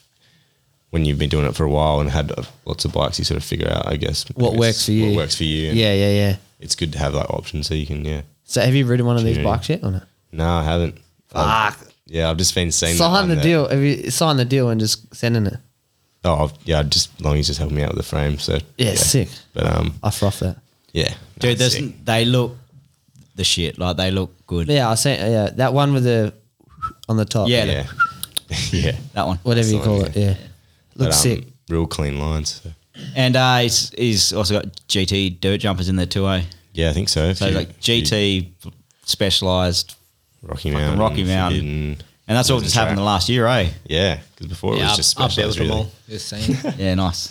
D: when you've been doing it for a while and had uh, lots of bikes, you sort of figure out, I guess, I
C: What
D: guess,
C: works for you?
D: What works for you? and
C: Yeah, yeah, yeah.
D: it's good to have that option so you can. Yeah,
C: So have you ridden one of these
D: Yeah.
C: bikes yet or not?
D: no, I haven't. I've-
C: Fuck.
D: Yeah, I've just been seeing. that
C: Sign
D: one
C: the
D: that-
C: deal. Have you signed the deal and just sending it?
D: Oh I've, yeah, just Longy's just helping me out with the frame. So
C: Yeah, sick.
D: But um,
C: I froth that.
D: yeah,
A: Dude,
D: No,
A: there's,
D: it's Ah, sick.
A: they look the shit. Like they look good.
C: Yeah, I sent. Yeah, that one with the on the top.
A: Yeah.
D: yeah, yeah,
A: That one.
C: whatever you
D: Excellent,
C: call it.
D: yeah.
C: Yeah,
D: But,
C: looks
D: um,
C: sick.
D: Real clean lines. So.
A: And uh, he's, he's also got GT dirt jumpers in there too, eh?
D: Yeah, I think so.
A: So
D: Few-
A: like GT specialized,
D: few Rocky
A: fucking
D: Mountain,
A: Rocky Mountain.
D: Forbidden.
A: and that's all
D: Losing
A: that's happened in the
D: track.
A: last year, eh?
D: Yeah, because before it was just specialized. Really.
B: Just saying.
A: Yeah, nice.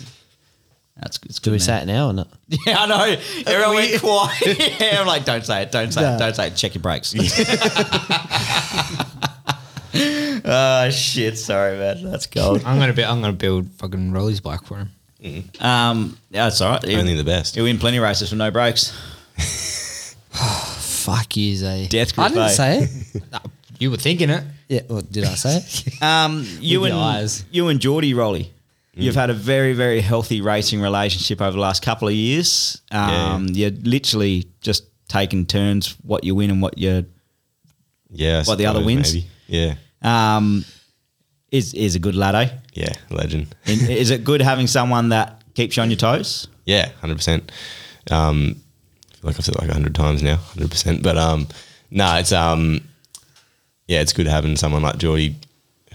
A: That's it's good.
C: Do we
A: man.
C: say it now or not?
A: Yeah, I know. Everyone went quiet. yeah, I'm like, don't say it, don't say it, don't say it. Check your brakes. oh shit! Sorry, man. That's cold.
B: I'm gonna be. I'm gonna build fucking Rolly's bike for him.
A: Um, yeah, it's all right. You-
D: Only the best.
A: You win plenty of races with no brakes.
B: Fuck yous, eh?
A: Death grip.
C: I didn't
A: eh?
C: say it.
B: You were thinking it.
C: Yeah, well, did I say it?
A: Um, you
B: With
A: and
B: your eyes.
A: you and Geordie Rolly,
D: Mm.
A: you've had a very very healthy racing relationship over the last couple of years.
D: Yeah.
A: Um, You're literally just taking turns what you win and what you
D: Yeah, I
A: What, the other
D: suppose,
A: wins?
D: maybe. Yeah,
A: um, is is a good lad. Eh?
D: yeah, legend.
A: And is it good having someone that keeps you on your toes?
D: Yeah, hundred percent. Um, I feel like I've said it like hundred times now, hundred percent. But um, no, it's um, yeah, it's good having someone like Geordie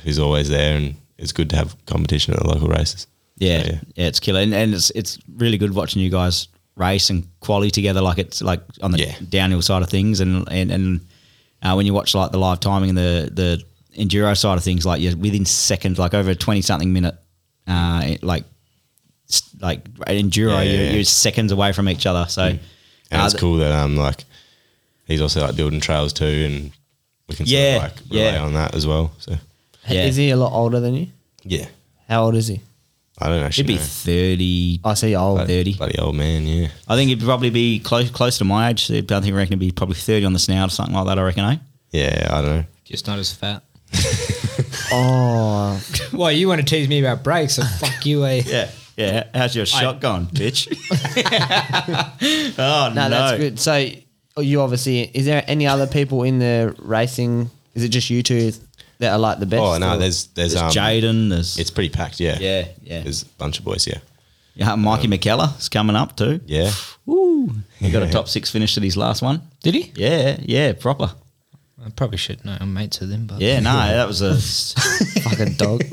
D: who's always there, and it's good to have competition at the local races.
A: Yeah,
D: So,
A: yeah, it's killer, and, and it's it's really good watching you guys race and quality together. Like it's like on the
D: Yeah.
A: downhill side of things, and and and uh, when you watch like the live timing and the the enduro side of things, like you're within seconds, like over a twenty something minute, uh, it- like s- like enduro,
D: Yeah, yeah,
A: you're,
D: yeah.
A: you're seconds away from each other. So
D: and
A: uh,
D: it's
A: th-
D: cool that um, like he's also like building trails too, and we can sort
A: Yeah,
D: of like rely
A: yeah.
D: on that as well. So
A: Yeah.
C: Is he a lot older than you?
D: yeah,
C: How old is he?
D: I don't
A: It'd
D: actually.
A: be
D: know.
A: thirty.
C: I see old.
A: Like- 30.
D: bloody old man. Yeah,
A: I think it'd probably be close close to my age. I don't think I reckon it'd be probably thirty on the snout or something like that. I reckon, eh?
D: yeah, I don't know.
B: Just not as fat.
C: Oh,
B: Well, you want to tease me about brakes? So fuck you, eh?
A: Yeah. Yeah. How's your shot gone, bitch? oh,
C: no,
A: no.
C: that's good. So you obviously is there any other people in the racing? Is it just you two that are like the best?
D: Oh no,
C: or-
D: there's there's,
A: There's
D: um,
A: Jaden. There's
D: It's pretty packed. Yeah,
A: Yeah, yeah.
D: There's a bunch of boys. Yeah,
A: yeah, Mikey McKellar is coming up too.
D: yeah.
A: Woo. He got a top six finish at his last one.
B: Did he?
A: Yeah, yeah, proper.
B: I probably should. No, I'm mates with him, but
A: Yeah, no, that was a.
C: fucking dog.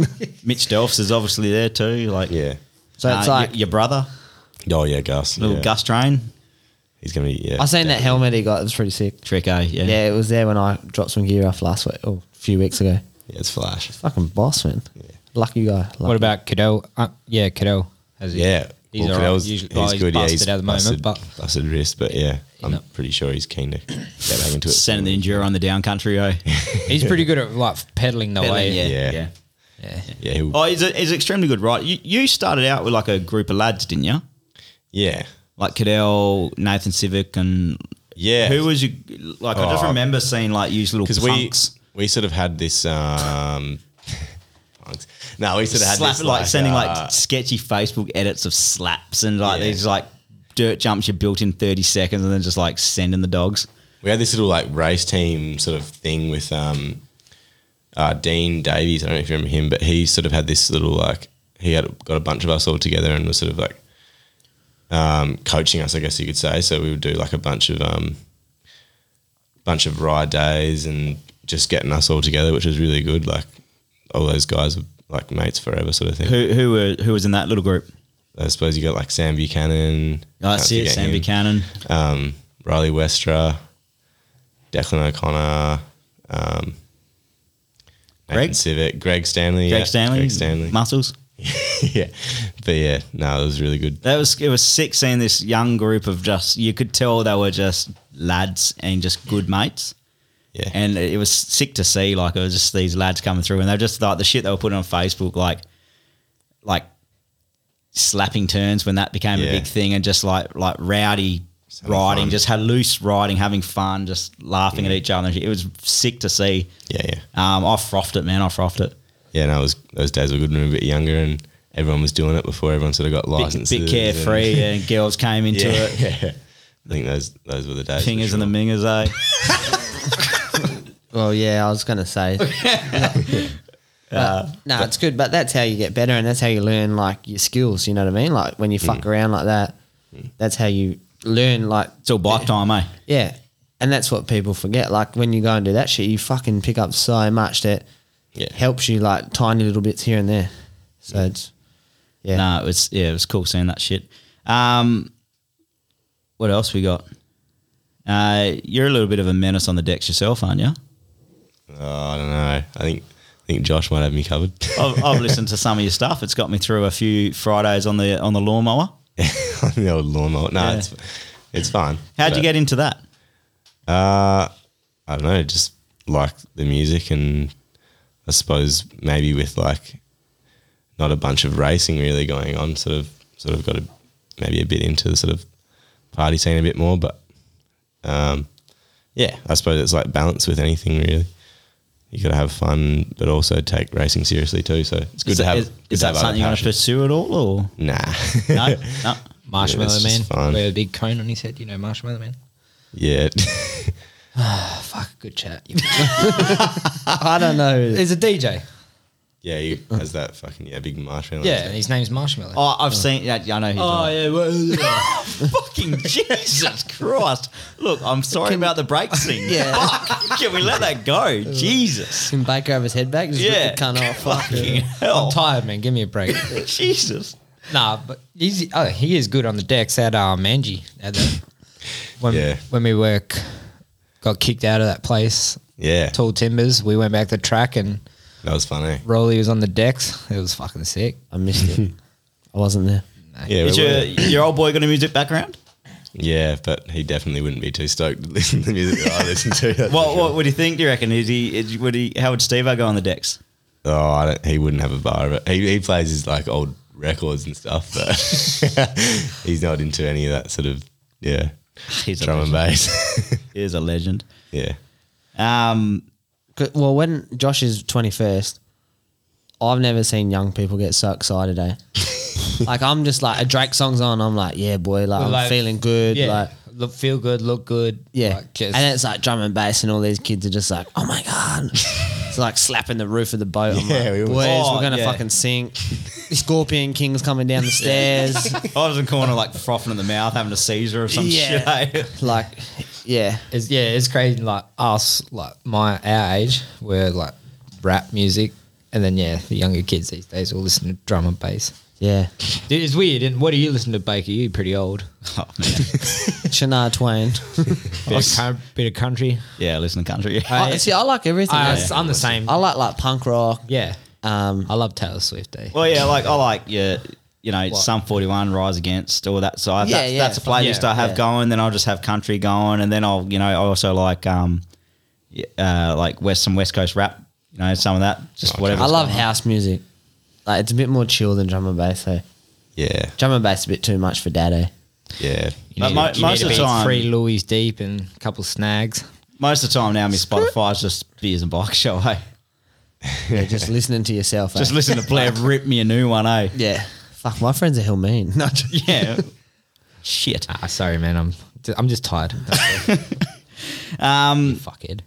A: Mitch Delphs is obviously there too. Like,
D: Yeah.
C: So
A: uh,
C: it's
A: y-
C: like
A: your brother,
D: Oh yeah, Gus.
A: little
D: yeah.
A: Gus Train.
D: He's gonna be. Yeah.
C: I seen that helmet he got. It was pretty sick.
A: Trick A, yeah.
C: Yeah. it was there when I dropped some gear off last week or a few weeks ago.
D: Yeah, it's Flash.
C: Fucking boss man, lucky guy. Lucky.
B: What about Cadell? Uh, yeah, Cadell. Has he-
D: Yeah.
B: He's
D: Well,
B: all right.
D: Cadell's-
B: Usually, well, he's, busted at the
D: busted,
B: moment, but
D: busted wrist, but yeah, I'm pretty sure he's keen to get back into it.
A: Sending the enduro on the down country, oh.
B: He's pretty good at like pedaling the way.
A: yeah.
D: Yeah.
A: yeah.
B: yeah.
D: yeah, he'll,
A: Oh, he's, a, he's an extremely good rider. You, you started out with like a group of lads, didn't you?
D: yeah,
A: Like Cadell, Nathan Civic, and
D: yeah.
A: who was you? Like I just
D: Oh.
A: remember seeing like these little
D: because we
A: punks
D: we sort of had this. Um, punks. no, we sort of had
A: slap,
D: this
A: like, sending
D: uh,
A: like sketchy Facebook edits of slaps and like
D: Yeah.
A: these like dirt jumps you built in thirty seconds, and then just like sending the dogs.
D: we had this little like race team sort of thing with um, uh, Dean Davies. I don't know if you remember him, but he sort of had this little like he had got a bunch of us all together and was sort of like um, coaching us, I guess you could say. So we would do like a bunch of um, bunch of ride days and just getting us all together, which was really good. Like all those guys were like mates forever, sort of thing.
A: Who who were who was in that little group?
D: I suppose you got like Sam Buchanan.
A: Oh, that's
D: Can't
A: it,
D: forget
A: Sam
D: him.
A: Buchanan.
D: Um, Riley Westra, Declan O'Connor, um,
A: Greg?
D: Nathan Civic, Greg Stanley,
A: Greg
D: yeah,
A: Stanley,
D: Greg Stanley.
A: muscles.
D: yeah, but yeah, no, it was really good.
A: That was it was sick seeing this young group of just you could tell they were just lads and just good mates.
D: Yeah,
A: And it was sick to see like it was just these lads coming through and they were just like the shit they were putting on Facebook like like slapping turns when that became a
D: Yeah.
A: big thing and just like like rowdy
D: having
A: riding,
D: fun.
A: just had loose riding, having fun, just laughing at each other. It was sick to see.
D: yeah, yeah,
A: Um, I frothed it, man. I frothed it.
D: yeah. No, it was those days were good when we were a bit younger and everyone was doing it before everyone sort of got
A: Bit,
D: licensed.
A: bit carefree, and girls came into
D: Yeah,
A: it.
D: yeah. I think those those were the days. for
A: Fingers
D: sure.
A: and the mingers, eh?
C: Well, yeah, I was going to say. But, no, it's good, but that's how you get better, and that's how you learn like your skills. You know what I mean? Like when you fuck around like that, that's how you learn. Like
A: It's all bike time, eh?
C: yeah, and that's what people forget. Like when you go and do that shit, you fucking pick up so much that
D: Yeah.
C: helps you like tiny little bits here and there. So it's yeah,
A: No, it was yeah, it was cool seeing that shit. Um, what else we got? Uh, you're a little bit of a menace on the decks yourself, aren't you?
D: Oh, I don't know. I think I think Josh might have me covered.
A: I've, I've listened to some of your stuff. It's got me through a few Fridays on the on the lawnmower.
D: on the old lawnmower. No,
A: Yeah.
D: it's it's fun.
A: How'd you
D: But,
A: get into that?
D: Uh, I don't know. Just like the music, and I suppose maybe with like not a bunch of racing really going on. Sort of, sort of got a, maybe a bit into the sort of party scene a bit more. But um, yeah, I suppose it's like balance with anything really. You got to have fun, but also take racing seriously too. So it's good
A: Is
D: to
A: that-
D: have.
A: is,
D: good
A: is
D: to
A: that
D: have other
A: something you want to
D: passions.
A: pursue at all, or
D: Nah.
A: no? no.
D: Yeah,
B: Marshmallow
D: that's
B: Man.
D: just fun.
B: Wear a big cone on his head. You know, Marshmallow Man.
D: yeah.
B: Oh, fuck. Good chat.
C: I don't know.
B: There's a DJ.
D: Yeah, he has that fucking yeah big marshmallow.
B: Yeah, and his name's Marshmallow.
A: Oh, I've seen. Yeah, I know. Who oh,
B: yeah. Well,
A: fucking Jesus Christ! Look, I'm sorry about the brake thing.
C: Yeah.
A: Fuck, can we let that go? Jesus,
C: Can Baker have his head back? Just yeah,
A: yeah,
C: rip the cunt off. Fuck.
A: fucking
B: I'm
A: hell,
B: tired, man. Give me a break.
A: Jesus.
B: Nah, but he's oh, he is good on the decks at uh, Manji. At the, when
D: Yeah.
B: when we work, got kicked out of that place.
D: Yeah,
B: Tall Timbers. We went back to track and
D: that was funny.
B: Rolly was on the decks. It was fucking sick.
C: I missed it. I wasn't there.
D: Yeah,
A: Is
D: we
A: your
D: were.
A: your old boy got a music background?
D: yeah, but he definitely wouldn't be too stoked to listen to the music that I listen to. that's for
A: What
D: sure.
A: what would you think? Do you reckon is he is, would he how would Steve go on the decks?
D: Oh, I don't, he wouldn't have a bar of it. He, he plays his like old records and stuff, but he's not into any of that sort of yeah
A: He's a
D: drum and
A: legend.
D: bass.
A: He is a legend.
D: yeah,
A: Um,
C: 'Cause- Well, when Josh is 21st, I've never seen young people get so excited, eh? like, I'm just like, a Drake song's on. I'm like, yeah, boy, like, I'm
B: Like,
C: feeling good.
B: Yeah,
C: Like,
B: look, feel good, look good.
C: yeah.
B: like, just-
C: and it's like drum and bass, and all these kids are just like, oh my God. it's like slapping the roof of the boat. I'm
D: Yeah,
C: like,
D: we were-
C: boys,
A: Oh,
C: we're going to
A: yeah.
C: fucking sink. Scorpion King's coming down the stairs.
A: I was in the corner like frothing at the mouth, having a seizure or some
C: Yeah.
A: shit. eh?
C: like, yeah.
B: it's, yeah, it's crazy. Like us, like my our age, we're like rap music, and then yeah, the younger kids these days will listen to drum and bass.
C: Yeah.
B: Dude, it's weird. And what do you listen to, Baker? You pretty old.
A: Oh, man.
C: Shania Twain.
B: Bit, of, coun- bit of country.
A: yeah, listen to country. Yeah.
C: I, see, I like everything.
B: I,
C: eh?
B: am Uh, the same.
C: I like, like, punk rock.
B: yeah,
C: Um,
B: I love Taylor Swift. Eh?
A: Well, yeah, like I like yeah, you know, some 41 rise against or that. So I,
C: Yeah,
A: that's,
C: yeah,
A: that's a
C: fine.
A: playlist
B: Yeah,
A: I have
C: yeah.
A: going. Then I'll just have country going, and then I'll you know I also like um, y- uh, like west some West Coast rap. You know, some of that, just
D: Okay.
A: whatever.
C: I love house music. Like it's a bit more chill than drum and bass. though.
D: Yeah,
C: drum and bass is a bit too much for Dado.
D: yeah.
A: But uh, mo- most of the time-
B: three Louis deep and a couple snags.
A: Most of the time now, my Spotify's just beers and bikes show. Hey,
C: Yeah, just listening to yourself.
A: just
C: eh?
A: listen to Blair rip me a new one. Hey,
C: yeah. Fuck, my friends are hell mean. Not just-
A: yeah. Shit.
B: Ah, sorry, man. I'm I'm just tired. um, fuckhead.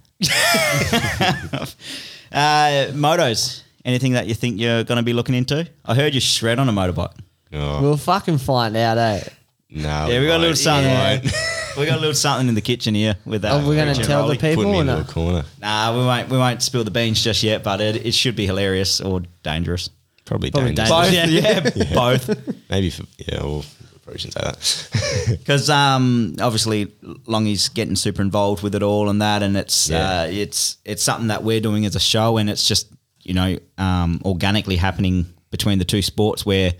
A: Uh, motos. Anything that you think you're going to be looking into? I heard you shred on a motorbike.
D: Oh,
C: we'll fucking find out, eh?
D: no.
A: Yeah, we got a little
D: might.
A: something.
D: Might.
A: we got a little something in the kitchen here with that.
C: Are we going to
A: Richard
C: Oh, tell the
A: Rowley.
D: Put
C: people
D: me
C: or
D: into a
C: not?
D: corner.
A: Nah, we won't. We won't spill the beans just yet. But it, it should be hilarious or dangerous.
D: Probably,
C: Probably
D: dangerous.
C: dangerous.
A: Both, yeah, both.
D: Maybe for yeah. Well, probably shouldn't say that.
A: Because um, obviously Longy's getting super involved with it all and that, and it's
D: Yeah.
A: uh, it's it's something that we're doing as a show, and it's just you know um, organically happening between the two sports where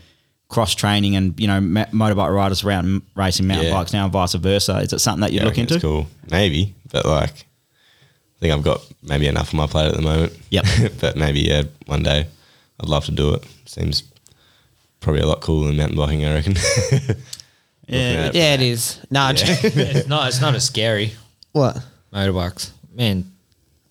A: cross training and you know ma- motorbike riders around m- racing mountain
D: Yeah.
A: bikes now and vice versa. Is it something that you
D: Yeah, I
A: would look into?
D: reckon It's cool, maybe, but like, I think I've got maybe enough on my plate at the moment.
A: Yep.
D: but maybe yeah, one day, I'd love to do it. Seems probably a lot cooler than mountain biking. I reckon.
A: Yeah,
D: Looking at-
C: Yeah, it is. No, I'm just-
B: it's not. It's not as scary.
C: what?
B: Motorbikes, man.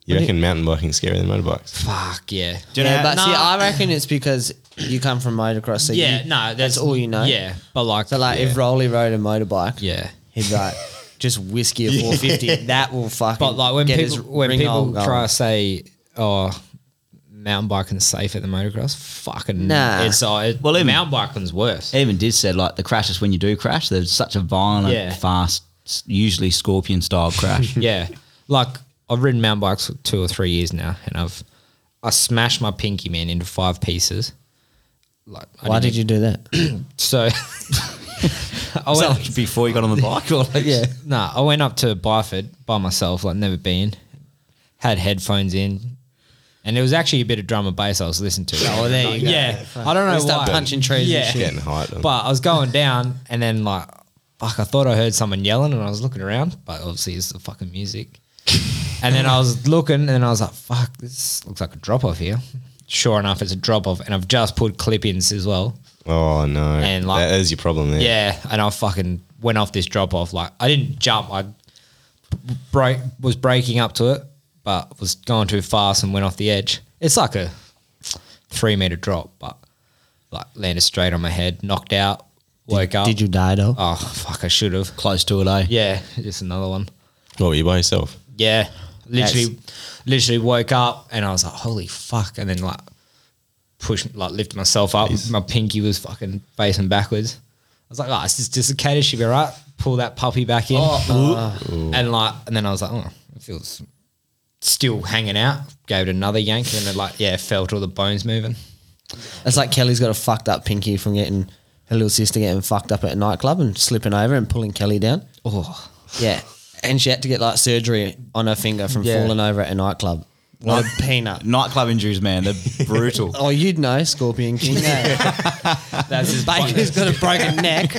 D: You reckon mountain biking's scarier than motorbikes?
B: Fuck yeah.
A: Do you
C: yeah,
A: know-
C: but see,
B: Nah.
C: I reckon it's because you come from motocross. So
B: yeah,
C: you-
B: no,
C: that's all you know.
B: Yeah, but like,
C: So like, if Rolly rode a motorbike,
B: yeah.
C: he'd be like just whiskey a 450. That will fucking.
B: But like when
C: get his
B: people when
C: ring
B: people
C: hole going.
B: try to say, oh, mountain biking's safe at the motocross, fucking
C: Nah.
B: It's uh, it,
A: Well,
B: well,
A: even-
B: mountain biking's worse.
A: Even did said like the crashes when you do crash, there's such a violent,
B: Yeah.
A: fast, s- usually scorpion style crash.
B: yeah, like I've ridden mountain bikes for two or three years now, and I've I smashed my pinky man into five pieces. Like, I
C: Why
B: didn't
C: did you do that?
B: So I
A: So,
B: went,
A: like, before you got on the bike, or like,
B: yeah. Nah, I went up to Byford by myself, like never been. Had headphones in, and there was actually a bit of drum and bass I was listening to.
C: Oh, there you go.
B: Yeah, I don't know
C: We start
B: why.
C: punching trees
B: Yeah.
C: and shit.
D: Getting height. on-
B: But I was going down, and then like, fuck, I thought I heard someone yelling, and I was looking around, but obviously it's the fucking music. and then I was looking, and I was like, fuck, this looks like a drop off here. Sure enough, it's a drop off, and I've just put clip ins as well.
D: oh no,
B: And, like-
D: that is your problem there.
B: Yeah, and I fucking went off this drop off. Like I didn't jump. I break was breaking up to it, but was going too fast and went off the edge. It's like a three meter drop, but like landed straight on my head, knocked out, woke up.
C: Did you die though?
B: Oh fuck! I should have.
A: close to it, eh?
B: Yeah, just another one.
D: What were you by yourself?
B: Yeah, literally, literally woke up and I was like, "Holy fuck!" And then like pushed, like lifted myself up. My pinky was fucking facing backwards. I was like, "Oh, it's just dislocated. Should be all right." Pull that puppy back in, Uh, and like, and then I was like, "Oh, it feels still hanging out." Gave it another yank, and then like, yeah, felt all the bones moving.
C: It's like Kelly's got a fucked up pinky from getting her little sister getting fucked up at a nightclub and slipping over and pulling Kelly down.
B: Oh,
C: Yeah. And she had to get like surgery on her finger from
B: Yeah.
C: falling over at a nightclub. Like a peanut.
A: Nightclub injuries, man, they're brutal.
C: Oh, you'd know, Scorpion King. eh?
B: that's his
C: Baker's got a broken neck.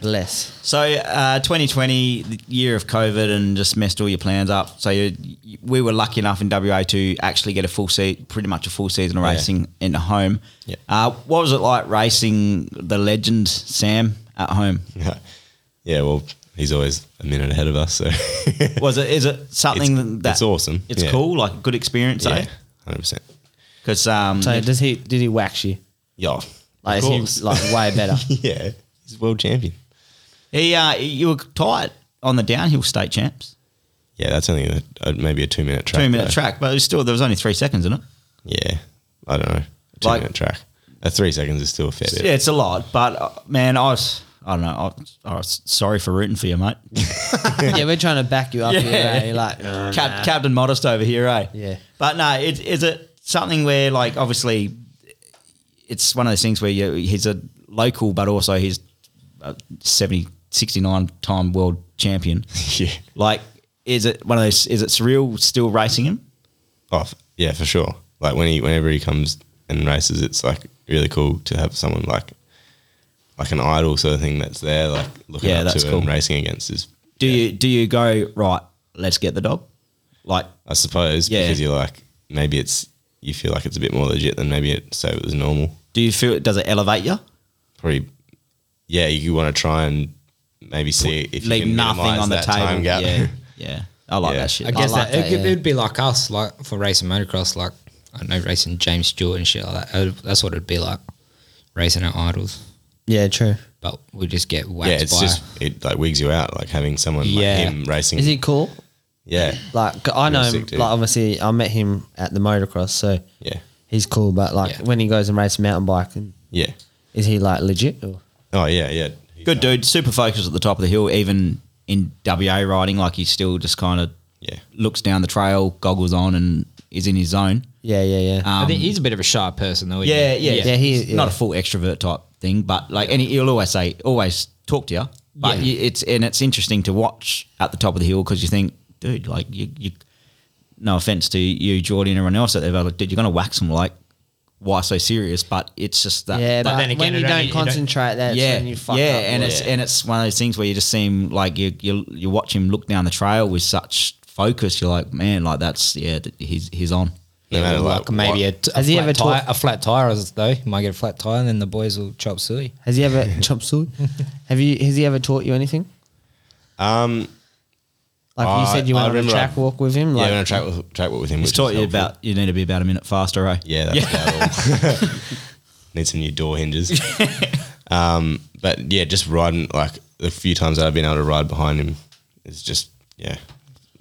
C: Bless.
A: So, uh, 2020, the year of COVID, and just messed all your plans up. So, you, you- we were lucky enough in WA to actually get a full seat, pretty much a full season of racing in the home.
D: Yeah.
A: Uh, what was it like racing the legend Sam at home?
D: yeah, well, he's always a minute ahead of us, so
A: Was it is it something
D: It's-
A: that
D: it's awesome.
A: It's
D: Yeah.
A: cool, like a good experience,
D: yeah,
A: eh?
D: hundred percent.
A: Because um,
C: So does he did he wax you?
D: Yeah,
C: Like
D: Of
C: he's
D: course.
C: like way better.
D: yeah, he's world champion.
A: he uh, you were tight on the downhill state champs,
D: Yeah, that's only a, a, maybe a two minute track.
A: two minute
D: though.
A: track, but it was still there was only three seconds in it.
D: Yeah, I don't know. A two
A: Like-
D: minute track. A three seconds is still a fair bit.
A: Yeah, it's a lot, but uh, man, I was. I don't know. I was, I was sorry for rooting for you, mate.
C: yeah, we're trying to back you up here. eh? You're like
D: Uh,
A: Cap, Captain Modest over here, eh?
C: Yeah.
A: But no, it, is it something where, like, obviously, it's one of those things where you, he's a local, but also he's a 70, 69 time world champion.
D: Yeah.
A: Like, is it one of those? Is it surreal still racing him?
D: Oh, f- yeah, for sure. Like when he, whenever he comes and races, it's like really cool to have someone like like an idol sort of thing that's there, like looking
A: Yeah,
D: up
A: that's
D: to
A: cool.
D: and racing against is
A: Do you do you go right? Let's get the dog. Like
D: I suppose
A: Yeah.
D: because you're like maybe it's you feel like it's a bit more legit than maybe it so it was normal.
A: Do you feel does it elevate you?
D: Probably yeah, you want to try and maybe see if you
A: Leave
D: can
A: nothing
D: minimise
A: on the
D: that
A: table.
D: time gap.
A: Yeah, yeah. I like
D: Yeah.
A: that shit.
B: I guess
C: like
B: that,
C: that,
B: it,
C: yeah.
B: would be like us, like for racing motocross, like I don't know racing James Stewart and shit like that. It would- that's what it'd be like racing our idols,
C: Yeah, true.
B: but we just get waxed
D: yeah, it's
B: by.
D: just it like wigs you out, like having someone like
B: Yeah.
D: him racing.
C: Is he cool?
D: yeah,
C: Like I know, him,
D: sick dude.
C: like obviously I met him at the motocross, so
D: yeah,
C: he's cool. But like
B: Yeah.
C: when he goes and races mountain biking,
D: yeah.
C: is he like legit? Or?
D: Oh yeah, yeah.
A: Good dude. Super focused at the top of the hill, even in WA riding. Like he still just kind of
D: Yeah.
A: looks down the trail, goggles on, and is in his zone.
C: Yeah, yeah, yeah.
A: Um,
B: I think he's a bit of a shy person though. isn't
A: yeah,
B: he?
A: yeah,
C: Yeah, he-
A: He's not
C: yeah.
A: a full extrovert type thing, but like any, he'll always say, always talk to you. But
B: Yeah.
A: you, it's and it's interesting to watch at the top of the hill because you think, dude, like you, you. No offense to you, Geordie, and everyone else out there, but like, dude, you're gonna wax them. Like, why so serious? But it's just that.
C: yeah,
A: that-
C: but
B: then again,
C: when
B: it
C: you
B: only-
C: don't
B: you don't-
C: concentrate, that's
A: yeah,
C: when you fuck
A: yeah,
C: up.
A: and
C: boy.
A: it's and it's one of those things where you just seem like you you you watch him look down the trail with such focus. You're like, man, like that's yeah, th- he's he's on.
D: No
B: Yeah,
D: matter,
B: like,
D: like,
B: maybe
D: what-
B: a, t- a
C: Has he
B: flat
C: ever
B: tire,
C: talked-
B: a flat tire though. You might get a flat tire, and then the boys will chop suey.
C: has he ever chopped suey? Have you? Has he ever taught you anything?
D: Um,
C: Like you
D: I-
C: said, you
D: I
C: went on a
D: remember
C: track
D: I-
C: walk with him.
D: yeah,
C: Like,
D: when I track with, track with him,
A: He's
D: which
A: taught
D: was
A: you
D: helpful.
A: about you need to be about a minute faster, eh?
D: Yeah, that's about all. Need some new door hinges. um, but yeah, just riding like the few times that I've been able to ride behind him is just yeah,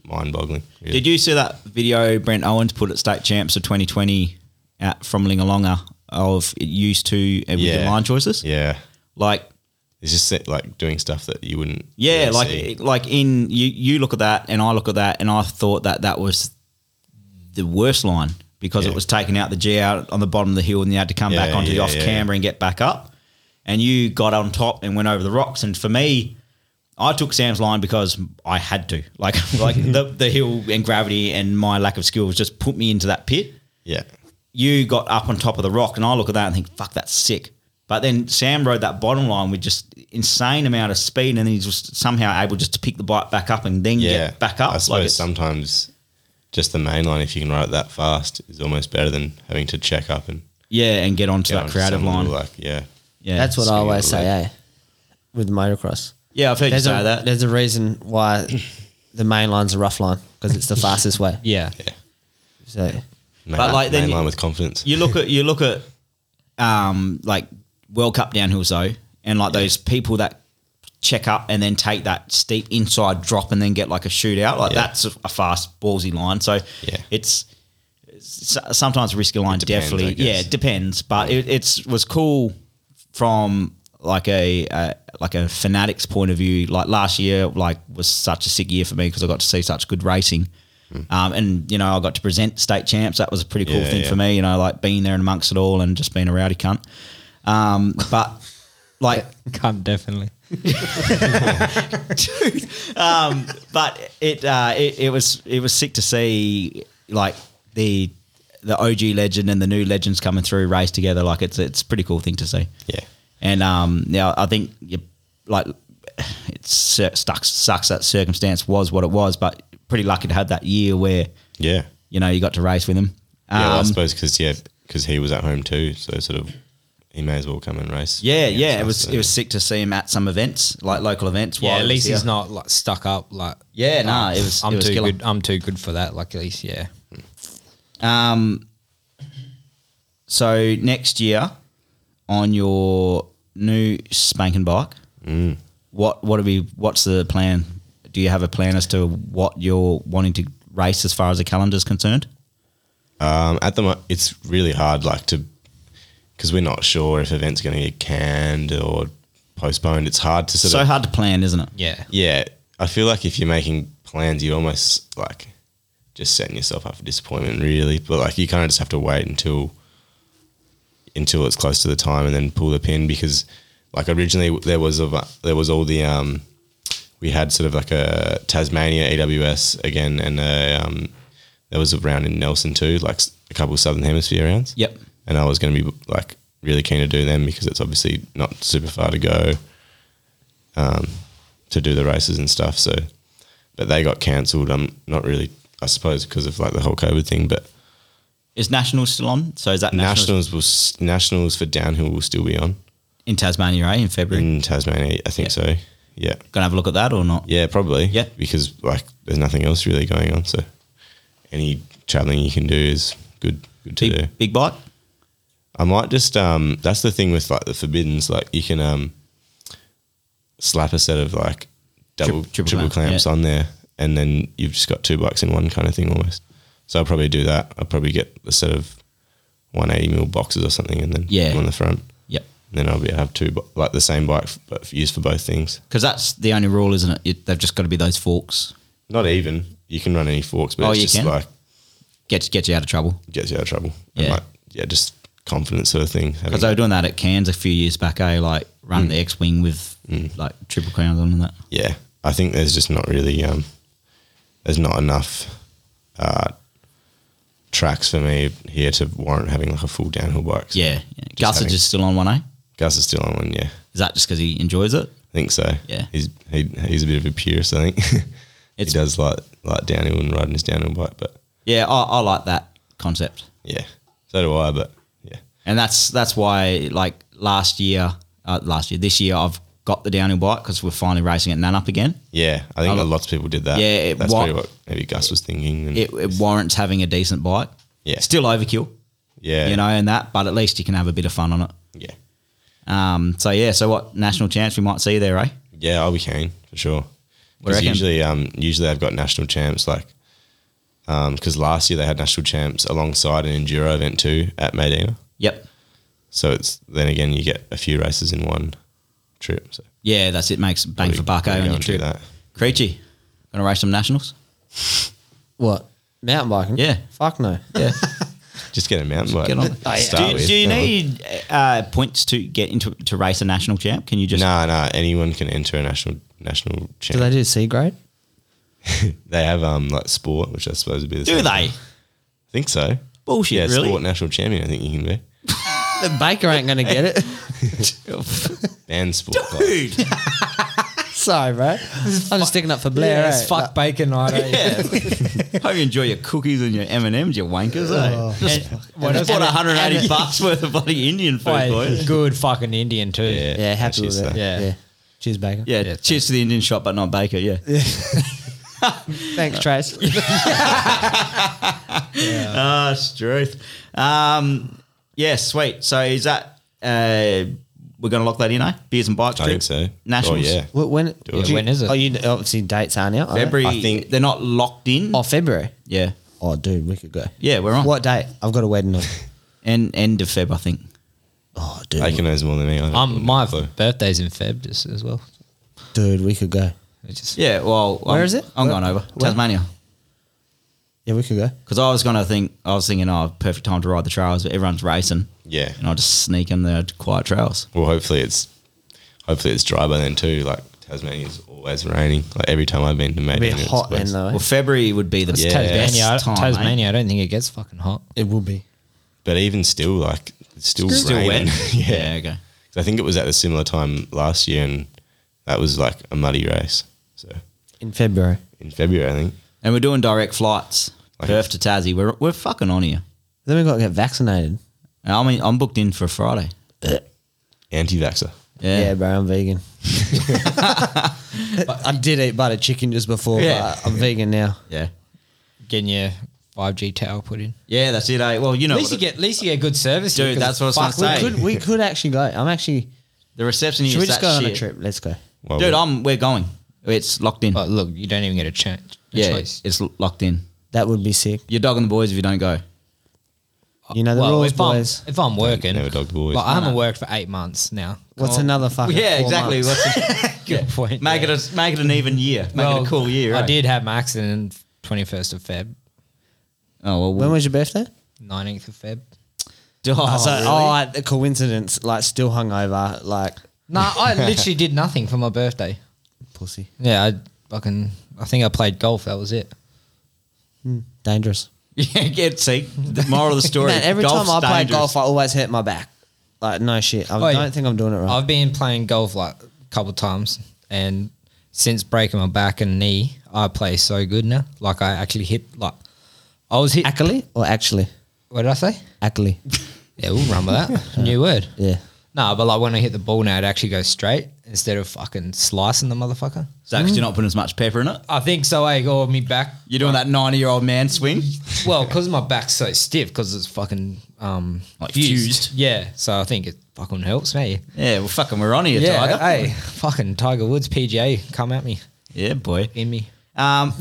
D: mind boggling. Really.
A: Did you see that video Brent Owens put at state champs of 2020 at, from Lingalonga of it used to and with the
D: Yeah.
A: line choices?
D: Yeah,
A: Like
D: it's just sit- like doing stuff that you wouldn't.
A: Yeah,
D: really
A: like
D: see.
A: like in you you look at that and I look at that and I thought that that was the worst line because it
D: Yeah.
A: was taking out the G out on the bottom of the hill and you had to come
D: Yeah,
A: back onto the
D: yeah,
A: off
D: yeah.
A: camber and get back up. And you got on top and went over the rocks. And for me, I took Sam's line because I had to. Like like the, the hill and gravity and my lack of skills just put me into that pit
D: yeah,
A: you got up on top of the rock, and I look at that and think, "Fuck, that's sick." But then Sam rode that bottom line with just insane amount of speed, and then he's just somehow able just to pick the bike back up and then
D: yeah,
A: get back up.
D: I suppose
A: it's-
D: sometimes just the main line, if you can ride it that fast, is almost better than having to check up and
A: yeah, and get onto
D: get
A: that
D: onto
A: creative
D: someone
A: line.
D: who, Like yeah,
A: yeah,
C: that's what I
D: Speaking of
C: always
D: the
C: say,
D: leg.
C: eh? With motocross,
A: Yeah, I've heard you
C: there's
A: say
C: a,
A: that.
C: There's a reason why the main line's a rough line because it's the fastest way.
B: Yeah,
C: So
D: main,
A: But, like, then
D: main
A: you-
D: line with confidence.
A: you look at you look at um, like World Cup downhills though, and like those people that check up and then take that steep inside drop and then get like a shootout. Like
D: Yeah.
A: that's a, a fast ballsy line. So
D: Yeah.
A: it's, it's s- sometimes a risky line.
D: depends, I
A: definitely,
D: guess.
A: yeah, it depends. But it, it's was cool from like a, a like a fanatics point of view. Like last year, like was such a sick year for me because I got to see such good racing. Um, and you know, I got to present state champs. That was a pretty cool
D: Yeah,
A: thing
D: yeah.
A: for me. You know, like being there and amongst it all, and just being a rowdy cunt. Um, but like
B: can't definitely.
A: um, but it, uh, it it was it was sick to see like the the OG legend and the new legends coming through race together. Like it's it's a pretty cool thing to see.
D: Yeah.
A: And um, now I think you like it su- sucks sucks that circumstance was what it was, but pretty lucky to have that year where
D: Yeah,
A: you know you got to race with him. Um,
D: yeah, well, I suppose because yeah, because he was at home too, so sort of he may as well come and race.
A: yeah,
D: against
A: yeah, it
D: us,
A: was
D: so-
A: it was sick to see him at some events like local events.
B: Yeah,
A: while
B: at
A: he was
B: least he's
A: here.
B: not like stuck up. Like
A: Yeah, nah, it was-
B: I'm
A: it was
B: too
A: killer.
B: good. I'm too good for that. Like at least yeah.
A: Um, so next year on your new spanking bike, what what are we? What's the plan? Do you have a plan as to what you're wanting to race as far as the calendar is concerned?
D: Um, at the moment, it's really hard, like to, because we're not sure if events are going to get canned or postponed. It's hard to sort
A: so
D: of.
A: hard to plan, isn't it?
B: Yeah.
D: Yeah, I feel like if you're making plans, you're almost like just setting yourself up for disappointment, really. But like, you kind of just have to wait until until it's close to the time and then pull the pin because, like, originally there was a there was all the um we had sort of like a Tasmania EWS again and a, um there was a round in Nelson too, like s- a couple of Southern Hemisphere rounds.
A: Yep.
D: And I was going to be like really keen to do them because it's obviously not super far to go um, to do the races and stuff. So, but they got cancelled. I'm not really, I suppose, because of like the whole COVID thing. But
A: Is nationals still on? So is that nationals,
D: nationals will s- nationals for downhill will still be on
A: in Tasmania, eh? In February?
D: in Tasmania. I think so. Yeah,
A: Gonna have a look at that or not?
D: yeah, probably.
A: Yeah.
D: because like there's nothing else really going on. So any traveling you can do is good. Good to do.
A: Big, big bike.
D: I might just um that's the thing with like the forbiddens, like you can um slap a set of like double
A: Tri- triple
D: triple,
A: clamp,
D: clamps
A: yeah.
D: on there and then you've just got two bikes in one kind of thing almost. So I'll probably do that. I'll probably get a set of one eighty mil boxes or something and then put
A: Yeah.
D: them on the front.
A: Yep.
D: And then I'll be have two bi- like the same bike f- but f- used for both things.
A: Because that's the only rule, isn't it? it they've just got to be those forks.
D: Not even. You can run any forks, but
A: Oh,
D: it's
A: you
D: just
A: can?
D: like
A: Get, get you out of trouble.
D: gets you out of trouble.
A: Yeah.
D: And like, yeah, just confidence sort of thing. Having-
A: Because they were doing that at Cairns a few years back, eh? Like
D: Mm.
A: run the X Wing with like triple crowns on and that.
D: yeah, I think there's just not really um, there's not enough uh, tracks for me here to warrant having like a full downhill bike. So
A: Yeah. yeah. Gus is
D: having-
A: just still on one, eh?
D: Gus is still on one. Yeah,
A: Is that just because he enjoys it?
D: I think so.
A: Yeah.
D: he's he, he's a bit of a purist. I think he
A: It's-
D: does like like downhill and riding his downhill bike, but
A: Yeah, I, I like that concept.
D: yeah, so do I. But yeah,
A: and that's that's why like last year, uh, last year, this year I've got the downhill bike because we're finally racing at Nanup again.
D: yeah, I think
A: I lo-
D: lots of people did that.
A: Yeah, it
D: that's
A: wa-
D: probably what maybe Gus was thinking. And
A: It, it warrants having a decent bike.
D: Yeah.
A: still overkill,
D: yeah,
A: you know, and that, but at least you can have a bit of fun on it.
D: yeah,
A: Um, so yeah, so what national chance we might see there, eh?
D: Yeah, I'll be keen for sure.
A: What do you
D: Because
A: reckon?
D: usually, um, usually they've got national champs like, because last year they had national champs alongside an enduro event too at Medina.
A: Yep.
D: So it's then again you get a few races in one trip. So
A: Yeah, that's it. Makes bang
D: Probably
A: for buck eh,
D: go
A: on your
D: and do
A: trip.
D: that.
A: Creechy, gonna race some nationals?
C: What? Mountain biking?
A: Yeah.
C: Fuck no.
A: Yeah.
D: just get a mountain bike.
A: Get on.
D: to
A: do,
D: Uh, start
A: you-
D: with.
A: do you need uh, points to get into to race a national champ? Can you just?
D: No, no. anyone can enter a national national
C: Do they
D: champ.
C: do C grade?
D: They have um like sport, which I suppose would be the
A: Do
D: same.
A: they?
D: I think so.
A: Bullshit,
D: Yeah,
A: really?
D: sport national champion. I think you can be.
C: The baker ain't gonna get it.
D: Band sport. club.
A: Dude,
C: Sorry, bro. I'm just sticking up for Blair.
B: Yeah,
C: eh?
B: it's fuck bacon night. eh?
A: Hope you enjoy your cookies and your M and M's, you wankers. eh? Just,
B: What
A: just
B: else?
A: bought 180 bucks worth of bloody Indian food,
B: Wait,
A: boys.
B: good fucking Indian too.
D: Yeah,
C: Yeah, happy
D: actually,
C: with it.
D: so.
B: Yeah.
C: yeah. Cheers, baker.
A: Yeah,
B: Yeah,
A: cheers to the Indian shop, but not Baker. Yeah. yeah.
C: Thanks, Trace.
A: Ah, it's truth. Um, yeah, sweet. So is that uh, we're going to lock that in? Eh? Beers and bikes.
D: I
A: trip?
D: think so.
A: Nationals.
D: Oh yeah.
C: Wh- when?
D: it.
C: do you-
B: When is it?
C: Oh, you obviously dates aren't out. are they?
A: February.
D: I think-
A: they're not locked in.
C: Oh, February.
A: Yeah.
C: Oh, dude, we could go.
A: Yeah, we're on.
C: What date? I've got a wedding on.
A: And end of Feb, I think.
C: Oh, dude,
D: Aiken knows more than me. I don't
B: Um, my
D: know.
B: birthday's in Feb just as well.
C: dude, we could go.
B: It just-
A: Yeah. Well, where
C: Where
A: I'm,
C: is it?
A: I'm
C: Where-
A: going over
C: where?
A: Tasmania.
C: Yeah, we could go.
A: Because I was gonna think, I was thinking, oh, perfect time to ride the trails, but everyone's racing.
D: Yeah.
A: and I'll just sneak in the quiet trails.
D: Well, hopefully it's hopefully it's dry by then too. Like Tasmania's always raining. Like every time I've been to
C: It'd be
D: Medina, it's
C: hot then,
D: always-
C: though. eh?
A: Well, February would be the
D: Yeah.
A: best
B: Tasmania, I-
A: time. eh?
B: Tasmania. I don't think it gets fucking hot.
C: It will be.
D: But even still, like it's still
A: Still
D: raining.
A: wet.
D: yeah.
A: yeah. Okay.
D: 'Cause I think it was at a similar time last year, and that was like a muddy race. So
C: In February.
D: in February, I think.
A: And we're doing direct flights,
D: Like
A: Perth to Tassie. We're we're fucking on here.
C: Then we got to get vaccinated.
A: And I mean, I'm booked in for Friday.
D: Anti-vaxer.
A: Yeah.
C: Yeah, bro, I'm vegan. But I did eat butter chicken just before,
A: Yeah.
C: but I'm vegan now.
A: Yeah.
B: Getting your 5G tower put in.
A: Yeah, that's it. Eh? Well, you know,
B: At least you
A: what
B: get, at least you get good service,
A: Dude,
B: here, 'cause
A: that's what I was gonna
B: fuck,
A: say.
B: we could-
C: Could, we could actually go. I'm actually.
A: the reception here
C: Should
A: is
C: we just
A: that
C: go on
A: shit.
C: a trip? Oh, Let's go.
D: Well,
A: Dude,
D: we-
A: I'm we're going. It's locked in.
B: But look, you don't even get a chance. a
A: yeah,
B: choice.
A: it's lo- locked in.
C: That would be sick.
A: You're dogging the boys if you don't go.
C: You know the
B: Well,
C: rules,
B: if I'm,
C: boys.
B: if I'm working,
D: never dog the boys.
B: Like, I haven't worked for eight months now.
C: What's another fucking?
A: Yeah,
C: four
A: exactly.
C: months?
A: What's the-
B: good point?
A: make
B: yeah.
A: it a, make it an even year. Make it
B: Well,
A: a cool year.
B: I
A: eh?
B: did have my accident twenty first of Feb,
A: Oh well,
C: When
A: we'll
C: was your birthday?
B: 19th of Feb.
A: oh,
C: so,
A: really?
C: oh, like, the coincidence, like still hungover, like
B: No, I literally did nothing for my birthday.
C: pussy.
B: Yeah, I fucking. I think I played golf. That was it.
C: Dangerous.
A: Yeah, get see. The moral of the story.
C: Man, every
A: golf's
C: time I play
A: dangerous.
C: golf, I always hurt my back. Like no shit. I
B: Oh, yeah.
C: don't think I'm doing it right.
B: I've been playing golf like a couple times, and since breaking my back and knee, I play so good now. Like I actually hit like I was hit.
C: Ackley or actually?
B: What did I say?
C: Ackley.
B: Yeah, we'll run with that new word.
C: Yeah.
B: No, but like when I hit the ball now, it actually goes straight instead of fucking slicing the motherfucker.
A: Is that because
C: Hmm?
A: you're not putting as much pepper in it?
B: I think so. I got me back.
A: You're doing that 90 year old man swing?
B: Well, because my back's so stiff, because it's fucking um
A: Like fused.
B: Yeah, so I think it fucking helps me.
A: Yeah, well, fucking, we're on here,
B: yeah,
A: Tiger.
B: hey, fucking Tiger Woods PGA, come at me,
A: Yeah, boy.
B: in me.
A: Um,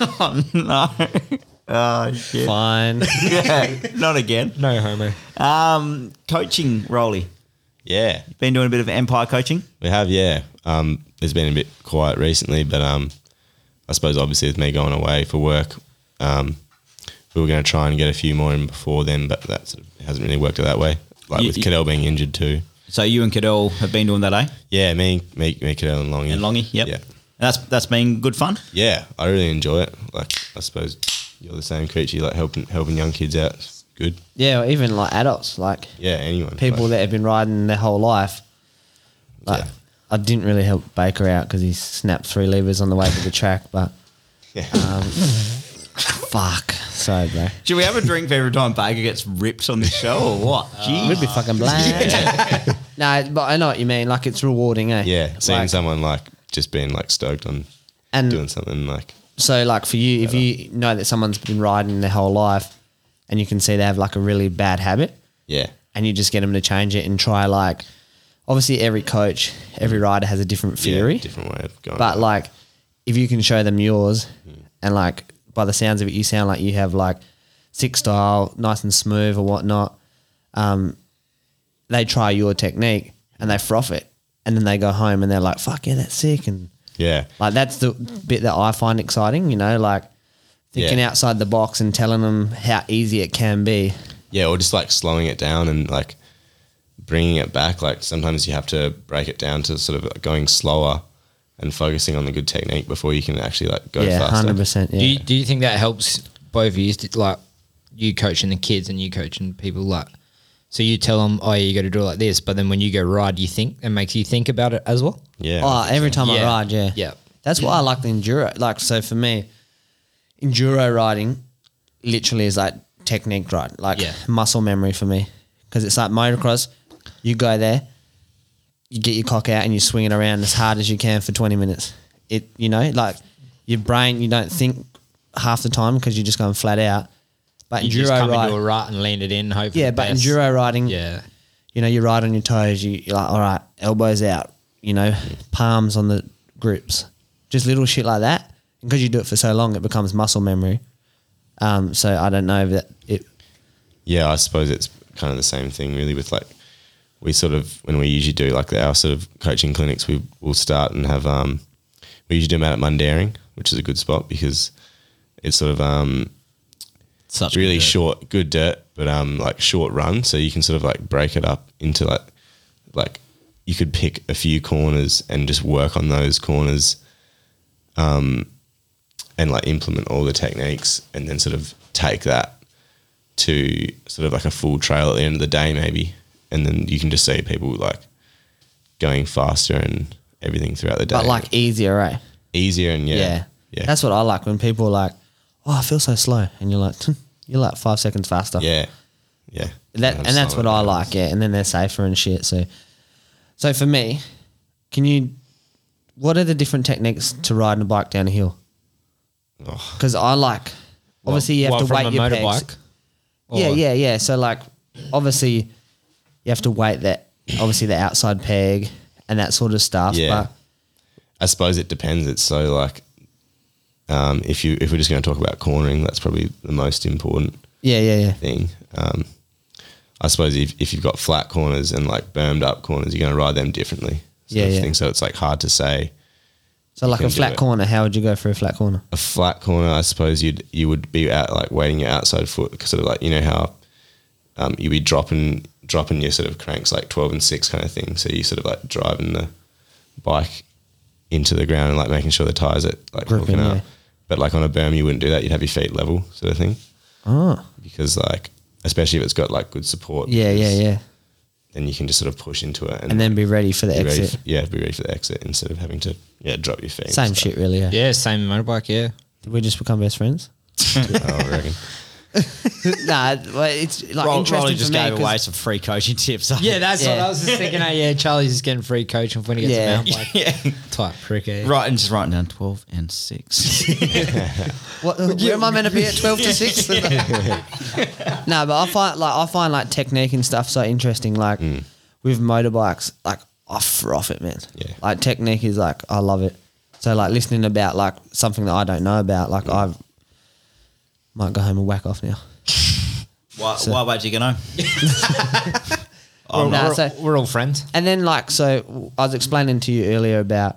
A: oh, no. Oh, shit.
C: Fine.
A: Yeah, not again.
B: No homo.
A: Um, coaching, Rolly.
D: Yeah,
A: Been doing a bit of empire coaching.
D: we have. Yeah, um, it's been a bit quiet recently, but um, I suppose obviously with me going away for work, um, we were going to try and get a few more in before then, but that sort of hasn't really worked out that way. Like
A: You-
D: with
A: you-
D: Cadell being injured too.
A: So you and Cadell have been doing that, eh?
D: Yeah, me, me, me, Cadell and Longy.
A: And Longy, yep.
D: Yeah,
A: That's that's been good fun.
D: yeah, I really enjoy it. Like I suppose you're the same creature, like helping helping young kids out. It's good.
C: yeah, or even like adults, like
D: Yeah, anyone.
C: people
D: Like,
C: that have been riding their whole life. Like
D: Yeah.
C: I didn't really help Baker out because he snapped three levers on the way to the track, but um,
D: Yeah.
C: fuck, sorry, bro.
A: Should we have a drink for every time Baker gets ripped on the show or what? Gee.
C: We'd be fucking blamed. no, but I know what you mean. Like it's rewarding, eh?
D: Yeah, seeing
C: Like,
D: someone like just being like stoked on
C: and
D: doing something like
C: So, like for you, if you know that someone's been riding their whole life, and you can see they have like a really bad habit,
D: yeah,
C: and you just get them to change it and try like, obviously every coach, every rider has a different
D: yeah,
C: theory,
D: different way of going.
C: but
D: about
C: like if you can show them yours, and like by the sounds of it, you sound like you have like six style, nice and smooth or whatnot. Um, they try your technique and they froth it, and then they go home and they're like, "Fuck yeah, that's sick!" and
D: it. yeah,
C: like that's the bit that I find exciting, you know, like thinking
D: Yeah.
C: outside the box and telling them how easy it can be.
D: yeah, or just like slowing it down and like bringing it back. Like sometimes you have to break it down to sort of like, going slower and focusing on the good technique before you can actually like go
C: yeah,
D: faster.
C: hundred percent.
B: Do
C: Yeah,
B: you, do you think that helps both of you, st- like you coaching the kids and you coaching people, like so you tell them, oh, you got to do it like this, but then when you go ride, you think and makes you think about it as well.
D: Yeah,
C: oh, every time I
B: Yeah.
C: ride, yeah,
B: Yeah.
C: That's why I like the enduro. Like, so for me, enduro riding literally is like technique ride, like
B: Yeah.
C: muscle memory for me, because it's like motocross. You go there, you get your cock out and you swing it around as hard as you can for 20 minutes. It, you know, like your brain, you don't think half the time because you're just going flat out. But
B: You
C: enduro
B: just come
C: ride,
B: into a rut and lean it in. Hopefully,
C: yeah.
B: the
C: But
B: best.
C: enduro riding,
B: yeah,
C: you know, you ride on your toes. You, you're like, all right, elbows out. You know, palms on the grips, just little shit like that. Because you do it for so long, it becomes muscle memory. Um, so I don't know if that it.
D: yeah, I suppose it's kind of the same thing really with like we sort of when we usually do like our sort of coaching clinics, we will start and have um we usually do them out at Mundaring, which is a good spot because it's sort of um
A: Such
D: really
A: good-
D: short, good dirt, but um like short run, so you can sort of like break it up into like like you could pick a few corners and just work on those corners, um, and like implement all the techniques, and then sort of take that to sort of like a full trail at the end of the day, maybe, and then you can just see people like going faster and everything throughout the day,
C: But like easier, right?
D: easier and yeah,
C: Yeah.
D: yeah,
C: That's what I like when people are like, oh, I feel so slow, and you're like, you're like five seconds faster.
D: yeah, yeah.
C: That and that's what I
D: Slowing it down.
C: like, yeah. And then they're safer and shit. So, so for me, can you? What are the different techniques to riding a bike down a hill? Because I like, obviously you have
B: Well,
C: to
B: from
C: weight
B: a
C: your
B: motorbike.
C: pegs. Yeah,
B: or-
C: yeah, yeah. So like, obviously, you have to weight that. Obviously, the outside peg and that sort of stuff.
D: Yeah.
C: But
D: I suppose it depends. It's so like, um, if you if we're just going to talk about cornering, that's probably the most important
C: yeah, yeah, yeah.
D: thing. Um, I suppose if, if you've got flat corners and like bermed up corners, you're going to ride them differently. sort
C: Yeah,
D: of
C: yeah.
D: thing. So it's like hard to say
C: So like
D: can
C: a
D: do
C: flat
D: it.
C: corner, how would you go for a flat corner?
D: a flat corner. I suppose you'd you would be out like waiting your outside foot, sort of like you know how um, you'd be dropping dropping your sort of cranks like twelve and six kind of thing. So you sort of like driving the bike into the ground and like making sure the tires are like
C: Gripping,
D: hooking up.
C: yeah.
D: But like on a berm, you wouldn't do that. You'd have your feet level, sort of thing,
C: Oh,
D: because like especially if it's got like good support.
C: Yeah, yeah,
D: because
C: yeah.
D: Then you can just sort of push into it and,
C: And then be ready for the
D: be ready
C: exit.
D: for, yeah, be ready for the exit instead of having to yeah drop your feet. and
C: Same
D: stuff.
C: shit, really. Yeah.
B: Yeah, same motorbike. Yeah,
C: Did we just become best friends?
D: Oh, I reckon.
C: nah, well, it's like
A: Roll,
C: interesting
A: Rolly
C: for
A: just
C: me
A: gave
C: 'cause-
A: away some free coaching tips. eh?
B: yeah, that's
C: Yeah.
B: what I was just thinking. Oh, yeah, Charlie's just getting free coaching when he gets
C: Yeah.
B: a mountain bike
A: yeah.
B: type prick. eh?
A: Right, and just writing down twelve and six.
C: What, uh, where am I meant to be at twelve to six? no, but I find like I find like technique and stuff so interesting. Like with motorbikes, like I froth it, man.
D: Yeah.
C: Like technique is like I love it. So like listening about like something that I don't know about, like I might go home and whack off now.
A: why, why wait till you get home?
C: Nah,
B: we're,
C: so-
B: we're all friends.
C: And then like so, I was explaining to you earlier about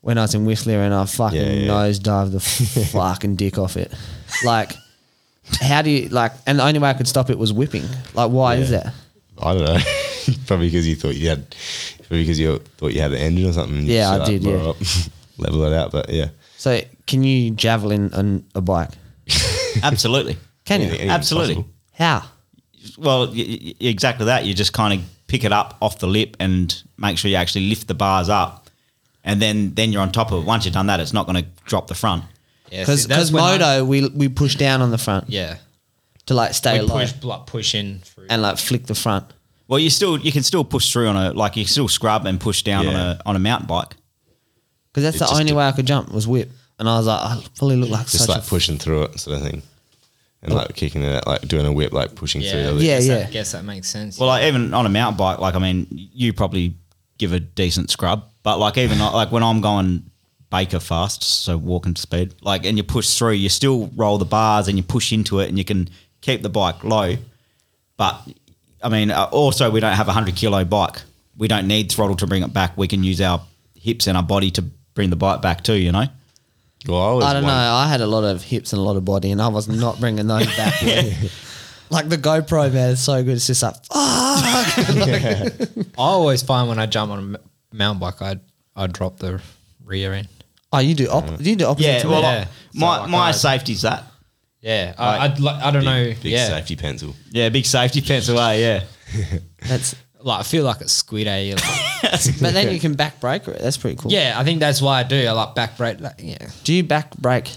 C: when I was in Whistler and I fucking
D: Yeah, yeah.
C: nosedived the fucking dick off it. Like, how do you like? And the only way I could stop it was whipping. Like, why is
D: Yeah.
C: that?
D: I don't know. probably because you thought you had, probably because you thought you had the engine or something. You
C: Yeah,
D: just
C: I
D: shut
C: did,
D: blow
C: yeah.
D: up, level it out, but yeah,
C: So, can you javelin on a bike?
A: Absolutely.
C: Can you?
D: Anything- anything's
A: Absolutely.
D: possible.
C: How?
A: Well, y- y- exactly that. You just kind of pick it up off the lip and make sure you actually lift the bars up, and then then you're on top of it. Once you've done that, it's not going to drop the front.
C: Because because moto, we we push down on the front
B: yeah,
C: to like stay
B: we
C: low
B: push, like, push in through.
C: and like flick the front.
A: Well, you still you can still push through on a like you can still scrub and push down on
D: Yeah.
A: a on a mountain bike.
C: Because that's
D: It
C: the
D: just
C: only
D: did-
C: way I could jump was whip. And I was like, I fully look like
D: just
C: such
D: like
C: a Oh.
D: pushing through it, sort of thing, and like kicking it, out, like doing a whip, like pushing through.
B: yeah,
D: The
C: Yeah,
B: guess
C: yeah.
B: That, guess that makes sense.
A: Well, like even on a mountain bike, like I mean, you probably give a decent scrub, but like even like when I'm going Baker fast, so walking speed, like and you push through, you still roll the bars and you push into it, and you can keep the bike low. But I mean, uh, also we don't have a hundred kilo bike. We don't need throttle to bring it back. We can use our hips and our body to bring the bike back too. You know,
D: Well, I, always
C: I don't know.
D: wondered-
C: I had a lot of hips and a lot of body, and I was not bringing those back. Like the GoPro man is so good. It's just like fuck.
B: I always find when I jump on a m- mountain bike, I I drop the rear end.
C: oh, you do op- you do opposite.
A: yeah.
C: to
A: Well,
C: me.
A: like,
B: Yeah.
A: my
B: So, like,
A: my
B: I-
A: safety's that.
B: Yeah, I, I'd, like, I don't know.
D: Big
B: yeah,
D: safety pencil.
A: Yeah, big safety fence away. Yeah.
C: that's.
B: like I feel like it's squid a. Like,
C: But then you can back brake it. That's pretty cool.
B: yeah, I think that's why I do. I like back brake. Like, yeah,
C: Do you back brake?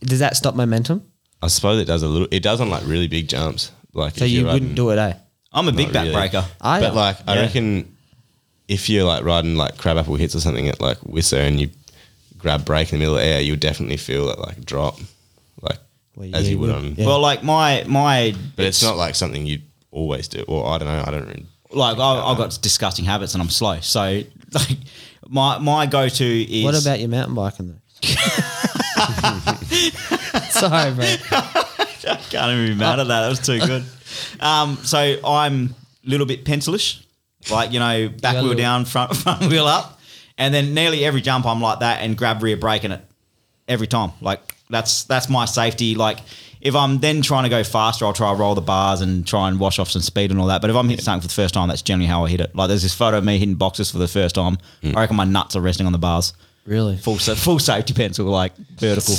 C: Does that stop momentum?
D: I suppose it does a little. It does on like really big jumps. Like
C: So
D: if
C: you
D: you're
C: wouldn't
D: riding-
C: do it, eh?
A: I'm a big
D: Not
A: back
D: really.
A: breaker.
C: I
D: but like I
A: Yeah.
D: reckon, if you're like riding like crab apple hits or something at like Whistler and you grab brake in the middle of the air, you'll definitely feel that like drop, like
C: Well,
D: as
C: yeah,
D: you would
C: you
D: on.
C: would, yeah.
A: Well, like my my,
D: But it's, not like something you always do. Or I don't know. I don't. Really,
A: like I, I've got disgusting habits and I'm slow. So like my my go to is
C: what about your mountain biking though? Sorry, bro.
A: I can't even be mad at that. That was too good. Um, so I'm a little bit pencilish, like you know, back
B: got a
A: wheel
B: little-
A: down, front front wheel up, and then nearly every jump I'm like that and grab rear brake in it every time. Like that's that's my safety. Like if I'm then trying to go faster, I'll try to roll the bars and try and wash off some speed and all that. But if I'm hitting something for the first time, that's generally how I hit it. Like there's this photo of me hitting boxes for the first time. I reckon my nuts are resting on the bars.
C: Really?
A: Full sa- full safety pencil, like vertical.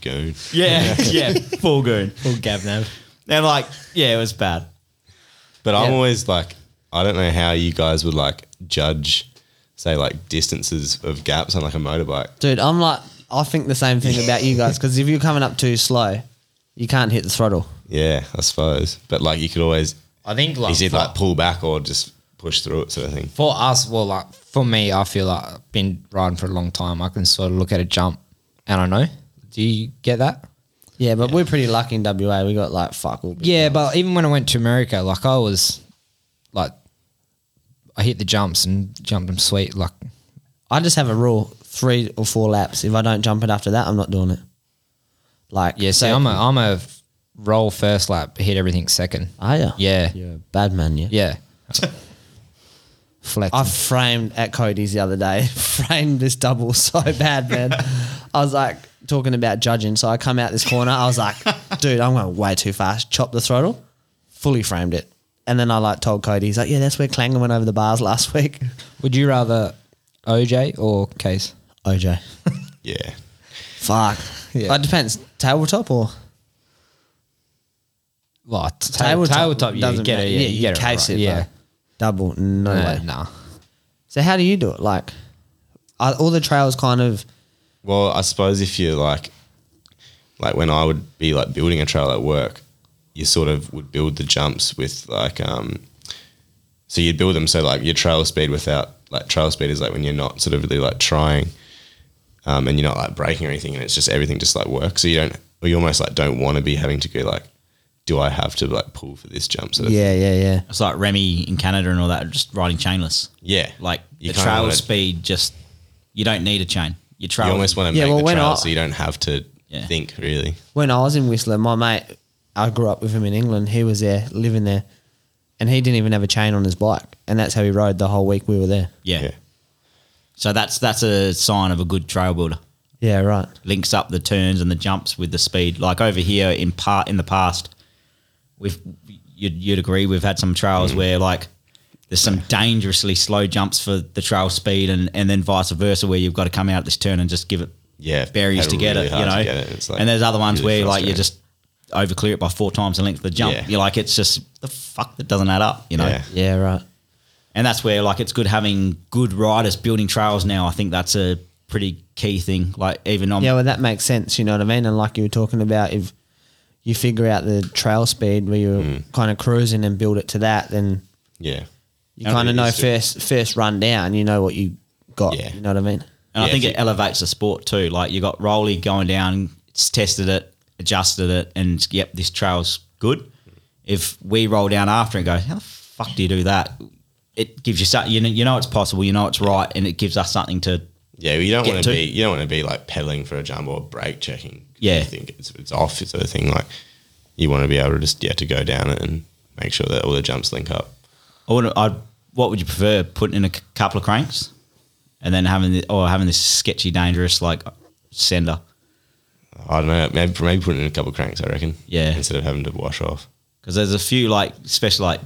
D: go.
A: Yeah, yeah, full goon.
B: full gab nav.
A: And like, yeah, it was bad.
D: But I'm
C: Yeah.
D: always like, I don't know how you guys would like judge, say like distances of gaps on like a motorbike.
C: Dude, I'm like, I think the same thing about you guys because if you're coming up too slow, you can't hit the throttle.
D: Yeah, I suppose. But like you could always,
B: I think like
D: is it
B: for,
D: like pull back or just push through it sort of thing?
B: for us, well, like for me, I feel like I've been riding for a long time. I can sort of look at a jump, and I know. Do you get that?
C: Yeah, but we're pretty lucky in WA. We got like fuck all. big
B: Yeah,
C: guys.
B: but even when I went to America, like I was, like, I hit the jumps and jumped them sweet. Like,
C: I just have a rule: three or four laps. If I don't jump it after that, I'm not doing it. Like
B: yeah. So I'm a I'm a roll first lap, hit everything second.
C: Are you?
B: Yeah.
C: Yeah. Bad man. Yeah.
B: Yeah. Flex.
C: I framed at Cody's the other day. framed this double so bad, man. I was like talking about judging, so I come out this corner. I was like, dude, I'm going way too fast. Chop the throttle. Fully framed it. And then I like told Cody, he's like, yeah, that's where Klanger went over the bars last week.
B: Would you rather OJ or Case?
C: OJ.
D: Yeah.
C: Fuck.
B: Yeah.
C: It depends. Tabletop or
B: well, t- tabletop, tabletop you
C: doesn't
B: get
C: matter.
B: it. Yeah, you get
C: case
B: it. Right. yeah.
C: bro. double, no
B: No,
C: way.
B: nah.
C: So how do you do it? Like, are all the trails kind of
D: Well, I suppose if you like, like when I would be like building a trail at work, you sort of would build the jumps with like, um, so you'd build them so like your trail speed without like trail speed is like when you're not sort of really like trying, um, and you're not like breaking or anything, and it's just everything just like works. So you don't, or you almost like don't want to be having to go like, do I have to like pull for this jump? Sort of
C: yeah, yeah, yeah.
A: It's like Remy in Canada and all that, just riding chainless.
D: yeah.
A: Like
D: You
A: the
D: kinda
A: trail
D: wanna-
A: speed, just you don't need a chain. You trail.
D: You almost want to
C: Yeah,
D: make
C: well,
D: the
C: when
D: trail
C: I-
D: so you don't have to
A: Yeah.
D: think really.
C: When I was in Whistler, my mate, I grew up with him in England. He was there, living there, and he didn't even have a chain on his bike, and that's how he rode the whole week we were there.
A: yeah. So that's that's a sign of a good trail builder.
C: Yeah, right.
A: links up the turns and the jumps with the speed. Like over here in part in the past, we've you'd, you'd agree we've had some trails
D: Mm.
A: where like there's some dangerously slow jumps for the trail speed, and and then vice versa where you've got to come out this turn and just give it
D: Yeah,
A: barriers
D: pedal
A: to get
D: really
A: it, you
D: hard to
A: know.
D: get it. It's, like,
A: and there's other ones
D: really
A: where like you
D: frustrating.
A: just over clear it by four times the length of the jump.
D: Yeah.
A: You're like it's just the fuck that doesn't add up, you know.
D: Yeah.
C: Yeah, right.
A: And that's where like it's good having good riders building trails now. I think that's a pretty key thing. Like even on
C: Yeah, well, that makes sense. You know what I mean? And like you were talking about, if you figure out the trail speed where you're kind of cruising and build it to that, then
D: Yeah.
C: you
A: And
C: kind of
D: it
C: know
D: is to-
C: first first run down. You know what you got.
D: Yeah.
C: You know what I mean?
A: And I
D: Yeah,
A: think
D: if
A: it elevates the sport too. Like you got Rowley going down, it's tested it, adjusted it, and yep, this trail's good. If we roll down after and go, how the fuck do you do that? It gives you something. You know, you know it's possible. You know it's right, and it gives us something to.
D: Yeah, you don't
A: get
D: want
A: to.
D: to be you don't want to be like pedaling for a jump or brake checking.
A: Yeah.
D: you think it's it's off sort of thing. Like you want to be able to just yeah to go down it and make sure that all the jumps link up.
A: I would. I'd. What would you prefer? Putting in a c- couple of cranks, and then having the, or having this sketchy, dangerous like sender.
D: I don't know. Maybe maybe putting in a couple of cranks. I reckon.
A: Yeah.
D: Instead of having to wash off.
A: because there's a few like especially like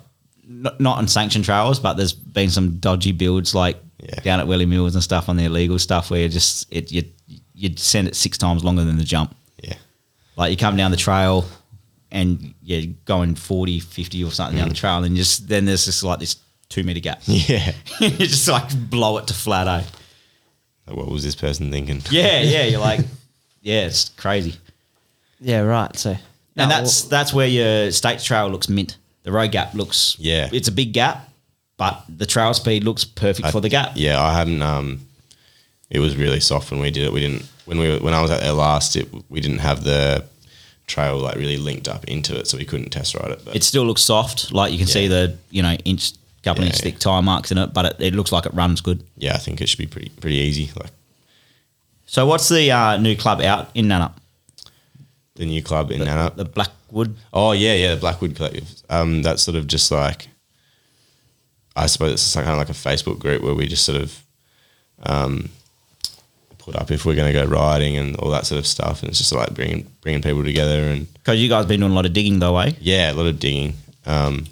A: not, not on sanctioned trails but there's been some dodgy builds like
D: Yeah.
A: down at Willie Mills and stuff on the illegal stuff where you just it you you'd send it six times longer than the jump
D: Yeah.
A: like you come down the trail and you're going 40 50 or something down the trail and just then there's just like this two meter gap
D: Mm. Yeah.
A: you just like blow it to flat eh?
D: Like, what was this person thinking?
A: yeah yeah you're like yeah it's crazy
C: Yeah, right. So
A: and that's that's where your state trail looks mint. The road gap looks
D: Yeah.
A: it's a big gap, but the trail speed looks perfect for the gap.
D: Yeah, I haven't. Um, it was really soft when we did it. We didn't when we were- when I was out there last. It we didn't have the trail like really linked up into it, so we couldn't test ride it. But
A: It still looks soft, like you can see
D: Yeah.
A: the you know inch, couple
D: Yeah,
A: inch
D: yeah.
A: thick tire marks in it, but it, it looks like it runs good.
D: yeah, I think it should be pretty pretty easy. Like
A: So what's the uh, new club out in Nanup?
D: the new club in Nanup.
A: The Blackwood.
D: Oh yeah, yeah, the Blackwood Collective. Um, that's sort of just like, I suppose it's kind of like a Facebook group where we just sort of, um, put up if we're going to go riding and all that sort of stuff, and it's just like bringing bringing people together and
A: Because you guys been doing a lot of digging though, eh?
D: yeah, a lot of digging. Um,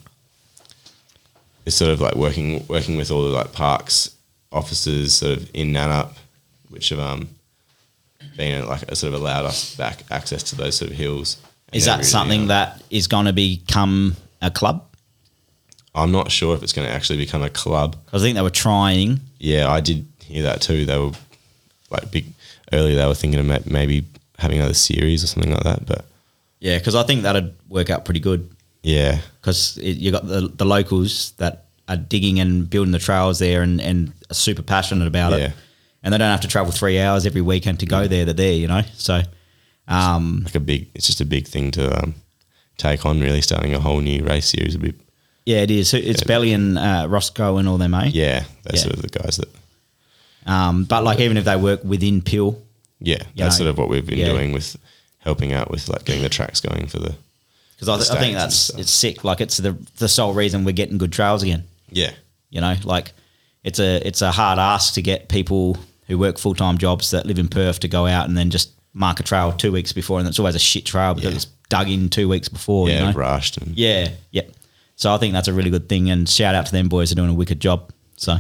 D: it's sort of like working working with all the like parks officers sort of in Nanup, which have um been like sort of allowed us back access to those sort of hills.
A: Is that something
D: that?
A: that is going to become a club?
D: I'm not sure if it's going to actually become a club.
A: 'Cause I think they were trying.
D: Yeah, I did hear that too. They were like big earlier. They were thinking of ma- maybe having another series or something like that. But
A: Yeah, because I think that'd work out pretty good.
D: yeah,
A: because you got the, the locals that are digging and building the trails there and, and are super passionate about
D: Yeah.
A: it. And they don't have to travel three hours every weekend to go there. They're there, you know? So, um,
D: like a big. It's just a big thing to um, take on. Really, starting a whole new race series would be.
A: yeah, it is. It's Belly and uh, Roscoe and all them, eh?
D: Yeah, those
A: Yeah.
D: sort of the guys that.
A: Um, but, like, even if they work within Peel,
D: Yeah,
A: You
D: that's
A: know,
D: sort of what we've been
A: yeah.
D: doing with helping out with like getting the tracks going for the.
A: because I,
D: The
A: th- I
D: stags
A: think
D: and
A: that's
D: stuff.
A: it's sick. Like, it's the, the sole reason we're getting good trails again,
D: Yeah,
A: you know? Like, it's a, it's a hard ask to get people who work full time jobs that live in Perth to go out and then just mark a trail two weeks before. And it's always a shit trail because
D: Yeah.
A: it's dug in two weeks before,
D: yeah,
A: you know?
D: rushed and
A: Yeah, yeah. So I think that's a really good thing, and shout out to them boys who are doing a wicked job. So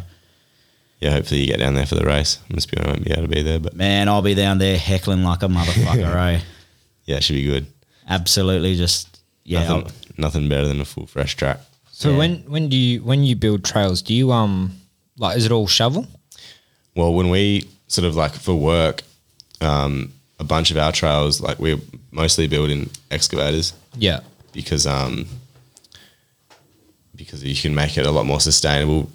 D: yeah. Hopefully, you get down there for the race. Must be I won't be able to be there, but
A: man, I'll be down there heckling like a motherfucker, eh?
D: yeah, it should be good.
A: Absolutely, just yeah,
D: nothing, nothing better than a full fresh track.
B: So
A: Yeah.
B: when when do you when you build trails? Do you um like is it all shovel?
D: Well, when we sort of like for work, um, a bunch of our trails like we're mostly building excavators
B: Yeah.
D: because um, because you can make it a lot more sustainable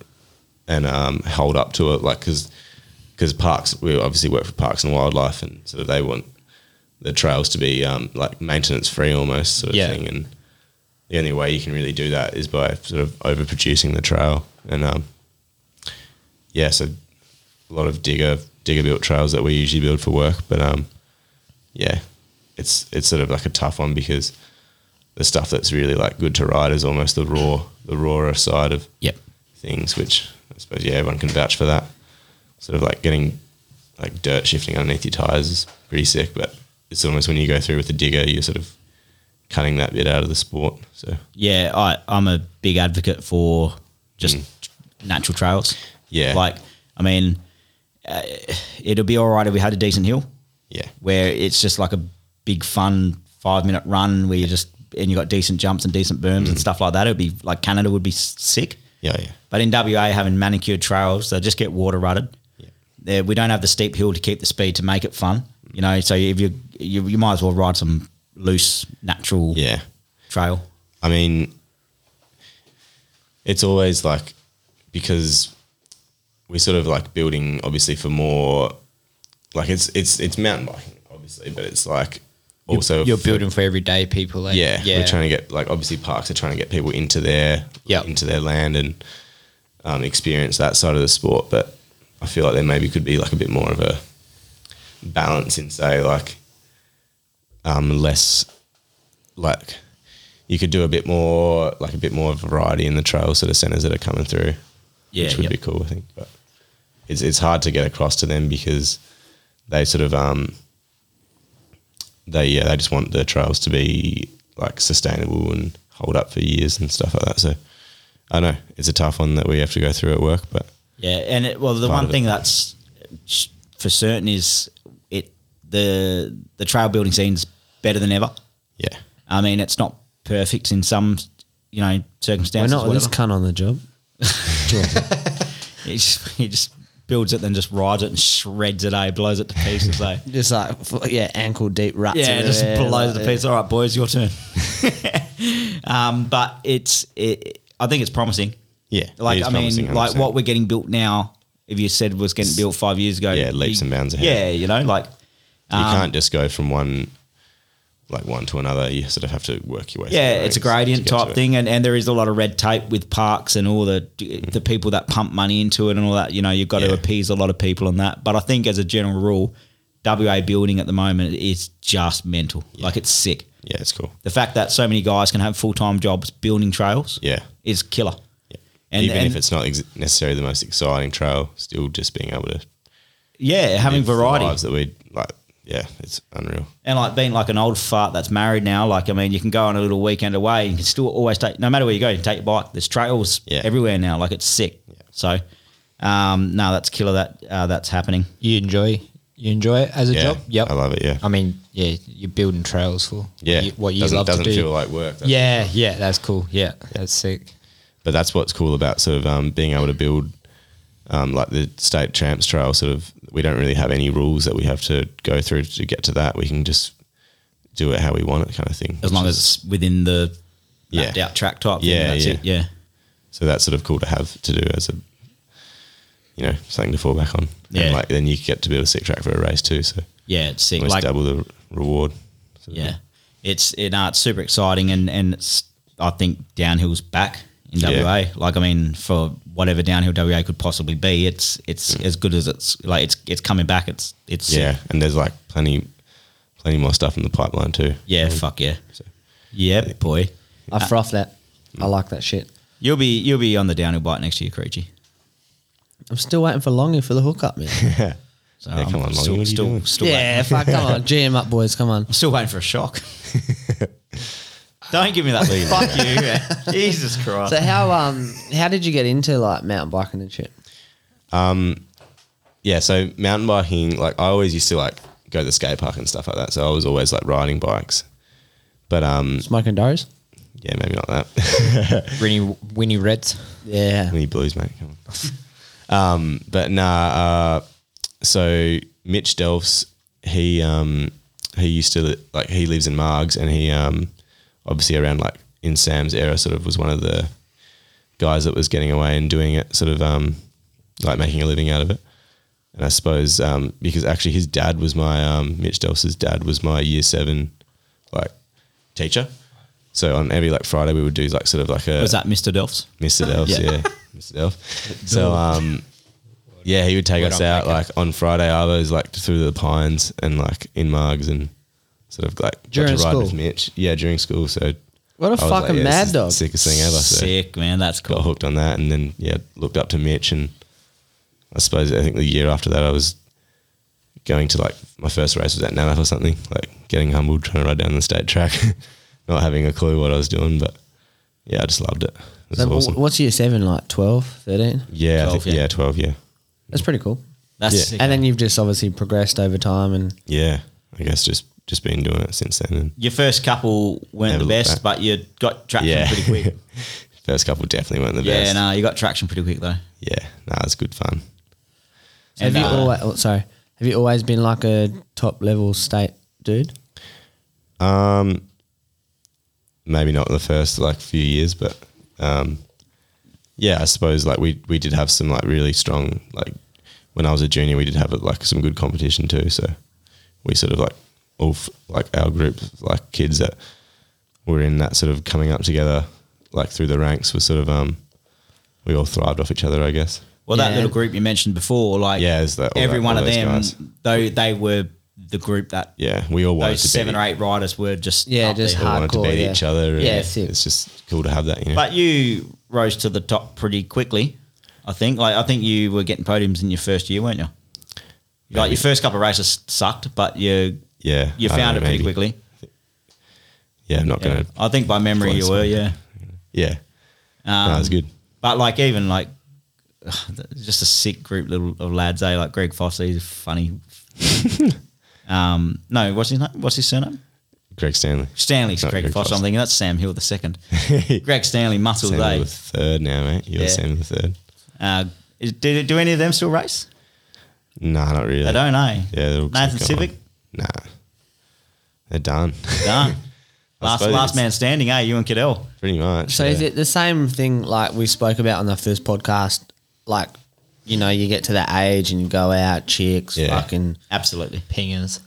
D: and um, hold up to it. Like because parks we obviously work for Parks and Wildlife and sort of they want the trails to be um, like maintenance free almost sort of
B: Yeah.
D: thing and. The only way you can really do that is by sort of overproducing the trail, and um, yeah, so a lot of digger digger built trails that we usually build for work. But um, yeah, it's it's sort of like a tough one because the stuff that's really like good to ride is almost the raw the rawer side of
B: Yep.
D: things, which I suppose yeah everyone can vouch for that. Sort of like getting like dirt shifting underneath your tires is pretty sick, but it's almost when you go through with the digger, you're sort of cutting that bit out of the sport. So
A: yeah, I, I'm a big advocate for just natural trails.
D: Mm. Yeah.
A: Like, I mean, uh, it'll be all right if we had a decent hill
D: yeah,
A: where it's just like a big fun five minute run where you just, and you got decent jumps and decent berms and stuff like that. It'd be like Canada would be s- sick.
D: Mm. yeah, yeah,
A: But in WA, having manicured trails, they just get water rutted. There- We don't have the steep hill to keep the speed to make it fun. You know, so if you you, you might as well ride some loose natural
D: yeah.
A: trail.
D: I mean, it's always like because we're sort of like building obviously for more like it's it's it's mountain biking obviously, but it's like also
B: You're building for everyday people. Like,
D: yeah,
B: Yeah.
D: we're trying to get like obviously parks are trying to get people into their
B: Yep.
D: into their land and um, experience that side of the sport. But I feel like there maybe could be like a bit more of a balance in say like um, less like you could do a bit more like a bit more variety in the trail sort of centres that are coming through,
A: Yeah,
D: which would
A: yep.
D: be cool I think. But it's it's hard to get across to them because they sort of um, they yeah they just want the trails to be like sustainable and hold up for years and stuff like that. So I know it's a tough one that we have to go through at work, but
A: Yeah, and it, well, the
D: Part
A: one
D: of it.
A: thing that's sh- for certain is it the the trail building scene's better than ever.
D: yeah,
A: I mean, it's not perfect in some you know
C: We're
A: circumstances.
C: not with this
A: whatever.
C: cunt on the job.
A: He just, he just builds it, then just rides it and shreds it. Eh? blows it to pieces. Eh?
C: Just like f- yeah, ankle deep ruts.
A: Yeah, it just
C: everywhere,
A: blows
C: like,
A: the piece. All right, boys, your turn. um, but it's, it, I think it's promising.
D: yeah. it
A: Like
D: is
A: I mean,
D: promising,
A: like
D: 100%.
A: what we're getting built now. If you said was getting built five years ago,
D: Yeah, leaps
A: you-
D: and bounds ahead.
A: Yeah, you know, like
D: you
A: um,
D: can't just go from one like one to another. You sort of have to work your way.
A: yeah,
D: through
A: it's a
D: the ranks to
A: gradient
D: get to
A: type
D: it.
A: thing, and, and there is a lot of red tape with parks and all the the people that pump money into it and all that. You know, you've got to
D: Yeah.
A: appease a lot of people on that. But I think as a general rule, WA building at the moment is just mental. Like it's sick.
D: Yeah, it's cool.
A: The fact that so many guys can have full time jobs building trails,
D: Yeah.
A: is killer.
D: Yeah.
A: And-
D: Even
A: and-
D: if it's not ex- necessarily the most exciting trail, still just being able to
A: Yeah, having
D: live the
A: variety.
D: lives that we like. Yeah, it's unreal.
A: And like being like an old fart that's married now, like I mean, you can go on a little weekend away and you can still always take, no matter where you go, you can take your bike. There's trails
D: Yeah.
A: everywhere now, like it's sick. So, um, no, that's killer that uh, that's happening.
B: You enjoy you enjoy it as a
D: Yeah,
B: job. Yep.
D: I love it. Yeah,
B: I mean, yeah, you're building trails for
D: yeah.
B: what you, what you
D: doesn't,
B: love
D: doesn't
B: to do.
D: feel like work. That's-
B: yeah, yeah, that's cool. Yeah, that's sick.
D: but that's what's cool about sort of um, being able to build um, like the state champs trail sort of we don't really have any rules that we have to go through to get to that we can just do it how we want it kind of thing
A: As long
D: which
A: as
D: is-
A: it's within the
D: Yeah.
A: mapped out track type.
D: Yeah,
A: Yeah, that's
D: yeah.
A: it. Yeah.
D: so that's sort of cool to have to do as a you know something to fall back on
A: Yeah.
D: and like then you get to build a sick track for a race too so
A: Yeah, it's sick.
D: almost
A: Like,
D: double the reward So,
A: yeah, it's it, no, it's super exciting, and and it's I think downhill's back in WA.
D: Yeah.
A: Like I mean, for whatever downhill WA could possibly be, it's it's as good as it's like it's it's coming back. It's it's sick.
D: Mm. yeah and there's like plenty plenty more stuff in the pipeline too
A: Yeah, fuck yeah. Yeah, boy.
C: I froth that. I like that shit.
A: You'll be you'll be on the downhill bike next year, Creechy.
C: I'm still waiting for Longy for the hookup, man.
A: So
D: Yeah, come on, Longy,
A: still
D: what are you
A: still,
D: doing?
A: still waiting.
C: yeah, fuck, come on, GM up, boys, come on.
A: I'm still waiting for a shock. Don't give me that. fuck you. yeah. Jesus Christ.
C: So how um how did you get into like mountain biking and shit?
D: yeah, so mountain biking, like I always used to like go to the skate park and stuff like that. So I was always like riding bikes. But um
C: Smoking doors?
D: Yeah, maybe not that.
B: Winnie, Winnie Reds.
C: Yeah.
D: Any blues, mate. Come on. um, but nah. Uh, so Mitch Delfs, he um, he used to li- like he lives in Margs, and he um, obviously around like in Sam's era, sort of was one of the guys that was getting away and doing it, sort of um, like making a living out of it. And I suppose um, because actually his dad was my um, Mitch Delfs's dad was my year seven like teacher. So on every like Friday we would do like sort of like a
A: Was that Mr. Delphs?
D: Mr. Delphs,
A: Yeah.
D: yeah. Mr. Delph. So, um, yeah, he would take us out like on Friday arvos, like through the pines and like in Margs and sort of like got
C: During
D: to ride with
C: school?
D: Mitch. Yeah, during school. So
C: What a
D: I was like,
C: fucking
D: yeah, this
C: mad
D: is
C: dog.
D: the sickest thing ever. So
A: Sick, man. That's
D: got
A: cool.
D: hooked on that, and then yeah, looked up to Mitch, and I suppose I think the year after that I was going to like my first race was at Nanath or something, like getting humbled trying to ride down the state track, not having a clue what I was doing, but yeah, I just loved it. It was
C: So wh-
D: awesome.
C: What's year seven like? 12, 13?
D: Yeah,
A: 12,
D: I think,
A: yeah.
D: yeah. twelve. Yeah,
C: That's pretty cool.
A: That's
D: Yeah.
A: sick.
C: And then you've just obviously progressed over time and
D: yeah. I guess just just been doing it since then. And
A: your first couple weren't
D: Never
A: the
D: looked
A: best,
D: back.
A: but you got traction
D: yeah,
A: pretty quick.
D: First couple definitely weren't the
A: yeah,
D: best.
A: no, you got traction pretty quick though.
D: Yeah, no, it's good fun.
C: So have
A: And,
C: you
A: uh,
C: always? Oh, sorry, have you always been like a top level state dude?
D: Um, maybe not the first like few years, but um, yeah, I suppose like we we did have some like really strong like when I was a junior, we did have like some good competition too. So we sort of like all f- like our group like kids that were in that sort of coming up together like through the ranks was sort of um we all thrived off each other, I guess.
A: Well, that
C: Yeah.
A: little group you mentioned before, like
D: Yeah, it's that- all
A: every
D: that-
A: one
D: all
A: of
D: those
A: them,
D: guys.
A: though they were the group that
D: Yeah, we all wanted
A: those
D: to
A: seven
D: be,
A: or eight riders were just
C: Yeah,
A: up
C: just
A: there.
D: all wanted to
C: hardcore,
D: beat
C: yeah.
D: each other. and
C: Yeah, sick.
D: it's just cool to have that. You know?
A: But you rose to the top pretty quickly, I think. Like I think you were getting podiums in your first year, weren't you? Like
D: Maybe.
A: your first couple of races sucked, but you
D: yeah,
A: you
D: I don't
A: found
D: know,
A: it pretty
D: maybe.
A: quickly.
D: Yeah, I'm not
A: Yeah.
D: gonna.
A: I think by memory you
D: Close.
A: were, yeah.
D: Yeah,
A: Um,
D: no, it's good.
A: But like even like just a sick group little of lads, eh? Like Greg Fossey is funny. um, no, what's his name? What's his surname?
D: Greg Stanley.
A: Stanley's
D: Not
A: Greg,
D: Greg
A: Foss. I'm
D: Foss.
A: thinking that's Sam Hill the second. Greg Stanley muscle
D: Stanley
A: day.
D: the third now, mate. You're
A: Yeah.
D: Stanley the third.
A: Uh, is, do, do any of them still race?
D: Nah, not really.
A: They don't, eh?
D: Yeah, they're all
A: Nathan
D: gone.
A: Civic?
D: Nah, they're done.
A: Done.
D: I
A: last
D: suppose
A: last
D: it's-
A: man standing, eh? You and Cadell.
D: Pretty much.
C: So
D: yeah.
C: is it the same thing like we spoke about on the first podcast? Like, you know, you get to that age and you go out, chicks,
D: Yeah.
C: fucking
A: Absolutely.
B: Pingers.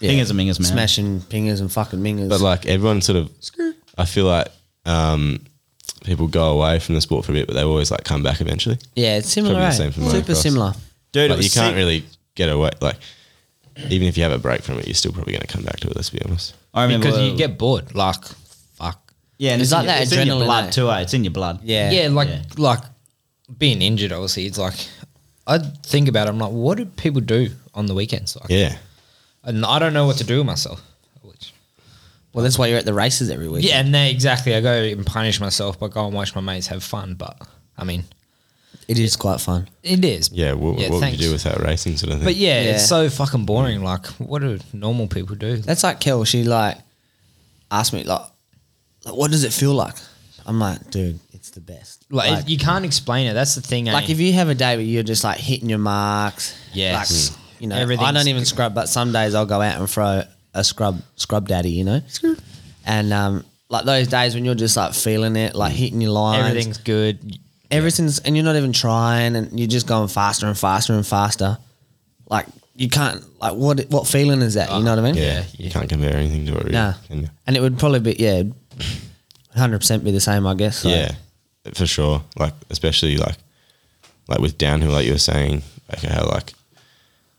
C: yeah,
A: Pingers and mingers, man.
C: smashing pingers and fucking mingers.
D: But like everyone sort of, I feel like um, people go away from the sport for a bit, but they always like come back eventually.
C: yeah, it's similar,
D: probably the
C: right?
D: same for
C: Super
D: motocross.
C: similar.
A: Dude, it
D: Like,
A: was
D: you can't
A: sick.
D: really get away. Like even if you have a break from it, you're still probably going to come back to it. Let's be honest.
A: I remember
B: Because you get bored. Like, fuck.
A: yeah, and
C: It's
A: it's,
C: like
A: in your,
C: that
A: it's in your
C: adrenaline,
A: blood
C: eh?
A: too. Eh? It's in your blood.
C: Yeah,
B: yeah, like
A: yeah.
B: like being injured. Obviously, it's like I think about. It, I'm like, what do people do on the weekends? Like,
D: Yeah.
B: and I don't know what to do with myself. Which,
C: Well, that's why you're at the races every week.
B: yeah, and then exactly. I go and punish myself, but go and watch my mates have fun. But I mean,
C: it is quite fun.
B: it is.
D: Yeah. What,
B: Yeah,
D: what would
B: thanks.
D: you do without racing sort of thing?
B: But yeah,
C: Yeah.
B: it's so fucking boring. Like, what do normal people do?
C: That's like Kel. She like asked me like, like, what does it feel like? I'm like, dude, it's the best.
B: Like, you can't explain it. That's the thing. eh?
C: Like if you have a day where you're just like hitting your marks,
B: Yes.
C: like, you know,
B: Mm. Everything's
C: I don't even scrub, but some days I'll go out and throw a scrub, scrub daddy, you know, and um, like those days when you're just like feeling it, like hitting your lines,
B: everything's good.
C: everything's, and you're not even trying, and you're just going faster and faster and faster, like you can't, like what, what feeling is that? You know what I mean?
D: yeah, you can't compare anything to it. Really,
C: Nah.
D: can you?
C: And it would probably be, yeah, 100% be the same, I guess. so.
D: Yeah, for sure. Like especially like like with downhill, like you were saying, like how like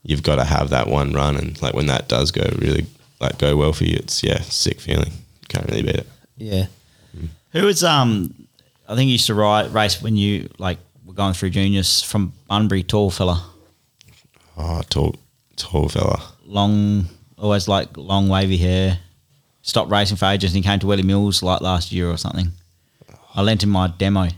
D: you've got to have that one run, and like when that does go really like go well for you, it's yeah, sick feeling. Can't really beat it.
C: Yeah.
A: Who was um? I think you used to ride race when you like were going through juniors from Bunbury, tall fella,
D: Oh, tall, tall fella.
A: long, always like long wavy hair. Stopped racing for ages, and he came to Welly Mills like last year or something. I lent him my demo.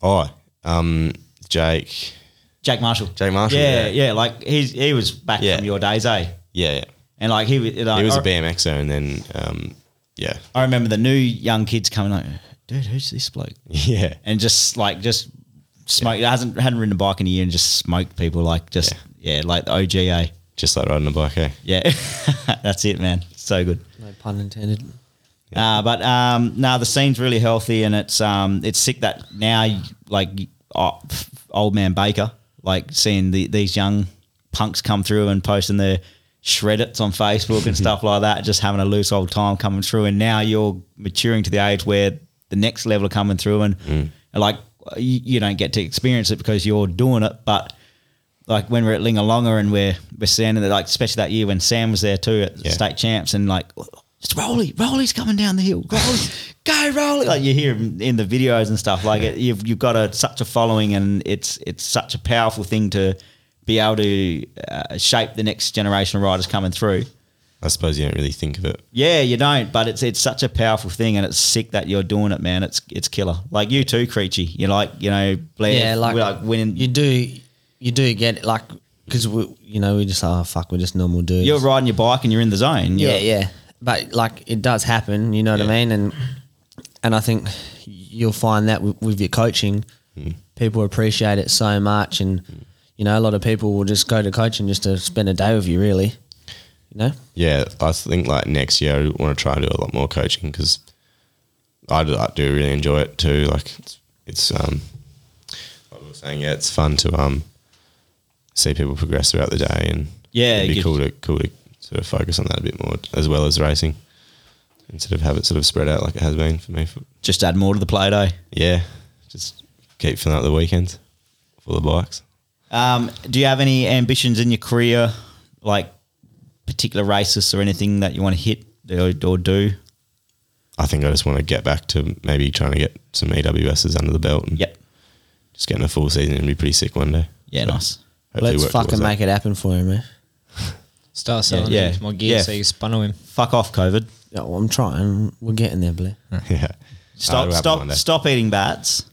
D: Oh, um, Jake.
A: Jake Marshall.
D: Jake Marshall,
A: Yeah, yeah.
D: yeah.
A: like he's he was back
D: Yeah.
A: from your days, eh?
D: Yeah, yeah.
A: And like he was, like,
D: He was a
A: I-
D: BMXer, and then um, yeah,
A: I remember the new young kids coming like, dude, who's this bloke?
D: yeah,
A: And just like just smoke. hasn't hadn't ridden a bike in a year and just smoked people like just yeah, like the OGA.
D: just like riding a bike. Eh?
A: Yeah, that's it, man. So good.
C: No pun intended.
A: Uh, but um, no, the scene's really healthy, and it's um, it's sick that now you- like oh, pff, old man Baker, like seeing the, these young punks come through and posting their shreddits on Facebook and stuff like that, just having a loose old time coming through. And now you're maturing to the age where the next level are coming through, and, and like you, you don't get to experience it because you're doing it, but like when we're at Lingalonga and we're we're standing there, like especially that year when Sam was there too at
D: Yeah.
A: state champs, and like it's Rolly, Rolly's coming down the hill, Rolly, go Rolly! Like you hear him in the videos and stuff. Like it, you've you've got a such a following, and it's it's such a powerful thing to be able to uh, shape the next generation of riders coming through.
D: I suppose you don't really think of it.
A: Yeah, you don't, but it's it's such a powerful thing, and it's sick that you're doing it, man. It's it's killer. Like you too, Creechy. You like you know Blair,
C: Yeah, like,
A: we're like winning.
C: You do, you do get it, like because we, you know, we just oh fuck, we're just normal dudes.
A: You're riding your bike and you're in the zone. You're-
C: Yeah, yeah. But like it does happen, you know what I mean? And and I think you'll find that with, with your coaching,
D: Hmm.
C: people appreciate it so much, and you know a lot of people will just go to coaching just to spend a day with you, really. You know,
D: Yeah, I think like next year I want to try and do a lot more coaching because I do, I do really enjoy it too. Like it's, it's um, like we were saying, yeah, it's fun to um, see people progress throughout the day, and
A: Yeah, it
D: it'd be
A: gives-
D: cool to cool to sort of focus on that a bit more as well as racing, instead of have it sort of spread out like it has been for me. For,
A: just add more to the play doh.
D: yeah, just keep filling up the weekends full of bikes.
A: Um, do you have any ambitions in your career, like particular races or anything that you want to hit or, or do?
D: I think I just want to get back to maybe trying to get some EWSs under the belt and
A: Yep.
D: just getting a full season and be pretty sick one day.
A: Yeah,
D: So-
A: nice.
D: Hopefully
C: let's
D: work towards
C: fucking
D: that.
C: make it happen for him, man.
B: Start selling
A: yeah.
B: him my gear
A: Yeah.
B: so you spun on him.
A: Fuck off, COVID.
C: Yeah, well, I'm trying. We're getting there, Blair.
D: yeah. That'll
A: Stop,
D: happen one
A: stop,
D: day.
A: stop eating bats,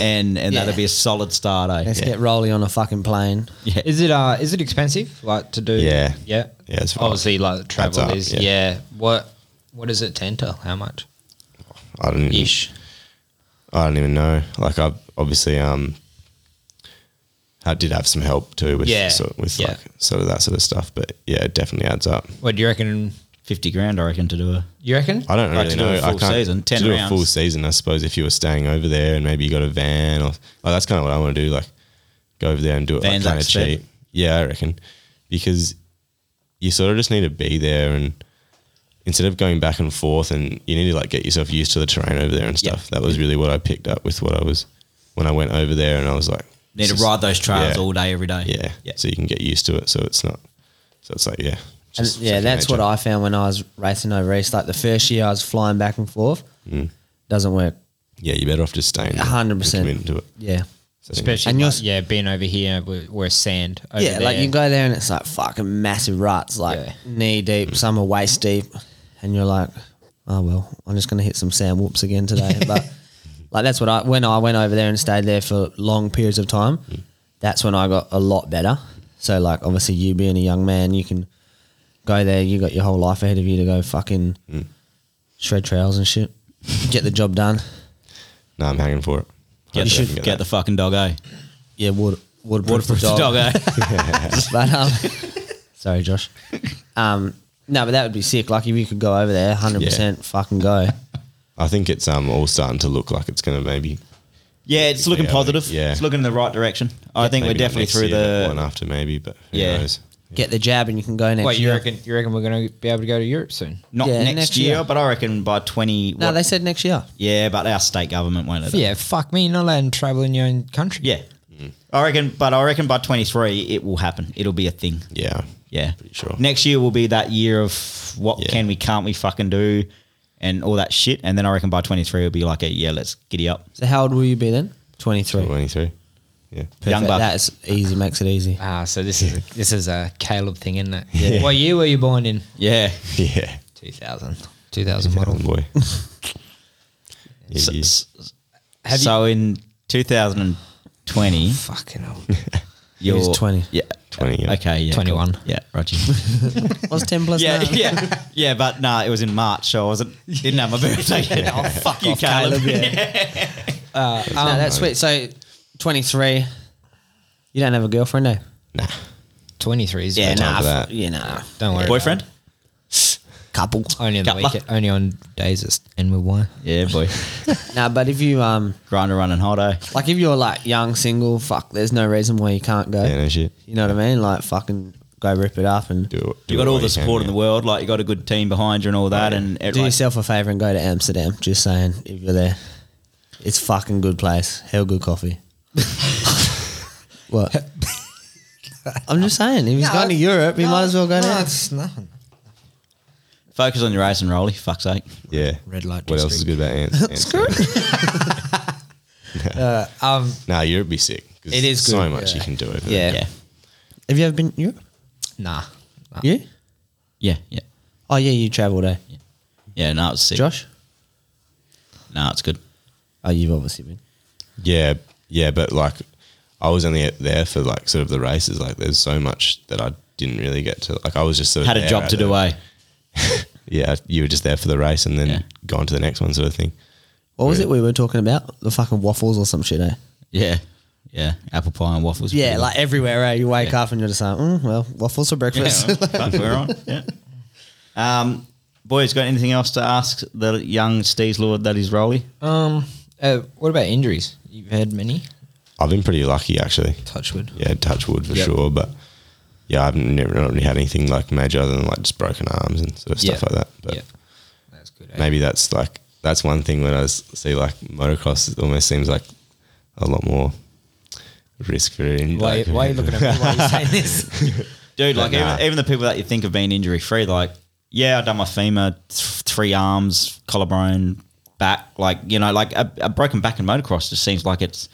A: and and
C: Yeah.
A: that'll be a solid start, eh?
C: Let's get Rolly on a fucking plane.
A: Yeah.
B: Is it uh is it expensive like to do?
D: Yeah.
B: yeah,
D: Yeah, it's fine.
B: Obviously, like the travel
D: up,
B: is.
D: yeah.
B: Yeah. what what is it tenter? How much
D: I don't even,
B: ish?
D: I don't even know. Like I obviously um I did have some help too with
B: Yeah.
D: sort with
B: Yeah.
D: like sort of that sort of stuff, but yeah, it definitely adds up.
B: What do you reckon?
A: Fifty grand, I reckon, to do a.
B: You reckon?
D: I don't
A: Like,
D: really
A: to do
D: know.
A: a
D: I
A: full
D: can't
A: season, 10
D: to do a
A: rounds.
D: full season. I suppose if you were staying over there and maybe you got a van or like that's kind of what I want to do. Like go over there and do it like,
A: Van's
D: kind of
A: expensive.
D: cheap. Yeah, I reckon because you sort of just need to be there and instead of going back and forth and you need to like get yourself used to the terrain over there and
A: Yeah.
D: stuff. That was really what I picked up with what I was when I went over there and I was like
A: Need to
D: this is-
A: ride those trails
D: yeah.
A: all day, every day.
D: Yeah,
A: yeah.
D: so you can get used to it. So it's not. So it's like yeah.
C: And
D: just
C: yeah,
D: second
C: that's what
D: nature.
C: I found when I was racing over East. Like the first year I was flying back and forth.
D: Hmm.
C: Doesn't work.
D: Yeah, you're better off just staying. there and
C: 100%.
D: committing to it.
C: Yeah.
D: So I think-
B: Especially,
C: And
B: like,
C: you're-
B: yeah, being over here, we're, we're sand. Over
C: yeah, like
B: there.
C: you go there and it's like fucking massive ruts, like
B: Yeah.
C: knee deep, some are waist deep, and you're like, oh well, I'm just gonna hit some sand whoops again today. but like that's what I when I went over there and stayed there for long periods of time, that's when I got a lot better. So like obviously you being a young man, you can go there, you got your whole life ahead of you to go fucking shred trails and shit, get the job done.
D: No, I'm hanging for it.
A: Get,
D: Hopefully I
A: the,
D: can
A: get,
D: that.
A: the fucking dog, eh?
C: Yeah, water, waterproof,
A: Waterproof the dog, eh?
C: but um, sorry, Josh. Um, no, but that would be sick. Like if you could go over there, hundred percent, fucking go.
D: I think it's um all starting to look like it's going to maybe.
A: yeah, it's looking
D: Yeah,
A: positive.
D: yeah.
A: it's looking in the right direction. I think we're
D: maybe not
A: definitely
D: next
A: through
D: year, but
A: the
D: one after maybe, but who
A: Yeah.
D: knows?
C: Get the jab and you can go next
B: Wait, you
C: year.
B: reckon? You reckon we're gonna be able to go to Europe soon?
A: not
C: Yeah,
A: next,
C: next
A: year,
C: year.
A: but I reckon by twenty.
C: No,
A: what-
C: they said next year.
A: yeah, but our state government won't let it.
B: Yeah, fuck me, you're not allowed to travel in your own country.
A: Yeah.
D: Mm.
A: I reckon, but I reckon by 23, it will happen. It'll be a thing.
D: Yeah,
A: Yeah.
D: Pretty sure.
A: Next year will be that year of what
D: Yeah.
A: can we, can't we fucking do and all that shit. And then I reckon by 23, it'll be like a, yeah, let's giddy up.
C: So how old will you be then? Twenty three.
D: twenty three. Yeah,
A: Young buck.
C: That's easy. Makes it easy.
B: Ah, so this is this is a Caleb thing, isn't it? Yeah. What year were you born in?
A: Yeah.
D: yeah.
B: 2000. 2000 model.
D: Model boy. yeah,
A: So,
D: you-
A: s-
B: Have
A: so in 2020,
B: Fucking hell.
A: you're
C: 20.
A: Yeah.
D: Twenty. Yeah.
A: Okay, yeah. cool.
B: 21.
A: Yeah, Roger.
C: What's ten plus
A: Yeah,
C: nine?
A: yeah, yeah, but no, it was in March, so I wasn't didn't have my birthday yet. Oh fuck you, Caleb!
C: No, that's sweet. So, twenty three. You don't have a girlfriend, no?
D: Nah.
B: 23 is
C: Yeah,
B: good.
D: time
C: nah.
D: for
C: f-
D: that.
C: Yeah, nah.
B: Don't worry.
A: Boyfriend?
C: Couple.
B: Only on the
A: Cutler.
B: weekend, only on days that end with Y.
A: Yeah, boy.
C: Nah, but if you um,
A: Grinder running hot, eh?
C: like, if you're like young, single, fuck, there's no reason why you can't go.
D: Yeah. No shit.
C: You know what I mean? Like, fucking go rip it up and
D: Do
C: do,
D: it. do
A: You got
D: it
A: all
D: while
A: the
D: can,
A: support in
D: yeah.
A: the world, like you got a good team behind you and all that, and it, like,
C: yourself a favor and go to Amsterdam. Just saying, if you're there, it's fucking good place. Hell, good coffee. what? I'm just saying, if he's going to Europe, he might as well go
B: No,
C: now.
B: it's nothing.
A: focus on your racing, Rolly. Fuck's sake.
D: Yeah.
B: Red light
D: What else is good about ants? ants
A: Uh,
B: Um,
D: nah, Europe be sick. 'cause
C: It is
D: so
C: good,
D: much you can do over there.
C: Yeah.
A: Yeah,
C: Have you ever been to Europe?
B: nah. Nah.
C: You?
A: yeah, yeah,
C: Oh yeah, you travelled, eh?
A: yeah. No, it's sick.
C: Josh?
A: No, it's good.
C: Oh, you've obviously been.
D: Yeah, yeah, but like I was only there for like sort of the races. Like there's so much that I didn't really get to. Like I was just sort of
A: Had a
D: there
A: job
D: at
A: to do,
D: the-
A: eh?
D: Yeah, you were just there for the race and then
A: Yeah.
D: gone to the next one, sort of thing.
C: What was it we were talking about? The fucking waffles or some shit, eh?
A: Yeah, yeah. Apple pie and waffles.
C: Yeah, like everywhere, eh? You wake up and you're just like, mm, well, waffles for breakfast.
A: Yeah, fuck, we're on. Yeah. Um, boys, got anything else to ask the young Steez Lord that is Rolly?
B: Um, uh, what about injuries? You've had many.
D: I've been pretty lucky actually.
B: Touchwood.
D: Yeah, touch wood for
B: Yep.
D: sure. But yeah, I've never not really had anything like major other than like just broken arms and sort of stuff like that. But
B: yeah. That's good. eh?
D: maybe that's like that's one thing when I s- see like motocross, it almost seems like a lot more risk for it.
B: Why, why are you looking at me while you're saying this?
A: Dude, like
D: But nah.
A: even, even the people that you think have been injury free, like, yeah, I've done my femur, th- three arms, collarbone, back. Like, you know, like a, a broken back in motocross just seems like it's,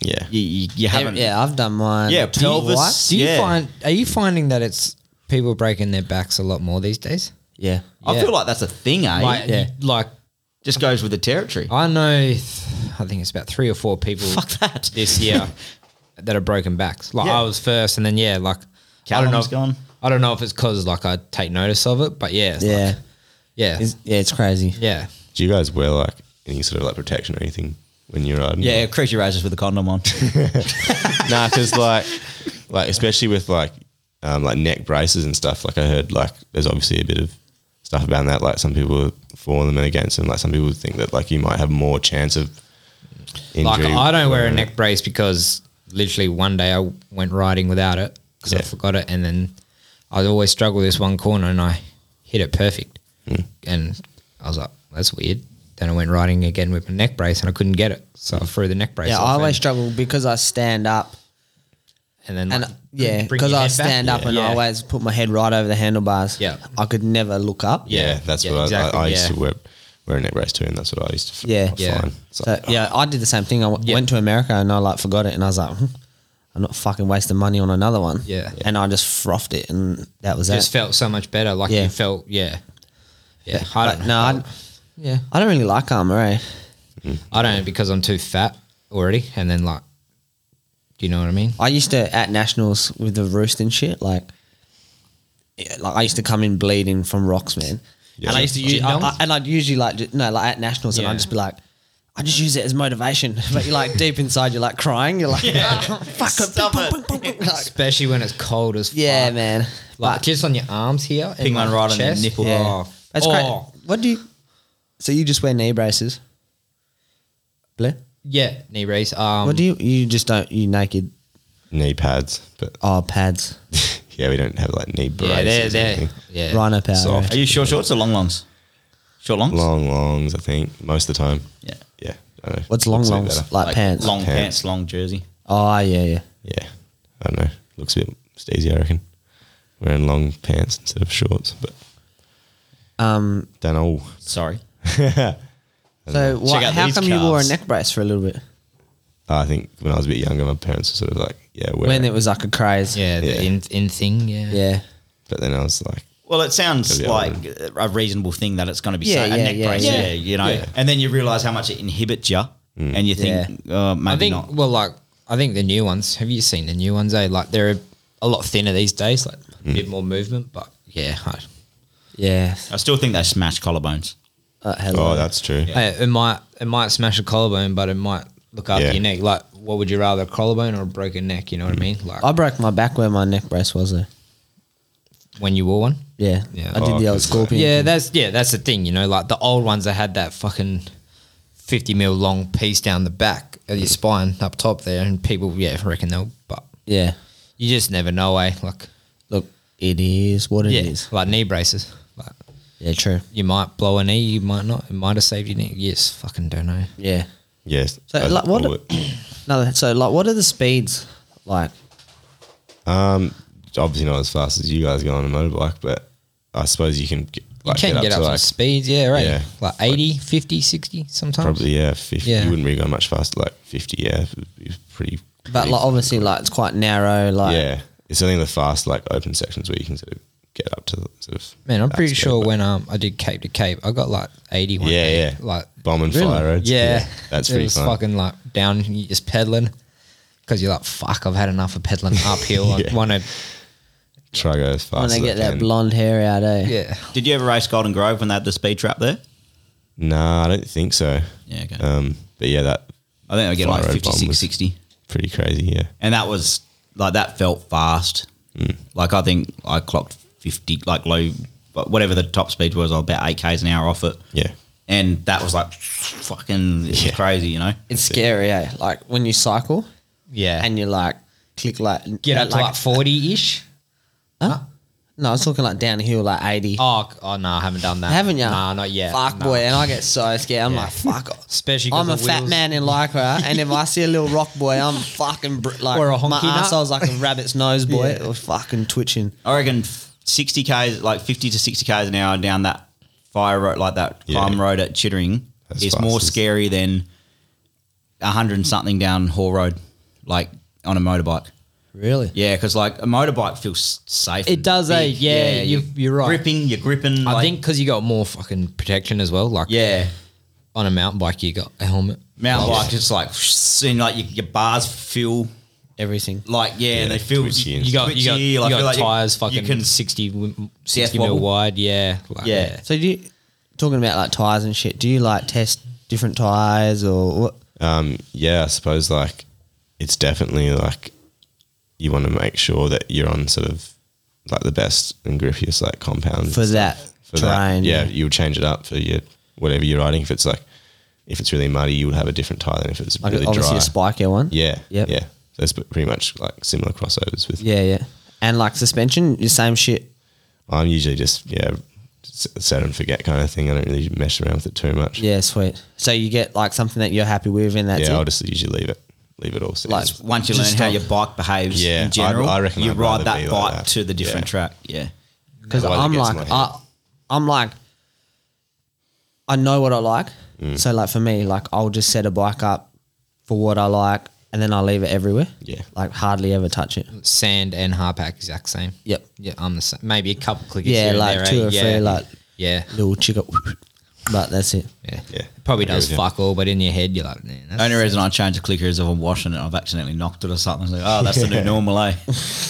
D: Yeah,
A: you, you, you haven't.
C: yeah, I've done mine.
A: Yeah, pelvis.
C: What?
B: Do you
A: Yeah.
B: find? Are you finding that it's people breaking their backs a lot more these days?
C: Yeah.
A: I
B: yeah.
A: feel like that's a thing, eh?
B: Like,
C: yeah.
B: like
A: Just goes with the territory.
B: I know, th- I think it's about three or four people
A: Fuck that.
B: this year that are broken backs. Like
A: Yeah.
B: I was first, and then yeah, like I
A: Callum's
B: don't know.
A: gone.
B: I don't know if it's because like I take notice of it, but yeah, it's like-
C: Yeah.
B: yeah,
C: It's, yeah, it's crazy.
B: yeah.
D: do you guys wear like any sort of like protection or anything when you're riding?
A: Yeah, creature races with a condom on.
D: nah, because like, like especially with like, um, like neck braces and stuff. Like I heard like there's obviously a bit of stuff about that. Like some people are for them and against them. Like some people think that like you might have more chance of injury.
B: Like I don't wear a neck brace because literally one day I went riding without it because I
D: Yeah.
B: forgot it, and then I always struggle with this one corner, and I hit it perfect,
D: Hmm.
B: and I was like, "That's weird." Then I went riding again with my neck brace, and I couldn't get it, so I threw the neck brace.
C: Yeah,
B: off
C: I always
B: and-
C: struggle because I stand up
B: and then
C: and
B: like,
C: yeah,
B: bring
C: because
B: your
C: I
B: head back.
C: stand up and I
B: Yeah.
C: always put my head right over the handlebars.
B: Yeah.
C: I could never look up.
D: Yeah, that's
B: Yeah,
D: what
B: exactly,
D: I, I, I used
B: yeah.
D: to wear wear a neck brace too, and that's what I used to. f-
C: Yeah.
B: Yeah.
D: find. It's
C: So
D: like,
C: yeah, I did the same thing. I w-
B: Yeah.
C: went to America and I like forgot it, and I was like, hmm, I'm not fucking wasting money on another one.
B: Yeah.
C: and I just frothed it, and that was
B: just
C: it.
B: felt so much better. Like
C: Yeah.
B: you felt, yeah, yeah. I
C: But
B: don't,
C: no, I,
B: yeah,
C: I don't really like armor. Eh?
B: I don't because I'm too fat already, and then like, do you know what I mean?
C: I used to at nationals with the roost and shit. Like, yeah, like I used to come in bleeding from rocks, man. And I used to
B: Do you
C: use, I,
B: know?
C: I- and I'd usually like ju- no, like at nationals, and
B: Yeah.
C: I'd just be like. I just use it as motivation, but you're like deep inside, you're like crying, you're like, fuck
A: Stop it.
C: it. Like,
B: Especially when it's cold as
C: yeah,
B: fuck.
C: man.
B: Like
C: But-
B: just on your arms here,
A: Ping one right on your
B: chest.
A: nipple.
C: Yeah.
B: Oh,
C: That's
B: oh.
C: great. What do you? So you just wear knee braces, Blair?
B: Yeah, knee brace. Um,
C: what do you? You just don't. You naked?
D: knee pads, but
C: Oh, pads,
D: yeah, we don't have like knee braces.
B: Yeah,
D: or
B: they're, they're,
D: anything.
B: yeah.
C: rhino powder.
D: Soft.
A: Are you short shorts or long longs? Short longs?
D: long longs. I think most of the time.
A: Yeah.
D: Yeah. I don't know.
C: What's long
D: Looks a bit
C: longs like,
D: better.
C: pants?
A: Long
D: Pants.
A: pants. long jersey.
C: Oh yeah, yeah.
D: Yeah. I don't know. Looks a bit steezy, I reckon. Wearing long pants instead of shorts, but
C: Um.
D: don't know.
A: Sorry.
C: So what,
A: out
C: how
A: these
C: come you wore a
A: calves.
C: neck brace for a little bit
D: I think when I was a bit younger, my parents were sort of like, yeah, wear
C: when
D: it.
C: it was like a craze?
B: Yeah, the
D: Yeah.
B: In, in thing. Yeah,
C: Yeah.
D: But then I was like,
A: Well, it sounds
D: Could be
A: like a reasonable thing that it's going to be
C: Yeah,
A: sa- a
C: yeah,
A: neck
C: yeah,
A: brace,
C: yeah.
A: yeah. you know. And then you realise how much it inhibits you, and you think, uh, maybe
B: I think
A: not.
B: well, like I think the new ones. Have you seen the new ones? Eh, like they're a lot thinner these days, like
A: Mm.
B: a bit more movement. But yeah, I,
C: Yeah.
A: I still think they smash collarbones.
C: Uh, hello.
D: Oh, that's true.
B: Hey, it might it might smash a collarbone, but it might look after
D: Yeah.
B: your neck. Like, what would you rather, a collarbone or a broken neck? You know what
A: Mm.
B: I mean? Like
C: I broke my back where my neck brace was though.
B: when you wore one.
C: Yeah.
B: Yeah.
C: I did
D: Oh,
C: the old
D: 'cause, uh,
C: scorpion.
B: Yeah, that's yeah, that's the thing. You know, like the old ones that had that fucking fifty mil long piece down the back of your spine up top there, and people yeah reckon they'll. But
C: Yeah.
B: you just never know, eh? Like
C: Look, it is what it
B: yeah,
C: is.
B: like knee braces. Like
C: Yeah, true.
B: you might blow a knee, you might not. It might have saved your knee. Yes, fucking don't know.
C: Yeah.
D: Yes.
C: So,
D: I-
C: like, what-
D: I would-
C: No, so like, what are the speeds like?
D: Um, obviously not as fast as you guys go on a motorbike, but I suppose you can get,
B: You
D: like,
B: can get, up,
D: to
B: to
D: like
B: speeds, yeah, right.
D: Yeah.
B: Like 80, 50, 60 sometimes.
D: probably yeah, 50.
B: Yeah.
D: You wouldn't really go much faster, like fifty. Yeah, it would be pretty.
C: But
D: pretty-
C: like, obviously, like it's quite narrow. Like,
D: yeah, it's only in the fast like open sections where you can sort of get up to sort of.
B: Man, I'm
D: that
B: pretty
D: speed,
B: sure
D: but-
B: when um I did Cape to Cape, I got like 81.
D: Yeah, yeah.
B: Like
D: Bomb and fire roads.
B: Yeah,
D: that's
B: it
D: pretty
B: was
D: fun.
B: fucking like down, you just pedaling because you're like, fuck, I've had enough of pedaling uphill. I
D: Yeah.
B: want to,
D: Try go as fast.
C: when
D: as
C: they
D: I
C: get that
D: can.
C: blonde hair out, eh?
B: yeah.
A: Did you ever race Golden Grove when they had the speed trap there?
D: Nah, I don't think so.
A: Yeah, okay.
D: Um, but yeah, that
A: I think they get like
D: Fire road bomb
A: 56,
D: was-
A: 60.
D: pretty crazy. Yeah,
A: And that was like, that felt fast. Like, I think I clocked 50, like low, but whatever the top speed was, I was about 8 Ks an hour off it.
D: yeah.
A: And that was like fucking it was
D: Yeah.
A: crazy, you know?
C: It's scary, eh? Like when you cycle
B: Yeah.
C: and you like click like
B: get up to like
C: like
B: 40 ish.
C: no, I was talking like downhill like eighty.
B: Oh, c- oh, no, I haven't done that.
C: Haven't you?
B: Nah, not yet.
C: Fuck
B: Nah.
C: boy, and I get so scared. I'm
B: Yeah.
C: like, fuck.
B: Especially 'cause
C: I'm a
B: the
C: fat
B: wheels-
C: man in lycra, and if I see a little rock boy, I'm fucking br- like
B: Or a honky
C: my
B: nut.
C: arsehole's like a rabbit's nose, boy.
B: Yeah.
C: It was fucking twitching.
A: I reckon 60 Ks, like 50 to 60 Ks an hour down that fire road, like that
D: Yeah.
A: climb road at Chittering
D: That's
A: is
D: fast,
A: more
D: isn't it?
A: scary than 100 and something down Hall Road, like on a motorbike.
C: Really?
A: Yeah, because like a motorbike feels safe.
B: It
A: and
B: does, eh?
A: big.
B: Yeah, you- you're right.
A: Gripping, you're gripping.
B: I
A: like-
B: think because you got more fucking protection as well. Like,
A: Yeah.
B: on a mountain bike, you got a helmet.
A: Mountain
B: Gloves.
A: bike, just like, seeing like your, your bars feel
C: Everything.
A: like, yeah, and
D: Yeah,
A: they feel
D: twitchy and
B: You got, you got,
A: twitchy,
B: you
A: I feel
B: got
A: like you-
B: tires
A: you
B: fucking
A: can-
B: 60, w- 60
A: Death
B: mil
A: wobble.
B: wide. Yeah. Like,
A: Yeah.
C: So do you talking about like tires and shit? Do you like test different tires or what?
D: Um, yeah, I suppose like it's definitely like you want to make sure that you're on sort of like the best and grippiest like compound
C: for that
D: for
C: terrain?
D: that. Yeah, you'll change it up for your whatever you're riding. If it's like if it's really muddy, you would have a different tire than if it's
C: like
D: really
C: obviously
D: dry.
C: a spikier one.
D: Yeah,
C: Yep.
D: yeah. So it's pretty much like similar crossovers with.
C: yeah, yeah. And like suspension, the same shit.
D: I'm usually just yeah, s- set and forget kind of thing. I don't really mess around with it too much.
C: Yeah, sweet. So you get like something that you're happy with, and that's
D: yeah. I'll
C: it.
D: just usually leave it, leave it all. set.
C: Like,
D: It's-
A: once you learn
C: Just
A: how
C: stop.
A: your bike behaves
D: Yeah,
A: in general,
D: I- I reckon
A: you
D: I'd
A: ride
D: rather
A: that
D: be
A: bike
D: like that.
A: to the different
D: Yeah.
A: track. Yeah.
C: Because
D: Otherwise it
C: I'm
D: gets in
C: like,
D: my head.
C: I, I'm like, I know what I like.
B: Mm.
C: So like for me, like I'll just set a bike up for what I like, and then I leave it everywhere.
D: Yeah.
C: like hardly ever touch it.
B: Sand and hard pack, exact same.
C: Yep.
B: Yeah, I'm the same. Maybe a couple clickers.
C: Yeah,
B: here and
C: like
B: there,
C: two
B: eh?
C: or
B: yeah.
C: three, like-
B: Yeah.
C: Little chicken, but that's it.
B: Yeah.
D: Yeah.
B: Probably
D: I agree
B: does
D: with you.
B: fuck all, but in your head, you're like, man, that's
A: The only reason I change the clicker is if I'm washing it and I've accidentally knocked it or something. It's like, oh, that's the new normal, eh?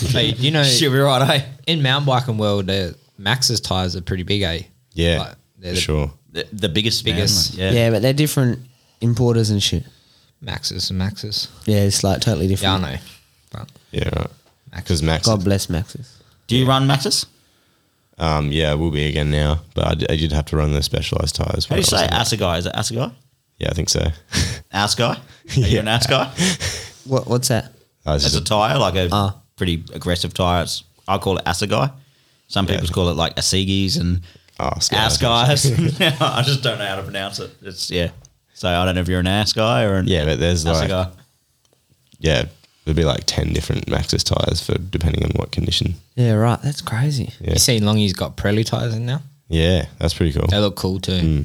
B: Hey, you know,
A: She'll be right, eh?
B: in mountain biking world, uh, Max's tires are pretty big, eh?
D: yeah,
B: Like, they're
D: for
B: the
D: sure.
A: The, the biggest, man,
B: Biggest.
A: like,
C: Yeah.
A: yeah.
C: but they're different importers and shit.
B: Max's and Max's.
C: Yeah, it's like totally
B: Yeah, I
C: different.
B: know. But
D: Yeah, right. Because Max,
C: God bless Maxis.
A: Do you run Maxis?
D: um, yeah, will be again now. But I, d- I did have to run the specialized tires.
A: How do
D: when
A: you
D: I
A: say
D: was in-
A: Assegai? Is it Assegai?
D: Yeah, I think so.
A: Assegai? Are you an Assegai?
C: What? What's that?
D: I was
A: It's a
D: just,
A: tyre, like a
D: Uh.
C: Ah.
A: pretty aggressive tyre. It's, I call it Assegai. Some
D: Yeah.
A: people call it like Assigis and
D: oh, Sky.
A: Asgais. I just don't know how to pronounce it. It's, yeah. So I don't know if you're an ass guy or an
D: Yeah, but there's like
A: Assegai.
D: yeah, there'd be like ten different Maxis tires for depending on what condition.
C: Yeah, right. That's crazy.
D: Yeah.
B: you seen Longy's got Pirelli tires in now?
D: Yeah, that's pretty cool.
B: They look cool too.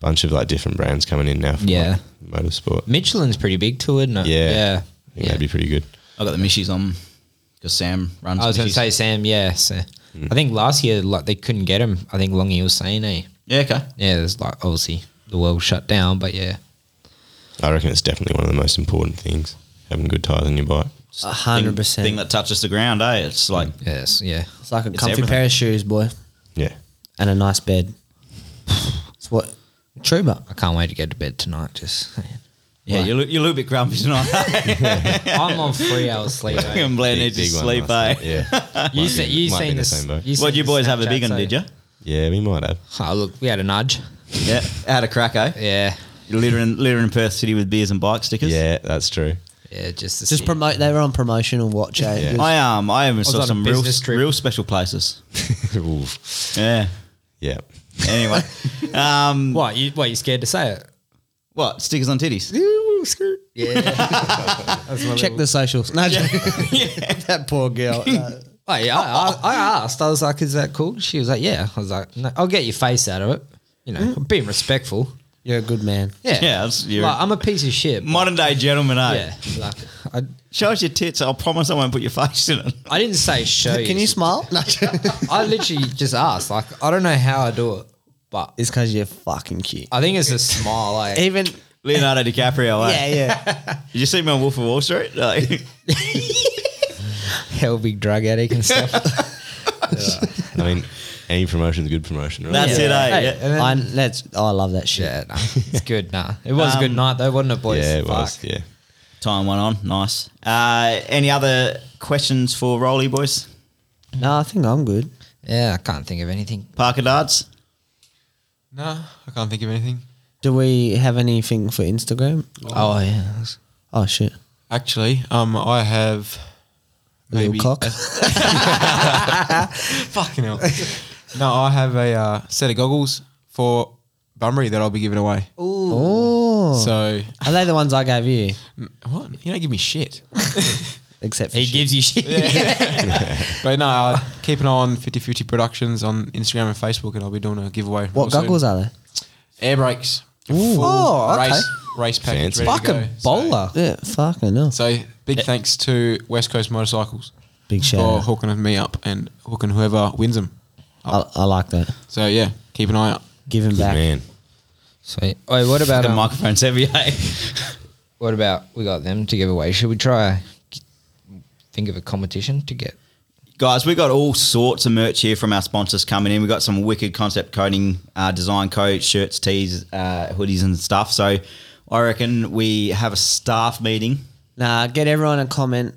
D: Bunch of like different brands coming in now. From,
B: Yeah.
D: like, motorsport.
B: Michelin's pretty big too, isn't it?
D: Yeah.
B: Yeah.
D: I think that'd be pretty good.
A: I got the Mishies on because Sam runs.
B: I was going
A: Mishies.
B: to say Sam, yeah. So I think last year, like they couldn't get him. I think Longy was saying, eh?
A: yeah, okay.
B: Yeah, there's like obviously the world shut down, but yeah,
D: I reckon it's definitely one of the most important things having good tires on your bike.
C: A
A: thing-
C: hundred
A: thing
C: percent.
A: that touches the ground, eh? It's like
B: Yes, yeah.
C: It's like a
A: it's
C: comfy
A: everything.
C: pair of shoes, boy,
D: Yeah.
C: and a nice bed. it's what true, but
B: I can't wait to go to bed tonight. Just
A: yeah,
B: Right.
A: you look you look a bit grumpy tonight.
B: I'm on three hours sleep. eh?
A: and Blair needs to
D: Big one
A: sleep, eh?
D: last night, Yeah.
B: You
D: Might
B: said
D: be-
B: you
D: might be
B: seen
D: the
B: this?
D: same boat.
B: you
A: What
B: seen
A: you
B: the
A: boys have a big
B: Snapchat,
A: one, did
B: so-
A: you?
D: Yeah, we might have.
B: Oh look, we had a nudge.
A: Yeah, had a crack, eh?
B: Yeah,
A: You're littering, littering Perth City with beers and bike stickers.
D: Yeah, that's true.
B: yeah. Just to
C: just
B: see-
C: promote. They were on promotional watch. eh?
D: Yeah.
C: It was-
A: I um I even saw
B: on a
A: some real
B: business trip.
A: real special places.
D: Oof.
A: Yeah.
D: Yeah.
A: Anyway, um,
B: what you what you scared to say it?
A: what stickers on titties?
B: Yeah.
C: Check the socials. No, that poor girl. No.
B: Oh, yeah, I, I, I asked. I was like, "Is that cool?" She was like, "Yeah." I was like, no, "I'll get your face out of it." You know, I'm being respectful.
C: You're a good man.
B: Yeah,
A: Yeah, that's- you're-
B: Like, I'm a piece of shit. but
A: Modern day gentleman, eh?
B: yeah, like I,
A: Show us your tits. I'll promise I won't put your face in it.
B: I didn't say show.
C: Can you smile? No.
B: I literally just asked. Like, I don't know how I do it, but
C: it's because you're fucking cute.
B: I think it's a smile. Like,
C: Even
A: Leonardo DiCaprio, eh?
C: yeah, yeah.
A: Did you see me on Wolf of Wall Street? Like,
B: hell, big drug addict and stuff.
D: I mean, any promotion's good promotion, right?
A: that's
B: Yeah.
A: it, eh?
B: Hey,
A: Yeah.
B: and
C: I
B: then-
C: that's oh, I love that shit.
B: yeah, nah, it's good. Nah, it was a good
A: Um,
B: night though, wasn't it, boys?
D: yeah, it
B: Fuck.
D: was. Yeah.
A: Time went on. Nice. Uh, any other questions for Rolly boys?
C: No, I think I'm good.
B: Yeah, I can't think of anything.
A: Parker darts.
E: No, I can't think of anything.
C: Do we have anything for Instagram?
B: Oh, yeah, that's-
C: Oh shit.
E: Actually, um, I have
C: Little
E: maybe
C: cock.
E: fucking hell. no, I have a uh, set of goggles for Bunbury that I'll be giving away.
C: Oh.
E: So
C: Are they the ones I gave you?
E: what? You don't give me shit.
C: Except for
B: he
C: shit.
B: gives you shit.
E: But no, uh, keep an eye on 5050 Productions on Instagram and Facebook, and I'll be doing a giveaway.
C: What goggles are they?
E: Air brakes. Full
C: Oh, okay.
E: race, race package.
D: Fancy.
E: ready to
B: Fucking
E: go.
B: bowler.
C: Yeah, fucking no.
E: So, so big thanks to West Coast Motorcycles
C: Eh. Big shout
B: Oh.
E: for
C: out.
E: hooking me up and hooking whoever wins them.
C: I, I like that.
E: So yeah, keep an eye out.
C: Give him
D: Good
C: back.
D: man.
B: Sweet. Wait, what about
A: The
B: um,
A: microphone's heavy, eh?
B: What about we got them to give away? Should we try think of a competition to get?
A: Guys, we got all sorts of merch here from our sponsors coming in. We got some wicked concept coding, uh, design codes, shirts, tees, uh, hoodies, and stuff. So I reckon we have a staff meeting.
C: Nah, get everyone a comment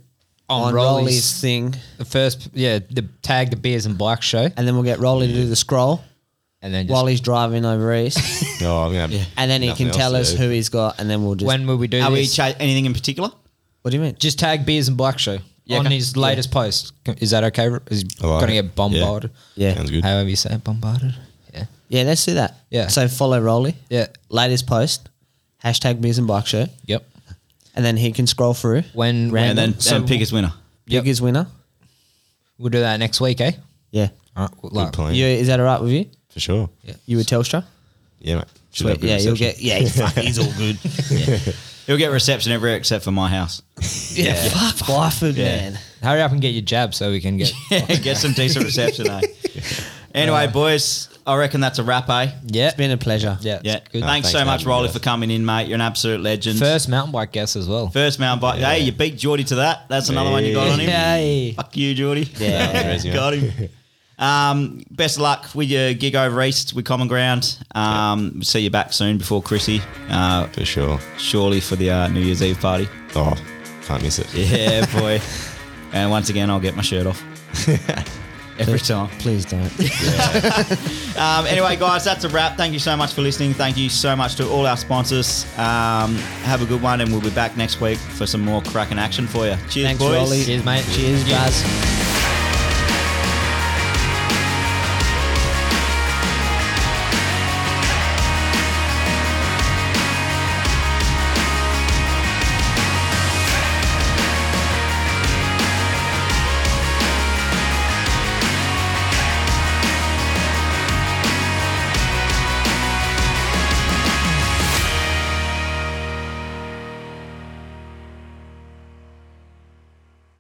B: On
C: on,
B: Rolly's-
C: Rolly's, thing,
B: The first, yeah, the tag the beers and bike show,
C: and then we'll get Rolly to do the scroll
B: and then just,
C: while he's driving over east,
D: No, I'm gonna. Have
C: and then he
D: nothing
C: can
D: else
C: tell
D: to
C: us
D: do.
C: who he's got, and then we'll just.
B: when will we do
A: Are we
B: this?
A: cha- anything in particular?
C: what do you mean?
B: just tag beers and bike show
A: Yeah,
B: on
A: okay.
B: his latest post. Is that okay? Is he
D: I like
B: gonna
D: it.
B: get bombarded?
C: Yeah.
D: Sounds good.
B: However you say it, bombarded. Yeah.
C: Yeah, let's do that.
B: Yeah.
C: So follow Rolly.
B: Yeah.
C: Latest post, hashtag Beers and Bike Show,
B: Yep.
C: and then he can scroll through.
B: When when
A: And then
B: so
A: and pick his winner.
B: Yep.
C: Big is winner.
B: we'll do that next week, eh?
C: Yeah.
B: All right.
D: Good
B: Like,
D: plan.
C: You,
D: Yeah.
C: is that all right with you?
D: For sure.
B: Yeah.
C: You with Telstra?
D: Yeah, mate. Should
C: Sweet.
D: have good
C: Yeah, you'll
D: reception.
C: get. Yeah, fuck, he's all good. Yeah,
A: He'll get reception everywhere except for my house.
C: yeah, fuck Blyford, man.
B: Hurry up and get your jab so we can get.
A: Get some decent reception, eh? Anyway, boys, I reckon that's a wrap, eh?
B: yeah.
C: It's been a pleasure.
B: yeah.
A: Yeah.
B: Good.
A: Thanks,
D: Oh, thanks
A: so
D: for
A: much,
D: having me,
A: Rolly,
D: guys.
A: for coming in, mate. You're an absolute legend.
B: First mountain bike guest as well.
A: First mountain bike. Hey, you beat Geordie to that. That's another one you got on him.
C: Yay.
A: Fuck you, Geordie.
D: Yeah. Yeah.
A: got him. Um, best of luck with your gig over east with Common Ground. Um, See you back soon before Chrissy, uh,
D: For sure.
A: surely for the uh, New Year's Eve party.
D: Oh, can't miss it.
A: Yeah, boy. And once again, I'll get my shirt off every time.
C: Please don't.
A: Um, anyway, guys, that's a wrap. Thank you so much for listening. Thank you so much to all our sponsors. Um, have a good one, and we'll be back next week for some more cracking action for you. Cheers,
B: Thanks,
A: boys.
B: Rolly. Cheers, mate. Cheers, guys.